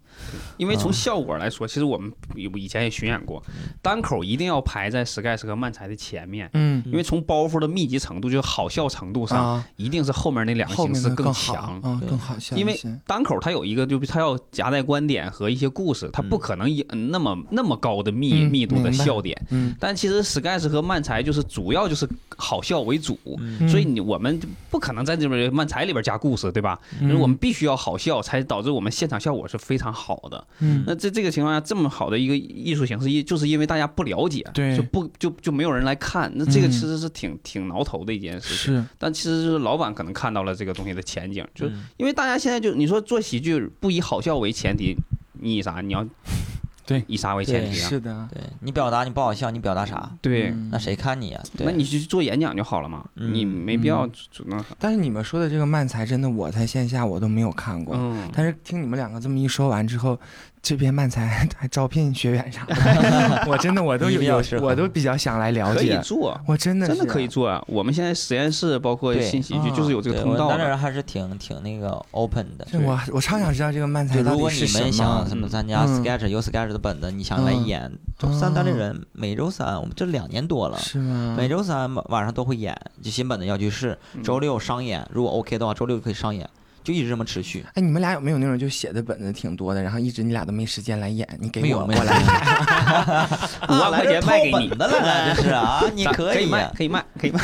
Speaker 3: 因为
Speaker 2: 啊
Speaker 3: 从效果来说，其实我们以前也巡演过，
Speaker 2: 嗯
Speaker 3: 单口一定要排在 Sky 和漫才的前面，
Speaker 4: 嗯
Speaker 3: 因为从包袱的密集程度，就是好笑程度上，
Speaker 4: 啊，
Speaker 3: 一定是后面那两个
Speaker 4: 后
Speaker 3: 形
Speaker 4: 面
Speaker 3: 式
Speaker 4: 的更好
Speaker 3: 强。
Speaker 4: 啊，
Speaker 2: 对
Speaker 4: 更好笑一些，
Speaker 3: 因为单口它有一个，就是它要夹带观点和一些故事，它不
Speaker 2: 嗯
Speaker 3: 可能一那么那么高的密
Speaker 4: 嗯
Speaker 3: 密度的
Speaker 4: 明白
Speaker 3: 笑点。
Speaker 4: 嗯，
Speaker 3: 但其实 Sketch 和漫才就是主要就是好笑为主，
Speaker 2: 嗯
Speaker 3: 所以你我们不可能在这边漫才里边加故事，对吧？
Speaker 4: 嗯
Speaker 3: 就是我们必须要好笑，才导致我们现场效果是非常好的。
Speaker 4: 嗯
Speaker 3: 那在这个情况下，这么好的一个艺术形式，一就是因为大家不了解，
Speaker 4: 对
Speaker 3: 就不就就没有人来看，那这个
Speaker 4: 嗯
Speaker 3: 其实是挺挺挠头的一件事情。
Speaker 4: 是
Speaker 3: 但其实就是老板可能看到了这个东西的前景，就
Speaker 2: 嗯
Speaker 3: 因为大家现在就你说做喜剧不以好笑为前提，你以啥？你要
Speaker 4: *laughs* 对
Speaker 3: 以啥为前提啊？
Speaker 4: 是的，
Speaker 2: 对你表达你不好笑，你表达啥？
Speaker 3: 对，
Speaker 4: 嗯
Speaker 2: 那谁看你呀、对
Speaker 3: 那你就去做演讲就好了嘛，
Speaker 2: 嗯
Speaker 3: 你没必要只能
Speaker 4: 但是你们说的这个漫才，真的我在线下我都没有看过。
Speaker 3: 嗯，
Speaker 4: 但是听你们两个这么一说完之后，这边漫才还还招聘学员啥
Speaker 2: *laughs*
Speaker 4: 的，我真的我都
Speaker 2: 你
Speaker 4: 有
Speaker 2: 比较
Speaker 4: 有
Speaker 2: 适合
Speaker 4: 我都比较想来了
Speaker 3: 可以
Speaker 4: 解，
Speaker 3: 做，
Speaker 4: 我真的
Speaker 3: 真的
Speaker 4: 是
Speaker 3: 可以做啊。我们现在实验室包括
Speaker 2: 对
Speaker 3: 新喜剧
Speaker 4: 啊
Speaker 3: 就是有这个
Speaker 2: 对
Speaker 3: 通
Speaker 2: 我
Speaker 3: 道
Speaker 2: 当
Speaker 3: 的，
Speaker 2: 然还是挺挺那个 open 的。
Speaker 4: 这我我超想知道这个漫
Speaker 2: 就
Speaker 4: 才到
Speaker 2: 如
Speaker 4: 底
Speaker 2: 果
Speaker 4: 是
Speaker 2: 你
Speaker 4: 什
Speaker 2: 们想
Speaker 4: 么。
Speaker 2: 什么参加
Speaker 4: 嗯
Speaker 2: sketch 有 sketch 的本子，你想来
Speaker 4: 嗯
Speaker 2: 演，周三单立
Speaker 4: 哦
Speaker 2: 人每周三，我们这两年多了，
Speaker 4: 是吗？
Speaker 2: 每周三晚晚上都会演，就新本的要去试，
Speaker 4: 嗯
Speaker 2: 周六商演，如果 OK 的话，周六可以商演，就一直这么持
Speaker 4: *laughs*
Speaker 2: 续。
Speaker 4: 哎，你们俩有没有那种就写的本子挺多的，然后一直你俩都没时间来演？你给
Speaker 2: 没有
Speaker 4: 我，
Speaker 2: 没有
Speaker 4: 我来演。
Speaker 3: 五万块钱卖给
Speaker 2: *laughs*
Speaker 3: 你
Speaker 2: 的了，这是
Speaker 4: *laughs*
Speaker 2: 啊，你
Speaker 3: 咱
Speaker 2: 可
Speaker 3: 以
Speaker 2: 以。
Speaker 3: 卖，可以卖，可以卖。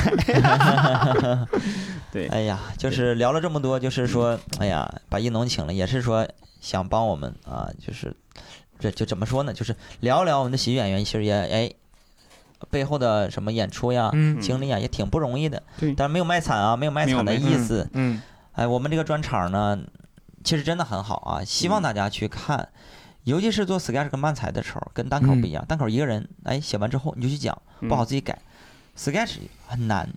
Speaker 3: 对，嗯
Speaker 2: 哎呀，就是聊了这么多，就是说，哎呀，把一农请了，也是说想帮我们啊，就是这就怎么说呢，就是聊聊我们的喜剧演员，其实也哎背后的什么演出呀、
Speaker 4: 嗯
Speaker 2: 经历啊，也挺不容易的。
Speaker 3: 对
Speaker 2: 但是没有卖惨啊，没有卖
Speaker 3: 没有
Speaker 2: 惨的
Speaker 3: 卖
Speaker 2: 意思。
Speaker 4: 嗯，
Speaker 2: 哎，我们这个专场呢，其实真的很好啊，希望大家去看，尤其是做 sketch 跟漫才的时候，跟单口不一样，单口一个人，哎，写完之后你就去讲，
Speaker 3: 嗯
Speaker 2: 不好自己改、s k e t c h 很难，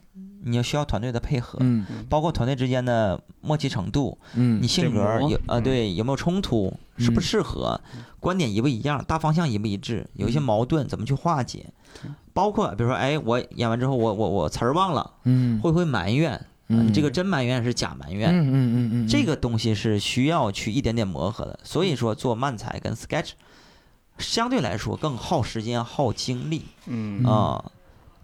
Speaker 2: 你要需要团队的配合，
Speaker 4: 嗯
Speaker 3: 嗯，
Speaker 2: 包括团队之间的默契程度，
Speaker 4: 嗯
Speaker 2: 你性
Speaker 3: 对
Speaker 2: 格儿
Speaker 3: 磨
Speaker 2: 有啊、
Speaker 3: 嗯
Speaker 2: 对，有没有冲突，适不
Speaker 4: 嗯
Speaker 2: 适合，观点一不一样，大方向一不一致，有一些矛盾怎么去化解，
Speaker 4: 嗯
Speaker 2: 包括比如说，哎，我演完之后我我我词儿忘了，
Speaker 4: 嗯
Speaker 2: 会不会埋怨？啊你这个真埋怨还是假埋怨？
Speaker 4: 嗯嗯嗯嗯，
Speaker 2: 这个东西是需要去一点点磨合
Speaker 4: 嗯
Speaker 2: 的，所以说做漫才跟 sketch 相对来说更耗时间、耗精力
Speaker 3: 嗯
Speaker 4: 嗯
Speaker 2: 啊、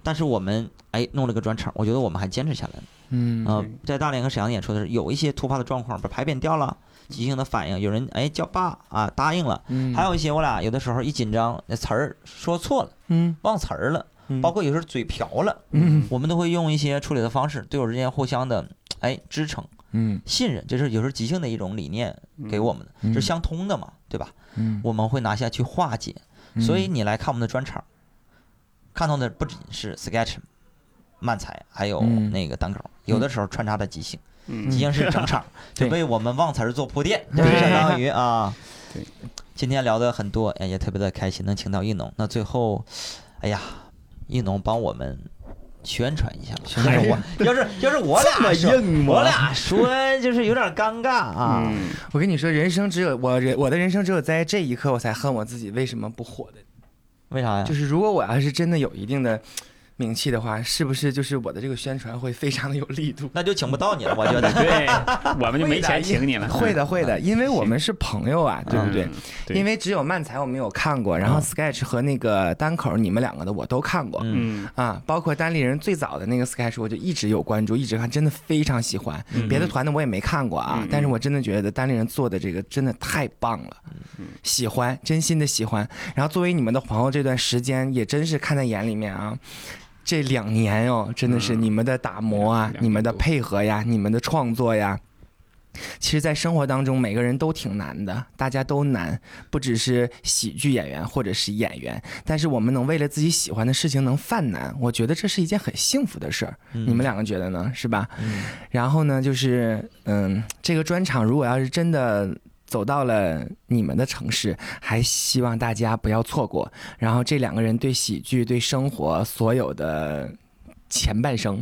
Speaker 2: 但是我们哎弄了个专场，我觉得我们还坚持下来了。
Speaker 4: 嗯
Speaker 2: 啊、
Speaker 3: 对
Speaker 2: 在大连和沈阳演出的时候，有一些突发的状况，把牌变掉了，即兴的反应，有人哎叫爸啊答应了，
Speaker 4: 嗯，
Speaker 2: 还有一些我俩有的时候一紧张，那词儿说错了，
Speaker 4: 嗯
Speaker 2: 忘词儿了，
Speaker 4: 嗯
Speaker 2: 包括有时候嘴瓢了，
Speaker 4: 嗯
Speaker 2: 我们都会用一些处理的方式，队友之间互相的哎支撑、
Speaker 4: 嗯
Speaker 2: 信任，这是有时候即兴的一种理念给我们的，
Speaker 4: 嗯
Speaker 2: 这是相通的嘛，对吧？
Speaker 4: 嗯，
Speaker 2: 我们会拿下去化解。所以你来看我们的专场，看到的不仅是 sketch、漫才，还有
Speaker 4: 嗯
Speaker 2: 那个单口，有的时候穿插的即兴，
Speaker 3: 嗯
Speaker 2: 即兴是整场，就
Speaker 4: 嗯对
Speaker 2: 为我们忘词儿做铺垫，这
Speaker 4: 对
Speaker 2: 是相当于啊。
Speaker 3: 对，
Speaker 2: 今天聊的很多，哎，也特别的开心，能请到一农。那最后，哎呀，一农帮我们。宣传一下吧，
Speaker 4: 宣传
Speaker 2: 要
Speaker 4: 一
Speaker 2: 是
Speaker 4: 下
Speaker 2: 我，要是要是我俩说，
Speaker 3: 硬
Speaker 4: 啊
Speaker 2: 我俩说就是有点尴尬啊。 *laughs*
Speaker 3: 嗯
Speaker 4: 我跟你说，人生只有我人我的人生只有在这一刻，我才恨我自己为什么不火的。
Speaker 2: 为啥呀？
Speaker 4: 就是如果我要是真的有一定的名气的话，是不是就是我的这个宣传会非常的有力度？
Speaker 2: 那就请不到你了，我
Speaker 4: *laughs*
Speaker 2: 觉得。
Speaker 3: 对，我们就没钱
Speaker 4: 会的
Speaker 3: 请你
Speaker 2: 嗯
Speaker 3: 了，
Speaker 4: 会的，会的，因为我们是朋友啊，对不对
Speaker 3: 嗯？对
Speaker 4: 因为只有漫才我没有看过，然后
Speaker 2: 嗯
Speaker 4: sketch 和那个单口你们两个的我都看过。
Speaker 2: 嗯，
Speaker 3: 嗯，
Speaker 4: 啊，包括单立人最早的那个 sketch，我就一直有关注，一直看，真的非常喜欢。别的团的我也没看过啊，
Speaker 3: 嗯嗯嗯
Speaker 4: 但是我真的觉得单立人做的这个真的太棒了，
Speaker 3: 嗯
Speaker 4: 喜欢，真心的喜欢。然后作为你们的朋友，这段时间也真是看在眼里面啊。这两年哦，真的是
Speaker 3: 嗯
Speaker 4: 你们的打磨啊，
Speaker 3: 两年
Speaker 4: 你们的
Speaker 3: 多
Speaker 4: 配合呀，你们的创作呀。其实，在生活当中，每个人都挺难的，大家都难，不只是喜剧演员或者是演员，但是我们能为了自己喜欢的事情能犯难，我觉得这是一件很幸福的事儿。你们两个觉得呢？是吧？
Speaker 2: 嗯，
Speaker 4: 然后呢，就是嗯，这个专场如果要是真的走到了你们的城市，还希望大家不要错过。然后这两个人对喜剧、对生活所有的前半生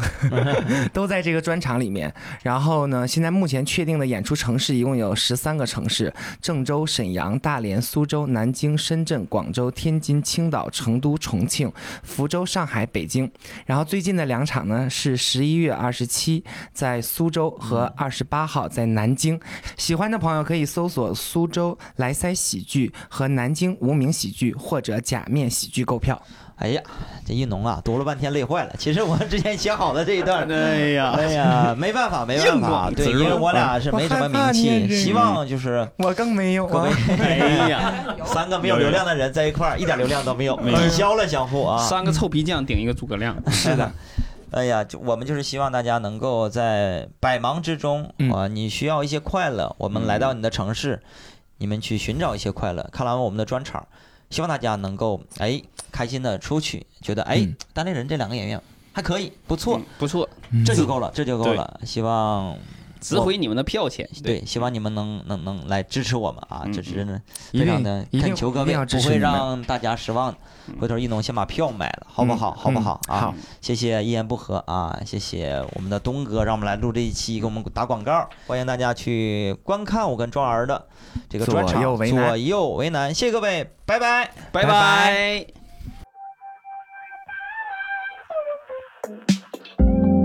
Speaker 4: 都在这个专场里面。然后呢，现在目前确定的演出城市一共有十三个城市：郑州、沈阳、大连、苏州、南京、深圳、广州、天津、青岛、成都、重庆、福州、上海、北京。然后最近的两场呢是十一月二十七在苏州
Speaker 2: 嗯
Speaker 4: 和二十八号在南京。喜欢的朋友可以搜索苏州莱塞喜剧和南京无名喜剧或者假面喜剧购票。
Speaker 2: 哎呀，这一农啊，读了半天累坏了。其实我之前写好的这一段，
Speaker 3: 哎呀，
Speaker 2: *laughs* 哎呀，没办法，没办法，对，因为我俩是没什么名
Speaker 4: 我害怕
Speaker 2: 气，
Speaker 4: 你
Speaker 2: 希望就是
Speaker 4: 我更没有
Speaker 2: 各
Speaker 4: 啊 *laughs*
Speaker 2: 位。
Speaker 3: 哎呀，
Speaker 2: 三个没有流量的人在一块儿，一点流量都没有，
Speaker 3: 没有
Speaker 2: 抵消了相互啊。
Speaker 3: 三个臭皮匠顶一个诸葛亮，
Speaker 2: 是的， *laughs* 哎呀，就我们就是希望大家能够在百忙之中
Speaker 4: 嗯
Speaker 2: 啊，你需要一些快乐，我们来到你的城市，你们去寻找一些快乐。看完我们的专场，希望大家能够哎开心的出去，觉得哎
Speaker 4: 嗯
Speaker 2: 单立人这两个演员还可以，不错
Speaker 3: 嗯，不错，
Speaker 2: 这就够了，这就够了。希望
Speaker 3: 值回你们的票钱，
Speaker 2: 对，希望你们能能能来支持我们啊，
Speaker 3: 嗯
Speaker 2: 这是呢
Speaker 4: 一
Speaker 2: 非
Speaker 4: 定
Speaker 2: 常的
Speaker 4: 一定
Speaker 2: 恳求各
Speaker 4: 一
Speaker 2: 位
Speaker 4: 定要，支
Speaker 2: 不
Speaker 4: 持
Speaker 2: 会
Speaker 4: 你们
Speaker 2: 让大家失望的。
Speaker 3: 嗯
Speaker 2: 回头一农先把票买了，好不好？
Speaker 4: 嗯
Speaker 2: 好不好啊？
Speaker 4: 好，
Speaker 2: 谢谢一言不合啊，谢谢我们的东哥，让我们来录这一期，给我们打广告，欢迎大家去观看我跟庄儿的这个专场
Speaker 4: 左右为难
Speaker 2: 左右为难，谢谢各位，拜拜。
Speaker 3: 拜拜。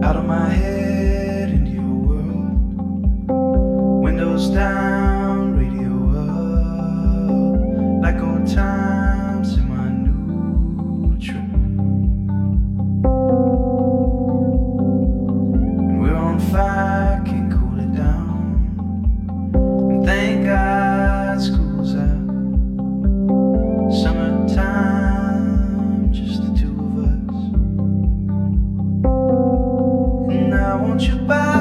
Speaker 6: out of my head into your world. Windows down, radio up, like old times in my new trip. And we're on fire, can't cool it down. And thank God school's out. Summertime, just the two of us. And I want you back. oh